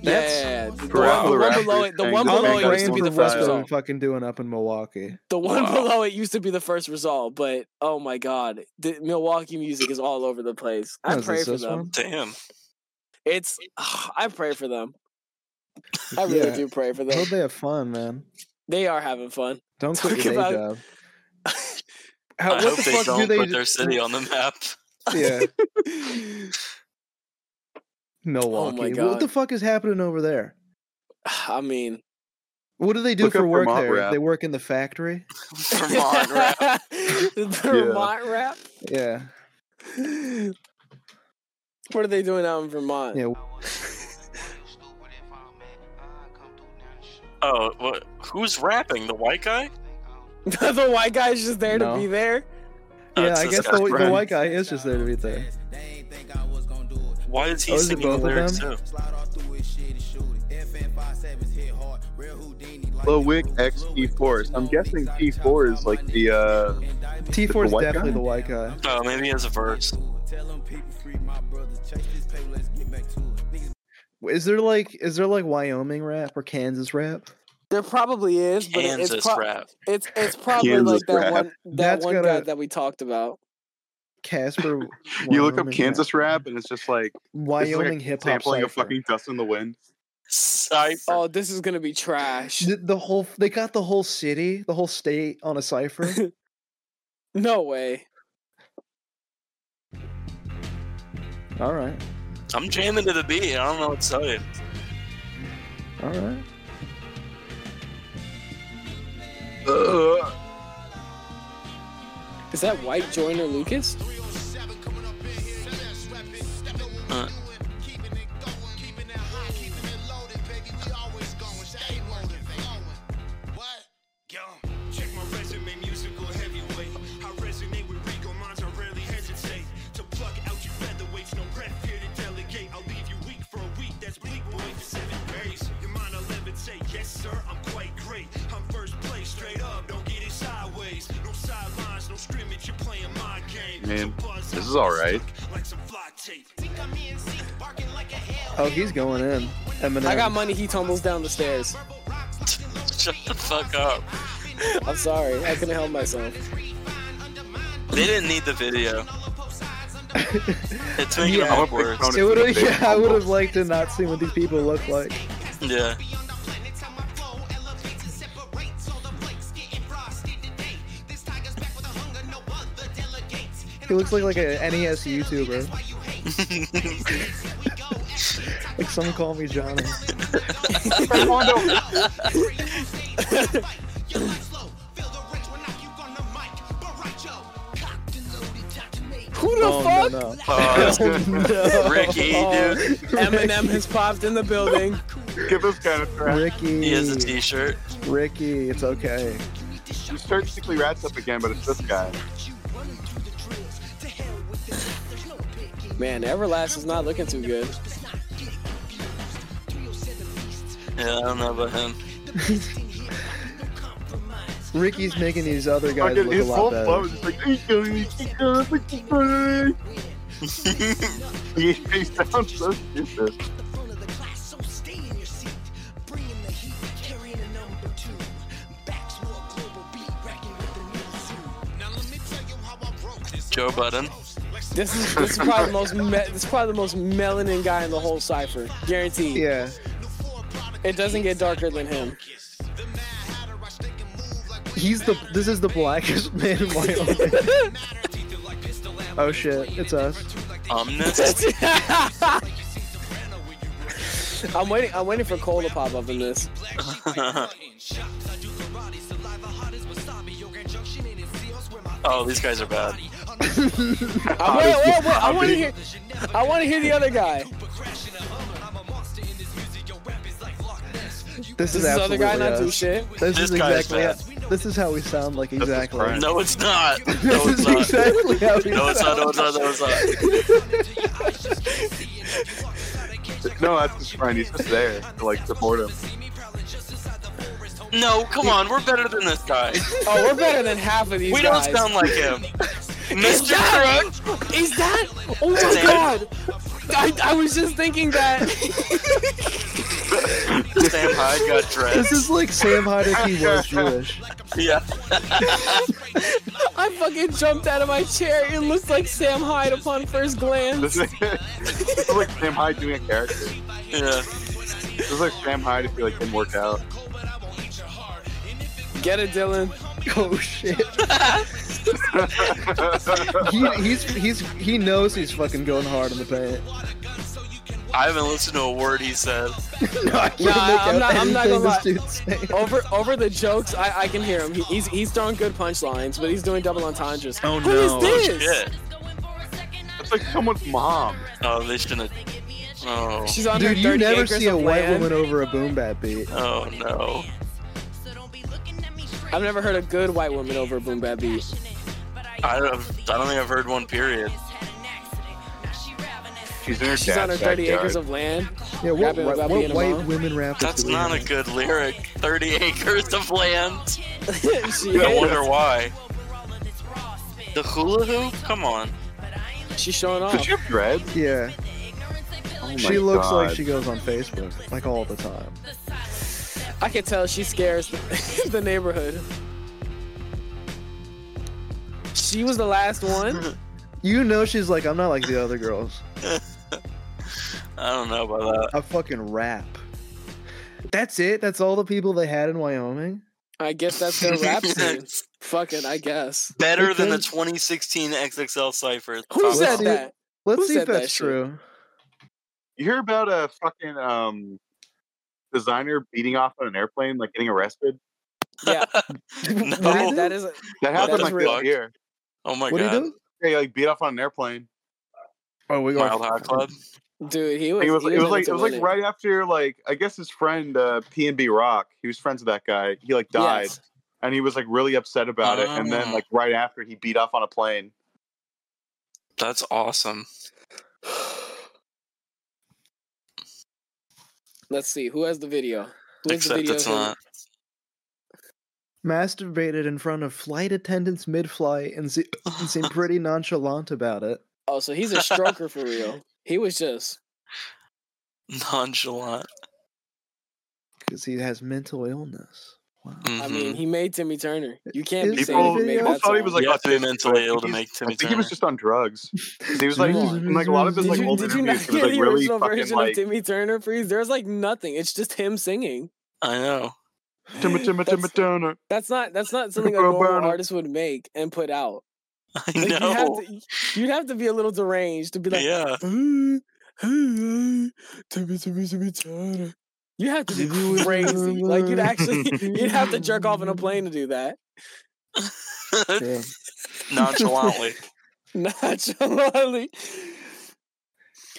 [SPEAKER 1] That's-
[SPEAKER 4] yeah, the
[SPEAKER 2] Barack
[SPEAKER 4] one, the one
[SPEAKER 2] Rappers
[SPEAKER 4] below it, the
[SPEAKER 2] thing
[SPEAKER 4] one
[SPEAKER 2] is
[SPEAKER 4] below
[SPEAKER 1] I'm
[SPEAKER 2] big
[SPEAKER 4] it
[SPEAKER 2] on
[SPEAKER 4] used to be the
[SPEAKER 1] for
[SPEAKER 2] Spotify.
[SPEAKER 4] first
[SPEAKER 1] what they're
[SPEAKER 4] result.
[SPEAKER 1] fucking doing up in Milwaukee.
[SPEAKER 4] The one
[SPEAKER 3] Wow.
[SPEAKER 4] below it used to be the first result, but oh my god, the Milwaukee music is all over the place. I
[SPEAKER 1] What is
[SPEAKER 4] pray
[SPEAKER 1] this,
[SPEAKER 4] for
[SPEAKER 1] this
[SPEAKER 4] them.
[SPEAKER 1] one?
[SPEAKER 3] Damn.
[SPEAKER 4] It's <sighs> I pray for them. I really
[SPEAKER 1] Yeah.
[SPEAKER 4] do pray for
[SPEAKER 1] I
[SPEAKER 4] them.
[SPEAKER 1] hope they have fun, man.
[SPEAKER 4] They are having fun. <sighs>
[SPEAKER 1] Don't quit
[SPEAKER 4] Talk
[SPEAKER 1] your day
[SPEAKER 4] about- <laughs>
[SPEAKER 1] job.
[SPEAKER 3] I
[SPEAKER 1] How,
[SPEAKER 3] hope they
[SPEAKER 1] do
[SPEAKER 3] don't
[SPEAKER 1] they
[SPEAKER 3] put
[SPEAKER 1] d-
[SPEAKER 3] their city
[SPEAKER 1] <laughs>
[SPEAKER 3] on the map. <laughs>
[SPEAKER 1] Yeah.
[SPEAKER 4] <laughs>
[SPEAKER 1] Milwaukee. what the
[SPEAKER 4] Oh God.
[SPEAKER 1] fuck is happening over there?
[SPEAKER 4] I mean,
[SPEAKER 1] What do they do
[SPEAKER 2] Look
[SPEAKER 1] for
[SPEAKER 2] up
[SPEAKER 1] work
[SPEAKER 2] Vermont
[SPEAKER 1] there?
[SPEAKER 2] rap.
[SPEAKER 1] They work in the factory. <laughs>
[SPEAKER 3] Vermont rap.
[SPEAKER 4] <laughs> Vermont rap.
[SPEAKER 1] Yeah.
[SPEAKER 4] What are they doing out in
[SPEAKER 2] Uh,
[SPEAKER 4] Vermont?
[SPEAKER 1] Yeah.
[SPEAKER 3] Oh, what? Who's rapping? The white guy?
[SPEAKER 4] <laughs> the white guy's just there
[SPEAKER 1] No.
[SPEAKER 4] to be there.
[SPEAKER 3] Oh,
[SPEAKER 1] yeah.
[SPEAKER 3] it's
[SPEAKER 1] I
[SPEAKER 3] this
[SPEAKER 1] guess
[SPEAKER 3] guy's
[SPEAKER 1] the, the
[SPEAKER 3] friend.
[SPEAKER 1] white guy is just there to be there.
[SPEAKER 3] Why is he
[SPEAKER 1] Oh, is it
[SPEAKER 3] singing the
[SPEAKER 1] both of
[SPEAKER 3] lyrics
[SPEAKER 1] them?
[SPEAKER 3] too?
[SPEAKER 2] Lil Wick X T4. I'm guessing T4 is like the uh
[SPEAKER 1] T4
[SPEAKER 2] The
[SPEAKER 1] is
[SPEAKER 2] white
[SPEAKER 1] definitely
[SPEAKER 2] guy?
[SPEAKER 1] the white guy.
[SPEAKER 3] Oh, maybe Oh, he has a verse.
[SPEAKER 15] Tell them people free my brothers. Chase this paper, let's get back to it. Niggas
[SPEAKER 1] Is there like is there like Wyoming rap or Kansas rap?
[SPEAKER 4] There probably is, but it-
[SPEAKER 3] Kansas
[SPEAKER 4] it's pro-
[SPEAKER 3] rap.
[SPEAKER 4] It's it's probably
[SPEAKER 1] Kansas
[SPEAKER 4] like that
[SPEAKER 1] rap.
[SPEAKER 4] one that
[SPEAKER 1] That's
[SPEAKER 4] one
[SPEAKER 1] gotta-
[SPEAKER 4] guy that we talked about.
[SPEAKER 1] Casper.
[SPEAKER 2] <laughs> You look up
[SPEAKER 1] Wyoming
[SPEAKER 2] Kansas rap, and it's just like it's like a
[SPEAKER 1] Wyoming hip hop
[SPEAKER 2] sampling of
[SPEAKER 1] cipher.
[SPEAKER 2] fucking Dust in the Wind.
[SPEAKER 4] Oh, this is gonna be trash.
[SPEAKER 1] The, the whole they got the whole city, the whole state on a
[SPEAKER 2] <laughs>
[SPEAKER 1] cipher.
[SPEAKER 4] No way.
[SPEAKER 1] All right,
[SPEAKER 3] I'm jamming to the beat. I don't know what to tell you. <laughs>
[SPEAKER 1] all right.
[SPEAKER 4] Is that White Joyner Lucas?
[SPEAKER 16] Check my resume, musical heavyweight. I resonate with regal minds, I rarely hesitate to pluck out you featherweights. No breath here to delegate. I'll leave you weak for a week. That's bleak, boy. For seven days, your mind I levitate. Yes, sir, I'm quite great. I'm first place, straight up. Don't get it sideways. No sidelines, no scrimmage. You're playing my game.
[SPEAKER 3] <laughs>
[SPEAKER 2] Man, this is all right.
[SPEAKER 16] Like some fly tape.
[SPEAKER 1] Oh, he's going in. Eminem.
[SPEAKER 4] I got money. He tumbles down the stairs.
[SPEAKER 3] Shut the fuck up.
[SPEAKER 4] I'm sorry. I couldn't
[SPEAKER 1] <laughs>
[SPEAKER 4] help myself.
[SPEAKER 3] They didn't need the video. it's making
[SPEAKER 1] Yeah.
[SPEAKER 3] it awkward.
[SPEAKER 1] It would've- <laughs> yeah, I would have liked to not see what these people look like. <laughs>
[SPEAKER 3] Yeah.
[SPEAKER 1] He looks like like an NES
[SPEAKER 3] <laughs>
[SPEAKER 1] YouTuber. like some call me Johnny.
[SPEAKER 4] Who the
[SPEAKER 1] Oh,
[SPEAKER 4] fuck? <laughs>
[SPEAKER 1] no, no.
[SPEAKER 3] Oh, <laughs> Ricky, dude.
[SPEAKER 4] Eminem has popped in the building.
[SPEAKER 2] Give this guy a threat.
[SPEAKER 1] Ricky.
[SPEAKER 3] He has a t-shirt.
[SPEAKER 1] Ricky, it's okay.
[SPEAKER 2] You start sickly rats up again, but it's this guy.
[SPEAKER 4] Man, Everlast is not looking too good.
[SPEAKER 3] Yeah, I don't know about him.
[SPEAKER 1] Ricky's making these other guys
[SPEAKER 2] Fucking
[SPEAKER 1] look a
[SPEAKER 2] his whole
[SPEAKER 1] lot
[SPEAKER 2] flow
[SPEAKER 1] better.
[SPEAKER 2] is just like, "Hey, Johnny, hey, Johnny, what's up, buddy?" he, he sounds so stupid.
[SPEAKER 3] Joe Budden.
[SPEAKER 4] This is this is probably the most me- this is probably the most melanin guy in the whole cipher, guaranteed.
[SPEAKER 1] Yeah.
[SPEAKER 4] It doesn't get darker than him. <laughs>
[SPEAKER 1] He's the this is the blackest <laughs> man in Wyoming. oh shit, it's us.
[SPEAKER 3] Omnis.
[SPEAKER 4] <laughs> I'm waiting. I'm waiting for Cole to pop up in this.
[SPEAKER 3] <laughs> oh, these guys are bad.
[SPEAKER 4] I, wait, wait, wait, I want to hear. I want to hear the other guy.
[SPEAKER 1] This,
[SPEAKER 4] Does
[SPEAKER 1] is
[SPEAKER 4] this other
[SPEAKER 1] absolutely
[SPEAKER 4] guy not do
[SPEAKER 1] us.
[SPEAKER 4] shit?
[SPEAKER 1] This,
[SPEAKER 3] This
[SPEAKER 1] is
[SPEAKER 3] guy is
[SPEAKER 1] exactly this is how we sound like exactly.
[SPEAKER 3] No, it's not.
[SPEAKER 1] <laughs>
[SPEAKER 3] No,
[SPEAKER 1] This
[SPEAKER 3] it's
[SPEAKER 1] is
[SPEAKER 3] not.
[SPEAKER 1] exactly how we
[SPEAKER 3] No, it's not. No,
[SPEAKER 1] sound.
[SPEAKER 3] it's not. No, it's not.
[SPEAKER 2] No, that's just fine. He's just there to like support him. <laughs>
[SPEAKER 3] No, come on. We're better than this guy.
[SPEAKER 4] Oh, we're better than half of these
[SPEAKER 3] We don't
[SPEAKER 4] guys.
[SPEAKER 3] sound like him.
[SPEAKER 4] Is
[SPEAKER 3] Mr.
[SPEAKER 4] that?
[SPEAKER 3] Correct.
[SPEAKER 4] Is that? Oh my
[SPEAKER 3] Damn.
[SPEAKER 4] god! I, I was just thinking that. <laughs>
[SPEAKER 3] Sam Hyde got
[SPEAKER 1] <laughs> This
[SPEAKER 3] dressed.
[SPEAKER 1] is like Sam Hyde if he was Jewish.
[SPEAKER 3] Yeah.
[SPEAKER 4] I fucking jumped out of my chair. It looks like Sam Hyde upon first glance.
[SPEAKER 2] This is, this is like Sam Hyde doing a character.
[SPEAKER 3] Yeah.
[SPEAKER 2] This is like Sam Hyde if he like didn't work out. <laughs>
[SPEAKER 4] Get it, Dylan. <laughs>
[SPEAKER 1] Oh shit. He, he's he's he knows he's fucking going hard in the
[SPEAKER 4] <laughs>
[SPEAKER 1] paint.
[SPEAKER 3] I haven't listened to a word he said.
[SPEAKER 1] No, I can't make
[SPEAKER 4] Nah, I'm
[SPEAKER 1] out
[SPEAKER 4] not- I'm not
[SPEAKER 1] anything
[SPEAKER 4] gonna
[SPEAKER 1] this dude's saying.
[SPEAKER 4] Over over the jokes, I, I can hear him. He, he's he's throwing good punchlines, but he's doing double entendres.
[SPEAKER 1] Oh,
[SPEAKER 4] Who is
[SPEAKER 1] no.
[SPEAKER 4] this?
[SPEAKER 3] Shit.
[SPEAKER 2] It's like um, someone's mom.
[SPEAKER 3] Oh, they shouldn't. <laughs> Oh.
[SPEAKER 4] She's on
[SPEAKER 1] Dude,
[SPEAKER 4] her
[SPEAKER 1] you
[SPEAKER 4] 30
[SPEAKER 1] never
[SPEAKER 4] acres
[SPEAKER 1] see a
[SPEAKER 4] of
[SPEAKER 1] white
[SPEAKER 4] land.
[SPEAKER 1] woman over a boom bat beat.
[SPEAKER 3] Oh no.
[SPEAKER 4] I've never heard a good white woman over a boom bap beat.
[SPEAKER 3] I don't. I don't think I've heard one. Period.
[SPEAKER 2] She's in her
[SPEAKER 4] She's on her
[SPEAKER 2] dad's
[SPEAKER 4] 30 acres
[SPEAKER 2] backyard.
[SPEAKER 4] of land. <laughs>
[SPEAKER 1] Yeah, what,
[SPEAKER 4] Rapping
[SPEAKER 1] what,
[SPEAKER 4] about being a
[SPEAKER 1] white
[SPEAKER 4] mom?
[SPEAKER 1] women rappers?
[SPEAKER 3] That's
[SPEAKER 1] do we
[SPEAKER 3] not a
[SPEAKER 1] have?
[SPEAKER 3] good lyric. Thirty acres of land.
[SPEAKER 4] she
[SPEAKER 3] I
[SPEAKER 4] is.
[SPEAKER 3] wonder why. The hula hoop? Come on.
[SPEAKER 4] She's showing off.
[SPEAKER 2] Does she have dread?
[SPEAKER 1] Yeah.
[SPEAKER 2] Oh
[SPEAKER 1] she
[SPEAKER 2] my
[SPEAKER 1] looks
[SPEAKER 2] God.
[SPEAKER 1] like she goes on Facebook like all the time.
[SPEAKER 4] I can tell she scares the, <laughs> the neighborhood. She was the last one.
[SPEAKER 1] You know she's like I'm not like the other girls.
[SPEAKER 3] I don't know about that.
[SPEAKER 1] A fucking rap. That's it. That's all the people they had in Wyoming.
[SPEAKER 4] I guess
[SPEAKER 2] <laughs>
[SPEAKER 4] that's their
[SPEAKER 3] <laughs>
[SPEAKER 4] rap scene. Fucking, I guess.
[SPEAKER 3] Better than the 2016 XXL Cypher.
[SPEAKER 4] Who
[SPEAKER 3] Top
[SPEAKER 4] said
[SPEAKER 3] song.
[SPEAKER 4] that?
[SPEAKER 1] Let's
[SPEAKER 4] Who
[SPEAKER 1] see if
[SPEAKER 4] said that
[SPEAKER 1] that's
[SPEAKER 4] shit?
[SPEAKER 1] true.
[SPEAKER 2] You hear about a fucking um, designer beating off on an airplane, like getting arrested?
[SPEAKER 4] Yeah,
[SPEAKER 2] <laughs>
[SPEAKER 3] No.
[SPEAKER 4] that, that is.
[SPEAKER 2] That happened
[SPEAKER 4] is
[SPEAKER 2] like
[SPEAKER 4] real.
[SPEAKER 2] this year.
[SPEAKER 3] Oh my
[SPEAKER 1] what do you
[SPEAKER 3] god.
[SPEAKER 1] do?
[SPEAKER 2] Yeah, he, like beat off on an airplane.
[SPEAKER 1] Oh, we
[SPEAKER 3] Wild
[SPEAKER 1] got
[SPEAKER 3] Hot Club.
[SPEAKER 4] Dude, he
[SPEAKER 2] I
[SPEAKER 4] was.
[SPEAKER 2] think it was, it
[SPEAKER 4] he
[SPEAKER 2] was like
[SPEAKER 4] meant
[SPEAKER 2] it was
[SPEAKER 4] to
[SPEAKER 2] like
[SPEAKER 4] win
[SPEAKER 2] right after like I guess his friend uh, P and B Rock. He was friends with that guy. He like died,
[SPEAKER 4] Yes.
[SPEAKER 2] and he was like really upset about it. And then
[SPEAKER 3] Ah.
[SPEAKER 2] like right after, he beat off on a plane.
[SPEAKER 3] That's awesome.
[SPEAKER 4] Let's see who has the video. Who has the
[SPEAKER 3] Except
[SPEAKER 4] video
[SPEAKER 3] it's
[SPEAKER 4] of him?
[SPEAKER 3] not.
[SPEAKER 1] Masturbated in front of flight attendants mid-flight and, se- and seemed pretty nonchalant about it.
[SPEAKER 4] Oh, so he's a stroker for real. He was just
[SPEAKER 3] Nonchalant.
[SPEAKER 1] because he has mental illness. Wow.
[SPEAKER 4] I
[SPEAKER 3] Mm-hmm.
[SPEAKER 4] mean, he made Timmy Turner. You can't be saying
[SPEAKER 2] People,
[SPEAKER 4] he made
[SPEAKER 2] people
[SPEAKER 4] that
[SPEAKER 2] thought he
[SPEAKER 4] song.
[SPEAKER 2] was like
[SPEAKER 3] You have to be
[SPEAKER 2] autistic,
[SPEAKER 3] mentally
[SPEAKER 2] but I
[SPEAKER 3] ill
[SPEAKER 2] think
[SPEAKER 3] to
[SPEAKER 2] he's-
[SPEAKER 3] make Timmy
[SPEAKER 2] I think he was
[SPEAKER 3] Turner.
[SPEAKER 2] just on
[SPEAKER 4] <laughs>
[SPEAKER 2] drugs. 'Cause He was like,
[SPEAKER 1] Jesus.
[SPEAKER 2] and, like a lot of his
[SPEAKER 4] did
[SPEAKER 2] like
[SPEAKER 4] you,
[SPEAKER 2] old
[SPEAKER 4] did you not
[SPEAKER 2] interviews, he was
[SPEAKER 4] hear
[SPEAKER 2] like
[SPEAKER 4] the
[SPEAKER 2] really
[SPEAKER 4] original
[SPEAKER 2] fucking
[SPEAKER 4] version of
[SPEAKER 2] like
[SPEAKER 4] Timmy Turner freeze? There's like nothing. It's just him singing.
[SPEAKER 3] I know.
[SPEAKER 2] Timmy Timmy Timmy
[SPEAKER 4] That's-
[SPEAKER 2] Turner.
[SPEAKER 4] That's not that's not something a
[SPEAKER 2] Bro,
[SPEAKER 4] normal
[SPEAKER 2] Burner.
[SPEAKER 4] artist would make and put out.
[SPEAKER 3] <laughs> I
[SPEAKER 4] Like, You'd, have
[SPEAKER 3] know.
[SPEAKER 4] to, you'd have to be a little deranged to be like,
[SPEAKER 3] yeah.
[SPEAKER 4] "Hey, hey, hey, Timmy, Timmy, Timmy Turner. You have to be crazy. like you'd actually <laughs> you'd have to jerk off in a plane to do that. "Oh,
[SPEAKER 3] <laughs>
[SPEAKER 1] Yeah.
[SPEAKER 3] Nonchalantly.
[SPEAKER 4] Nonchalantly.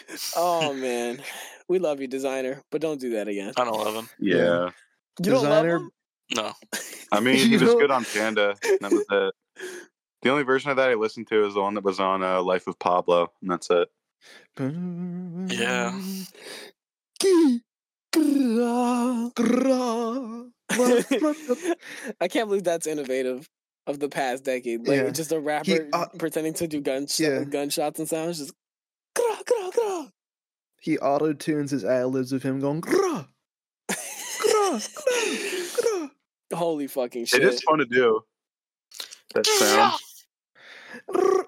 [SPEAKER 2] <laughs>
[SPEAKER 4] Oh man, we love you, designer, but don't do that again.
[SPEAKER 3] I don't love him.
[SPEAKER 2] Yeah.
[SPEAKER 4] You don't love
[SPEAKER 1] Designer-
[SPEAKER 4] him?
[SPEAKER 3] No.
[SPEAKER 2] I mean, he
[SPEAKER 1] You
[SPEAKER 2] was
[SPEAKER 1] know-
[SPEAKER 2] good on Panda. and That was it. The only version of that I listened to is the one that was on uh, Life of Pablo, and that's it.
[SPEAKER 3] Yeah.
[SPEAKER 4] <laughs> I can't believe that's innovative of the past decade. Like
[SPEAKER 1] Yeah.
[SPEAKER 4] just a rapper
[SPEAKER 1] uh,
[SPEAKER 4] pretending to do gun
[SPEAKER 1] yeah.
[SPEAKER 4] gunshots and sounds just gra, gra, gra.
[SPEAKER 1] He auto tunes his ad libs of him going. "Grah, grah, grah,
[SPEAKER 4] Holy fucking
[SPEAKER 2] It
[SPEAKER 4] shit.
[SPEAKER 2] is fun to do. That sound.
[SPEAKER 1] grah,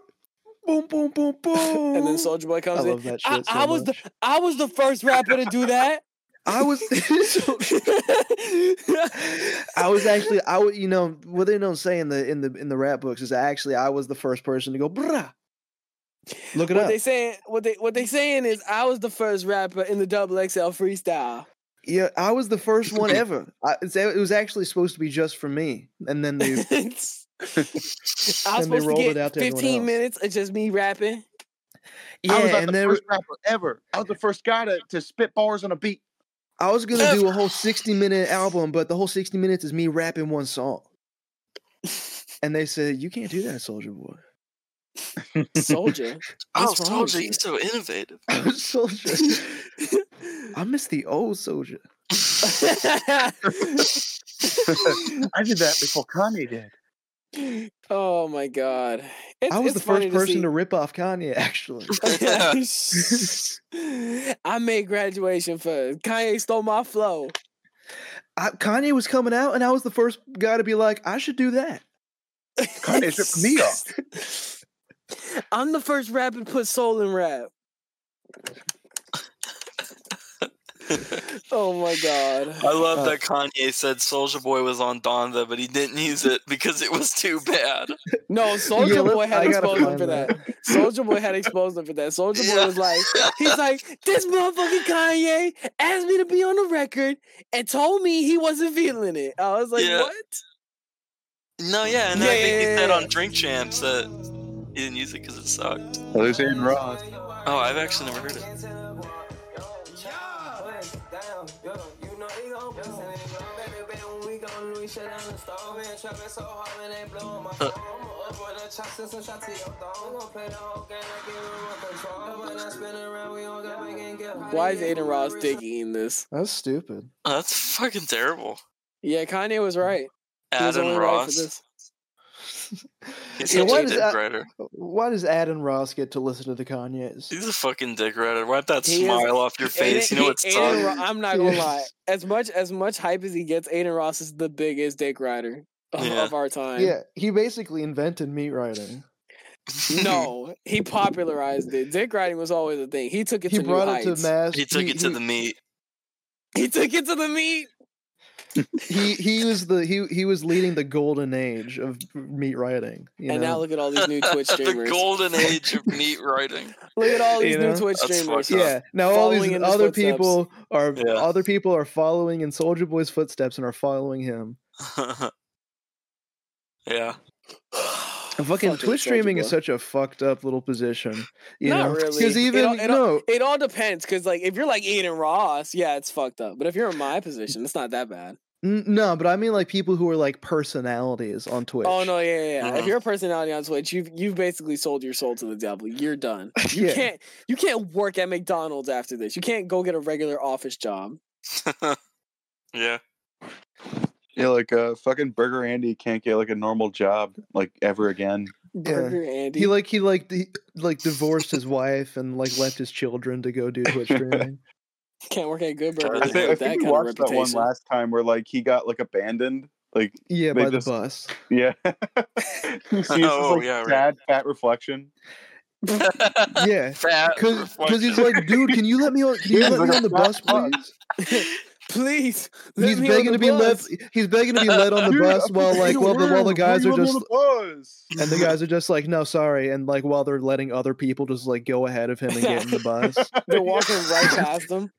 [SPEAKER 1] Boom, boom, boom, boom.
[SPEAKER 4] and then Soldier Boy
[SPEAKER 1] I
[SPEAKER 4] comes in.
[SPEAKER 1] love that shit. so
[SPEAKER 4] I, I was the
[SPEAKER 1] much.
[SPEAKER 4] I was the first rapper to
[SPEAKER 1] <laughs>
[SPEAKER 4] do that. <laughs>
[SPEAKER 1] I was. I was actually. I would. You know what they don't say in the in the in the rap books is actually I was the first person to go. Brah. Look it
[SPEAKER 4] what
[SPEAKER 1] up.
[SPEAKER 4] they saying what they what they saying is I was the first rapper in the double XL freestyle.
[SPEAKER 1] Yeah, I was the first one ever. I, it's- it was actually supposed to be just for me, and then
[SPEAKER 4] <laughs>
[SPEAKER 1] they
[SPEAKER 4] I was
[SPEAKER 1] And they
[SPEAKER 4] supposed to
[SPEAKER 1] rolled
[SPEAKER 4] get
[SPEAKER 1] it out to everyone
[SPEAKER 4] 15
[SPEAKER 1] else.
[SPEAKER 4] minutes of just me rapping.
[SPEAKER 1] yeah, and then
[SPEAKER 2] rapper ever. I was the first guy to, to spit bars on a beat.
[SPEAKER 1] I was gonna do a
[SPEAKER 4] <laughs>
[SPEAKER 1] whole sixty minute album, but the whole sixty minutes is me rapping one song.
[SPEAKER 4] <laughs>
[SPEAKER 1] And they said you can't do that, Soldier Boy. <laughs>
[SPEAKER 4] Soldier. <laughs>
[SPEAKER 3] Oh,
[SPEAKER 4] What's wrong with
[SPEAKER 3] Soldier,
[SPEAKER 4] you?
[SPEAKER 3] he's so innovative.
[SPEAKER 1] soldier,
[SPEAKER 4] <laughs>
[SPEAKER 1] I miss the old soldier.
[SPEAKER 2] I did that before Kanye did.
[SPEAKER 4] oh my god. It's,
[SPEAKER 1] I was
[SPEAKER 4] it's
[SPEAKER 1] the first
[SPEAKER 4] funny
[SPEAKER 1] person to,
[SPEAKER 4] <laughs> see.
[SPEAKER 1] rip off Kanye. <laughs> Actually,
[SPEAKER 4] I made graduation first. Kanye stole my flow.
[SPEAKER 1] I, Kanye was coming out, and I was the first guy to be like, I should do that.
[SPEAKER 2] Kanye stripped me off.
[SPEAKER 4] <laughs> I'm the first rapper to put soul in
[SPEAKER 1] <laughs>
[SPEAKER 4] rap. oh my god.
[SPEAKER 3] I love
[SPEAKER 1] Uh,
[SPEAKER 3] that Kanye said Soldier Boy was on Donda, but he didn't use it because it was too bad.
[SPEAKER 4] No, Soldier
[SPEAKER 1] Yeah, let's-
[SPEAKER 4] Boy had
[SPEAKER 1] I gotta
[SPEAKER 4] exposed him
[SPEAKER 1] find
[SPEAKER 4] for that.
[SPEAKER 1] that.
[SPEAKER 4] Soldier Boy had exposed him for that. Soldier Boy
[SPEAKER 3] Yeah.
[SPEAKER 4] was like,
[SPEAKER 1] <laughs>
[SPEAKER 4] he's like, this motherfucking Kanye asked me to be on the record and told me he wasn't feeling it. I was like,
[SPEAKER 3] Yeah.
[SPEAKER 4] what?
[SPEAKER 3] No, yeah, and then I think he said
[SPEAKER 4] Yeah.
[SPEAKER 3] on Drink Champs that he didn't use it because it sucked.
[SPEAKER 2] There's Aaron Ross.
[SPEAKER 3] Oh, I've actually never heard it.
[SPEAKER 4] Why is Aiden Ross dick eating this?
[SPEAKER 1] That's stupid.
[SPEAKER 3] Oh, that's fucking terrible.
[SPEAKER 4] Yeah, Kanye was right. He was
[SPEAKER 3] Adam
[SPEAKER 4] only right for
[SPEAKER 3] Ross.
[SPEAKER 4] this.
[SPEAKER 3] He's
[SPEAKER 1] Yeah,
[SPEAKER 3] such
[SPEAKER 1] why,
[SPEAKER 3] a
[SPEAKER 1] does
[SPEAKER 3] dick
[SPEAKER 4] uh,
[SPEAKER 1] Ad-
[SPEAKER 3] rider.
[SPEAKER 1] why does Ad and Ross get to listen to the Kanyes?
[SPEAKER 3] He's a fucking dick rider. Wipe that
[SPEAKER 1] He is-
[SPEAKER 3] smile off your face. you know what
[SPEAKER 4] Aiden,
[SPEAKER 3] sucks?
[SPEAKER 4] Ro- I'm not gonna lie. As much as much hype as he gets, Aiden Ross is the biggest dick rider <laughs> of,
[SPEAKER 3] Yeah.
[SPEAKER 4] of our time.
[SPEAKER 1] Yeah, he basically invented meat riding.
[SPEAKER 4] No, he popularized it. Dick riding was always a thing. He took it
[SPEAKER 1] He
[SPEAKER 4] to new
[SPEAKER 1] brought it to
[SPEAKER 4] heights.
[SPEAKER 1] mass.
[SPEAKER 3] He took it to the meat.
[SPEAKER 4] He took it to the meat. <laughs>
[SPEAKER 1] He he was the he he was leading the golden age of meat riding. you
[SPEAKER 4] and now
[SPEAKER 1] know?
[SPEAKER 4] look at all these <laughs> new Twitch
[SPEAKER 3] <laughs> the
[SPEAKER 4] streamers.
[SPEAKER 3] golden age
[SPEAKER 4] <laughs>
[SPEAKER 3] of meat writing.
[SPEAKER 4] Look at all these
[SPEAKER 1] You
[SPEAKER 4] new
[SPEAKER 1] know?
[SPEAKER 4] Twitch
[SPEAKER 3] That's
[SPEAKER 4] streamers.
[SPEAKER 3] fucked up.
[SPEAKER 1] Yeah. Now all
[SPEAKER 4] Following
[SPEAKER 1] these
[SPEAKER 4] in his
[SPEAKER 1] other
[SPEAKER 4] footsteps.
[SPEAKER 1] people are
[SPEAKER 3] Yeah.
[SPEAKER 1] other people are following in Soldier Boy's footsteps and are following him.
[SPEAKER 3] <laughs> yeah.
[SPEAKER 4] <sighs>
[SPEAKER 1] And fucking
[SPEAKER 4] Fucking
[SPEAKER 1] Twitch streaming is
[SPEAKER 4] Soulja Boy.
[SPEAKER 1] such a fucked up little position. You
[SPEAKER 4] Not
[SPEAKER 1] know?
[SPEAKER 4] really.
[SPEAKER 1] Because
[SPEAKER 4] It
[SPEAKER 1] even
[SPEAKER 4] all- it all-
[SPEAKER 1] no,
[SPEAKER 4] It all depends, because like if you're like Aiden Ross, yeah, it's fucked up. But if you're in my position, it's not that bad.
[SPEAKER 1] n- no, but I mean like people who are like personalities on Twitch.
[SPEAKER 4] Oh no, yeah, yeah. yeah. If
[SPEAKER 3] Mhm.
[SPEAKER 4] you're a personality on Twitch, you've you've basically sold your soul to the devil.
[SPEAKER 1] <laughs>
[SPEAKER 4] You're done. You
[SPEAKER 1] Yeah.
[SPEAKER 4] can't you can't work at McDonald's after this. You can't go get a regular office job.
[SPEAKER 3] Yeah.
[SPEAKER 2] Yeah, like uh, fucking Burger Andy can't get like a normal job like ever again.
[SPEAKER 4] Burger Andy.
[SPEAKER 1] He like he like he, like divorced
[SPEAKER 4] <laughs>
[SPEAKER 1] his wife and like left his children to go do Twitch streaming.
[SPEAKER 4] can't work at Good Burger
[SPEAKER 2] I
[SPEAKER 4] with
[SPEAKER 2] think, I
[SPEAKER 4] that
[SPEAKER 2] think
[SPEAKER 4] kind
[SPEAKER 2] we
[SPEAKER 4] of
[SPEAKER 2] watched that one
[SPEAKER 4] reputation.
[SPEAKER 2] last time where like he got like abandoned. Like
[SPEAKER 1] Yeah,
[SPEAKER 2] They
[SPEAKER 1] by
[SPEAKER 2] just-
[SPEAKER 1] the bus.
[SPEAKER 2] yeah, <laughs> he sees this,
[SPEAKER 3] Oh,
[SPEAKER 2] like,
[SPEAKER 3] yeah, right.
[SPEAKER 2] sad fat reflection.
[SPEAKER 1] Yeah,
[SPEAKER 3] Fat.
[SPEAKER 1] because
[SPEAKER 3] reflection.
[SPEAKER 1] he's like, dude, can you let me on? Can you
[SPEAKER 2] Yeah,
[SPEAKER 1] let
[SPEAKER 2] like
[SPEAKER 1] me
[SPEAKER 2] a
[SPEAKER 1] on the
[SPEAKER 2] fat
[SPEAKER 1] bus, please?
[SPEAKER 4] Please, let
[SPEAKER 1] He's
[SPEAKER 4] me on
[SPEAKER 1] begging
[SPEAKER 4] the
[SPEAKER 1] to be led.
[SPEAKER 4] bus.
[SPEAKER 1] He's begging to be led on the bus while like while the while the guys are just
[SPEAKER 2] just.
[SPEAKER 1] and the guys are just like, no, sorry, and like while they're letting other people just like go ahead of him and get in the bus.
[SPEAKER 4] They're walking right past them.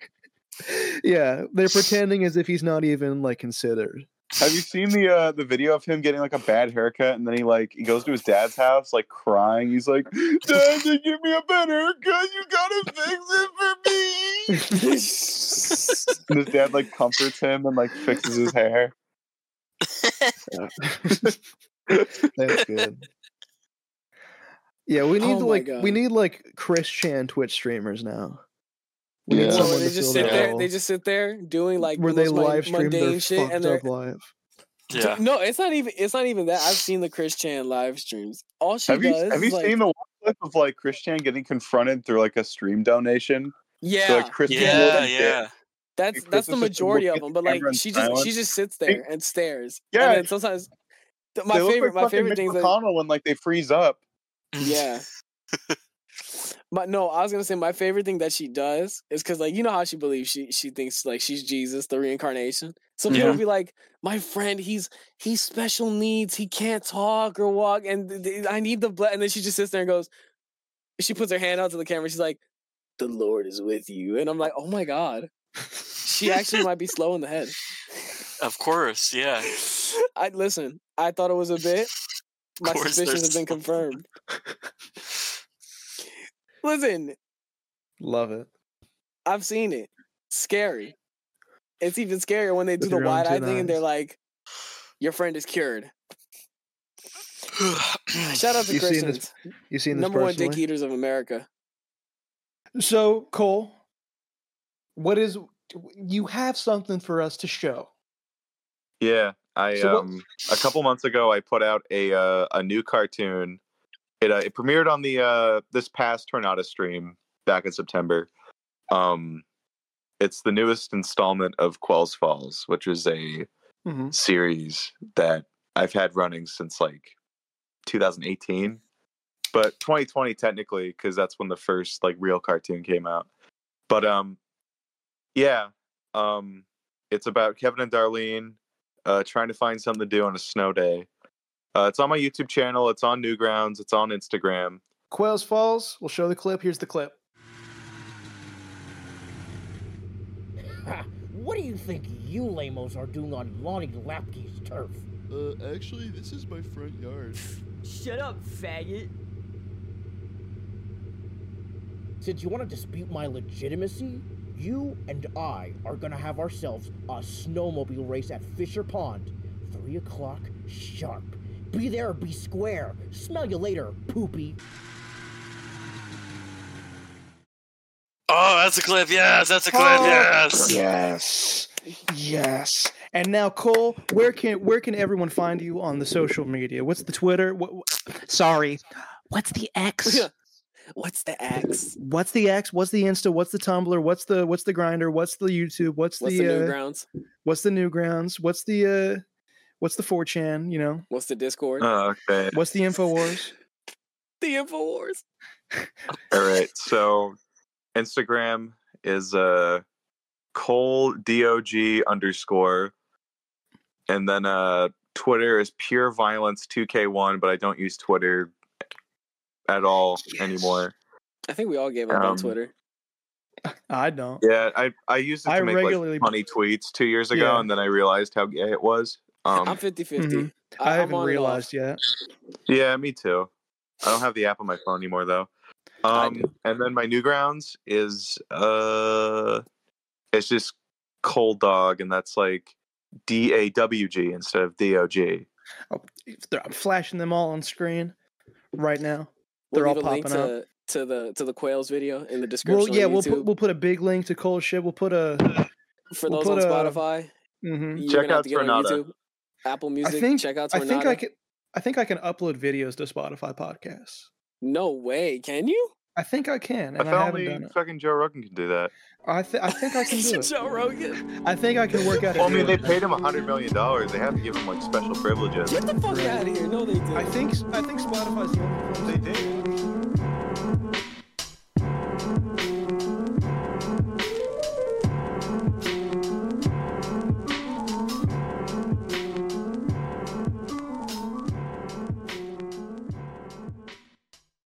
[SPEAKER 1] yeah, they're pretending as if he's not even like considered.
[SPEAKER 2] Have you seen the uh, the video of him getting like a bad haircut and then he like he goes to his dad's house like crying. He's like, "Dad, they give me a better haircut. You gotta fix it for me."
[SPEAKER 1] <laughs>
[SPEAKER 2] And his dad like comforts him and like fixes his hair.
[SPEAKER 1] That's good. Yeah, we need
[SPEAKER 4] Oh my
[SPEAKER 1] like
[SPEAKER 4] God.
[SPEAKER 1] we need like Chris Chan Twitch streamers now. We
[SPEAKER 2] Yeah.
[SPEAKER 1] need
[SPEAKER 2] Whoa,
[SPEAKER 4] Well,
[SPEAKER 1] someone
[SPEAKER 4] where they
[SPEAKER 1] to
[SPEAKER 4] just
[SPEAKER 1] fill
[SPEAKER 4] sit
[SPEAKER 1] that
[SPEAKER 4] there.
[SPEAKER 1] role.
[SPEAKER 4] They just sit there doing like
[SPEAKER 1] where
[SPEAKER 4] the
[SPEAKER 1] they
[SPEAKER 4] most mun-
[SPEAKER 1] live stream their
[SPEAKER 4] mundane shit,
[SPEAKER 1] fucked
[SPEAKER 4] and they're
[SPEAKER 1] up life.
[SPEAKER 3] yeah.
[SPEAKER 4] no, it's not even it's not even that. I've seen the Chris Chan live streams. All she
[SPEAKER 2] have you
[SPEAKER 4] does.
[SPEAKER 2] have you
[SPEAKER 4] is, like,
[SPEAKER 2] seen the one clip of like Christian getting confronted through like a stream donation?
[SPEAKER 4] Yeah,
[SPEAKER 2] So, like Christian
[SPEAKER 3] Yeah,
[SPEAKER 2] Wilkins did.
[SPEAKER 3] yeah.
[SPEAKER 4] that's
[SPEAKER 2] Chris
[SPEAKER 4] that's
[SPEAKER 2] is
[SPEAKER 4] the
[SPEAKER 2] just
[SPEAKER 4] majority of
[SPEAKER 2] looking
[SPEAKER 4] them.
[SPEAKER 2] at
[SPEAKER 4] But
[SPEAKER 2] the
[SPEAKER 4] like
[SPEAKER 2] camera in
[SPEAKER 4] she just she
[SPEAKER 2] silence.
[SPEAKER 4] just sits there and stares.
[SPEAKER 2] Yeah.
[SPEAKER 4] and then sometimes th- my
[SPEAKER 2] They look
[SPEAKER 4] favorite
[SPEAKER 2] like
[SPEAKER 4] my favorite
[SPEAKER 2] fucking
[SPEAKER 4] things
[SPEAKER 2] Mitch
[SPEAKER 4] that
[SPEAKER 2] McConnell when like they freeze up.
[SPEAKER 4] yeah. But no, I was gonna say <laughs> my favorite thing that she does is because like you know how she believes she she thinks like she's Jesus, the reincarnation. So people
[SPEAKER 3] Yeah.
[SPEAKER 4] will be like, "My friend, he's he's special needs. He can't talk or walk, and th- th- I need the blood." And then she just sits there and goes, she puts her hand out to the camera. She's like, "The Lord is with you," and I'm like, "Oh my god."
[SPEAKER 3] <laughs>
[SPEAKER 4] She actually might be slow in the head.
[SPEAKER 3] Of course, yeah.
[SPEAKER 4] <laughs> I listen. I thought it was a bit. My
[SPEAKER 3] course they're
[SPEAKER 4] suspicions have been
[SPEAKER 2] <laughs>
[SPEAKER 3] slow.
[SPEAKER 4] confirmed. Listen,
[SPEAKER 1] Love it.
[SPEAKER 4] I've seen it. Scary. It's even scarier when they do
[SPEAKER 1] With
[SPEAKER 4] the
[SPEAKER 1] your own
[SPEAKER 4] wide eye
[SPEAKER 1] tin
[SPEAKER 4] thing and they're
[SPEAKER 1] eyes.
[SPEAKER 4] like, "Your friend
[SPEAKER 2] <laughs>
[SPEAKER 4] is cured."
[SPEAKER 3] <clears throat>
[SPEAKER 4] Shout out to
[SPEAKER 1] You seen this
[SPEAKER 4] Christians,
[SPEAKER 1] You seen this
[SPEAKER 4] number one dick
[SPEAKER 1] personally?
[SPEAKER 4] eaters of
[SPEAKER 2] <laughs>
[SPEAKER 4] America. <laughs>
[SPEAKER 1] So Cole, what is you have something for us to show?
[SPEAKER 2] Yeah, I
[SPEAKER 1] So what-
[SPEAKER 2] um a couple months ago I put out a uh, a new cartoon. It uh, it premiered on the uh this past Tornado stream back in September. Um it's the newest installment of Quells Falls, which is a
[SPEAKER 1] Mm-hmm.
[SPEAKER 2] series that I've had running since like 2018, but 2020 technically because that's when the first like real cartoon came out. But um, yeah, um, it's about Kevin and Darlene uh, trying to find something to do on a snow day. Uh, it's on my YouTube channel. It's on Newgrounds. It's on Instagram.
[SPEAKER 1] Quails Falls. We'll show the clip. Here's the clip.
[SPEAKER 17] What do you think you lamos are doing on Lonnie Lapke's turf?
[SPEAKER 18] Uh, actually, this is my front yard.
[SPEAKER 17] Shut up, faggot. Since you want to dispute my legitimacy, you and I are gonna have ourselves a snowmobile race at Fisher Pond. Three o'clock sharp. Be there or be square. Smell you later, poopy.
[SPEAKER 3] Oh, that's a clip. Yes, that's a clip.
[SPEAKER 1] Oh.
[SPEAKER 3] Yes.
[SPEAKER 1] Yes. Yes. And now, Cole, where can where can everyone find you on the social media? What's the Twitter? What, what- sorry, what's the X?
[SPEAKER 4] What's the X?
[SPEAKER 1] What's the X? What's the Insta? What's the Tumblr? What's the what's the Grinder? What's the YouTube? What's the,
[SPEAKER 4] What's the,
[SPEAKER 1] uh,
[SPEAKER 4] Newgrounds?
[SPEAKER 1] What's the Newgrounds? What's the uh, what's the 4chan? You know,
[SPEAKER 4] What's the Discord?
[SPEAKER 2] Uh, okay.
[SPEAKER 1] what's the Infowars?
[SPEAKER 4] the Infowars.
[SPEAKER 2] All right. So Instagram is uh Cole DOG underscore. And then uh Twitter is pure violence 2K1, but I don't use Twitter at all anymore.
[SPEAKER 4] I think we all gave up
[SPEAKER 2] Um,
[SPEAKER 4] on Twitter.
[SPEAKER 1] I don't.
[SPEAKER 2] Yeah, I I used it to
[SPEAKER 1] I
[SPEAKER 2] make
[SPEAKER 1] regularly-
[SPEAKER 2] like funny tweets two years ago,
[SPEAKER 1] Yeah.
[SPEAKER 2] and then I realized how gay it was.
[SPEAKER 4] I'm
[SPEAKER 2] Um,
[SPEAKER 4] 50 50.
[SPEAKER 1] Mhm. I haven't realized yet.
[SPEAKER 2] yeah, me too. I don't have the app on my phone anymore though. Um, and then my Newgrounds is uh, it's just cold dog, and that's like D A W G instead of D O G.
[SPEAKER 1] Oh, They're- I'm flashing them all on screen right now.
[SPEAKER 4] We'll
[SPEAKER 1] They're all
[SPEAKER 4] leave a link
[SPEAKER 1] popping up.
[SPEAKER 4] to, to the to the Quails video in the description.
[SPEAKER 1] Well, yeah,
[SPEAKER 4] on
[SPEAKER 1] we'll
[SPEAKER 4] YouTube.
[SPEAKER 1] put we'll put a big link to Cole's shit. We'll put a
[SPEAKER 4] for
[SPEAKER 1] we'll put
[SPEAKER 4] those on
[SPEAKER 1] a-
[SPEAKER 4] Spotify.
[SPEAKER 1] mhm.
[SPEAKER 4] <sniffs> you're
[SPEAKER 2] Mm-hmm. Check
[SPEAKER 4] gonna have
[SPEAKER 2] out
[SPEAKER 4] to go on
[SPEAKER 2] Tornado.
[SPEAKER 4] YouTube, Apple Music.
[SPEAKER 1] think-
[SPEAKER 4] check out
[SPEAKER 1] I
[SPEAKER 4] Tornado.
[SPEAKER 1] think I can I think I can upload videos to Spotify podcasts.
[SPEAKER 4] No way, can you?
[SPEAKER 1] I think I can,
[SPEAKER 2] I
[SPEAKER 1] and I,
[SPEAKER 2] thought
[SPEAKER 1] haven't
[SPEAKER 2] only
[SPEAKER 1] done it.
[SPEAKER 2] fucking Joe Rogan could do that.
[SPEAKER 1] I, th- I think
[SPEAKER 4] <laughs>
[SPEAKER 1] I can do it.
[SPEAKER 4] Joe Rogan.
[SPEAKER 1] I think I can work out.
[SPEAKER 2] Well, I mean, they paid him a hundred million dollars. They have to give him like special privileges.
[SPEAKER 4] Get the fuck out of here! No, they did.
[SPEAKER 1] I think I think Spotify's the only
[SPEAKER 2] They did.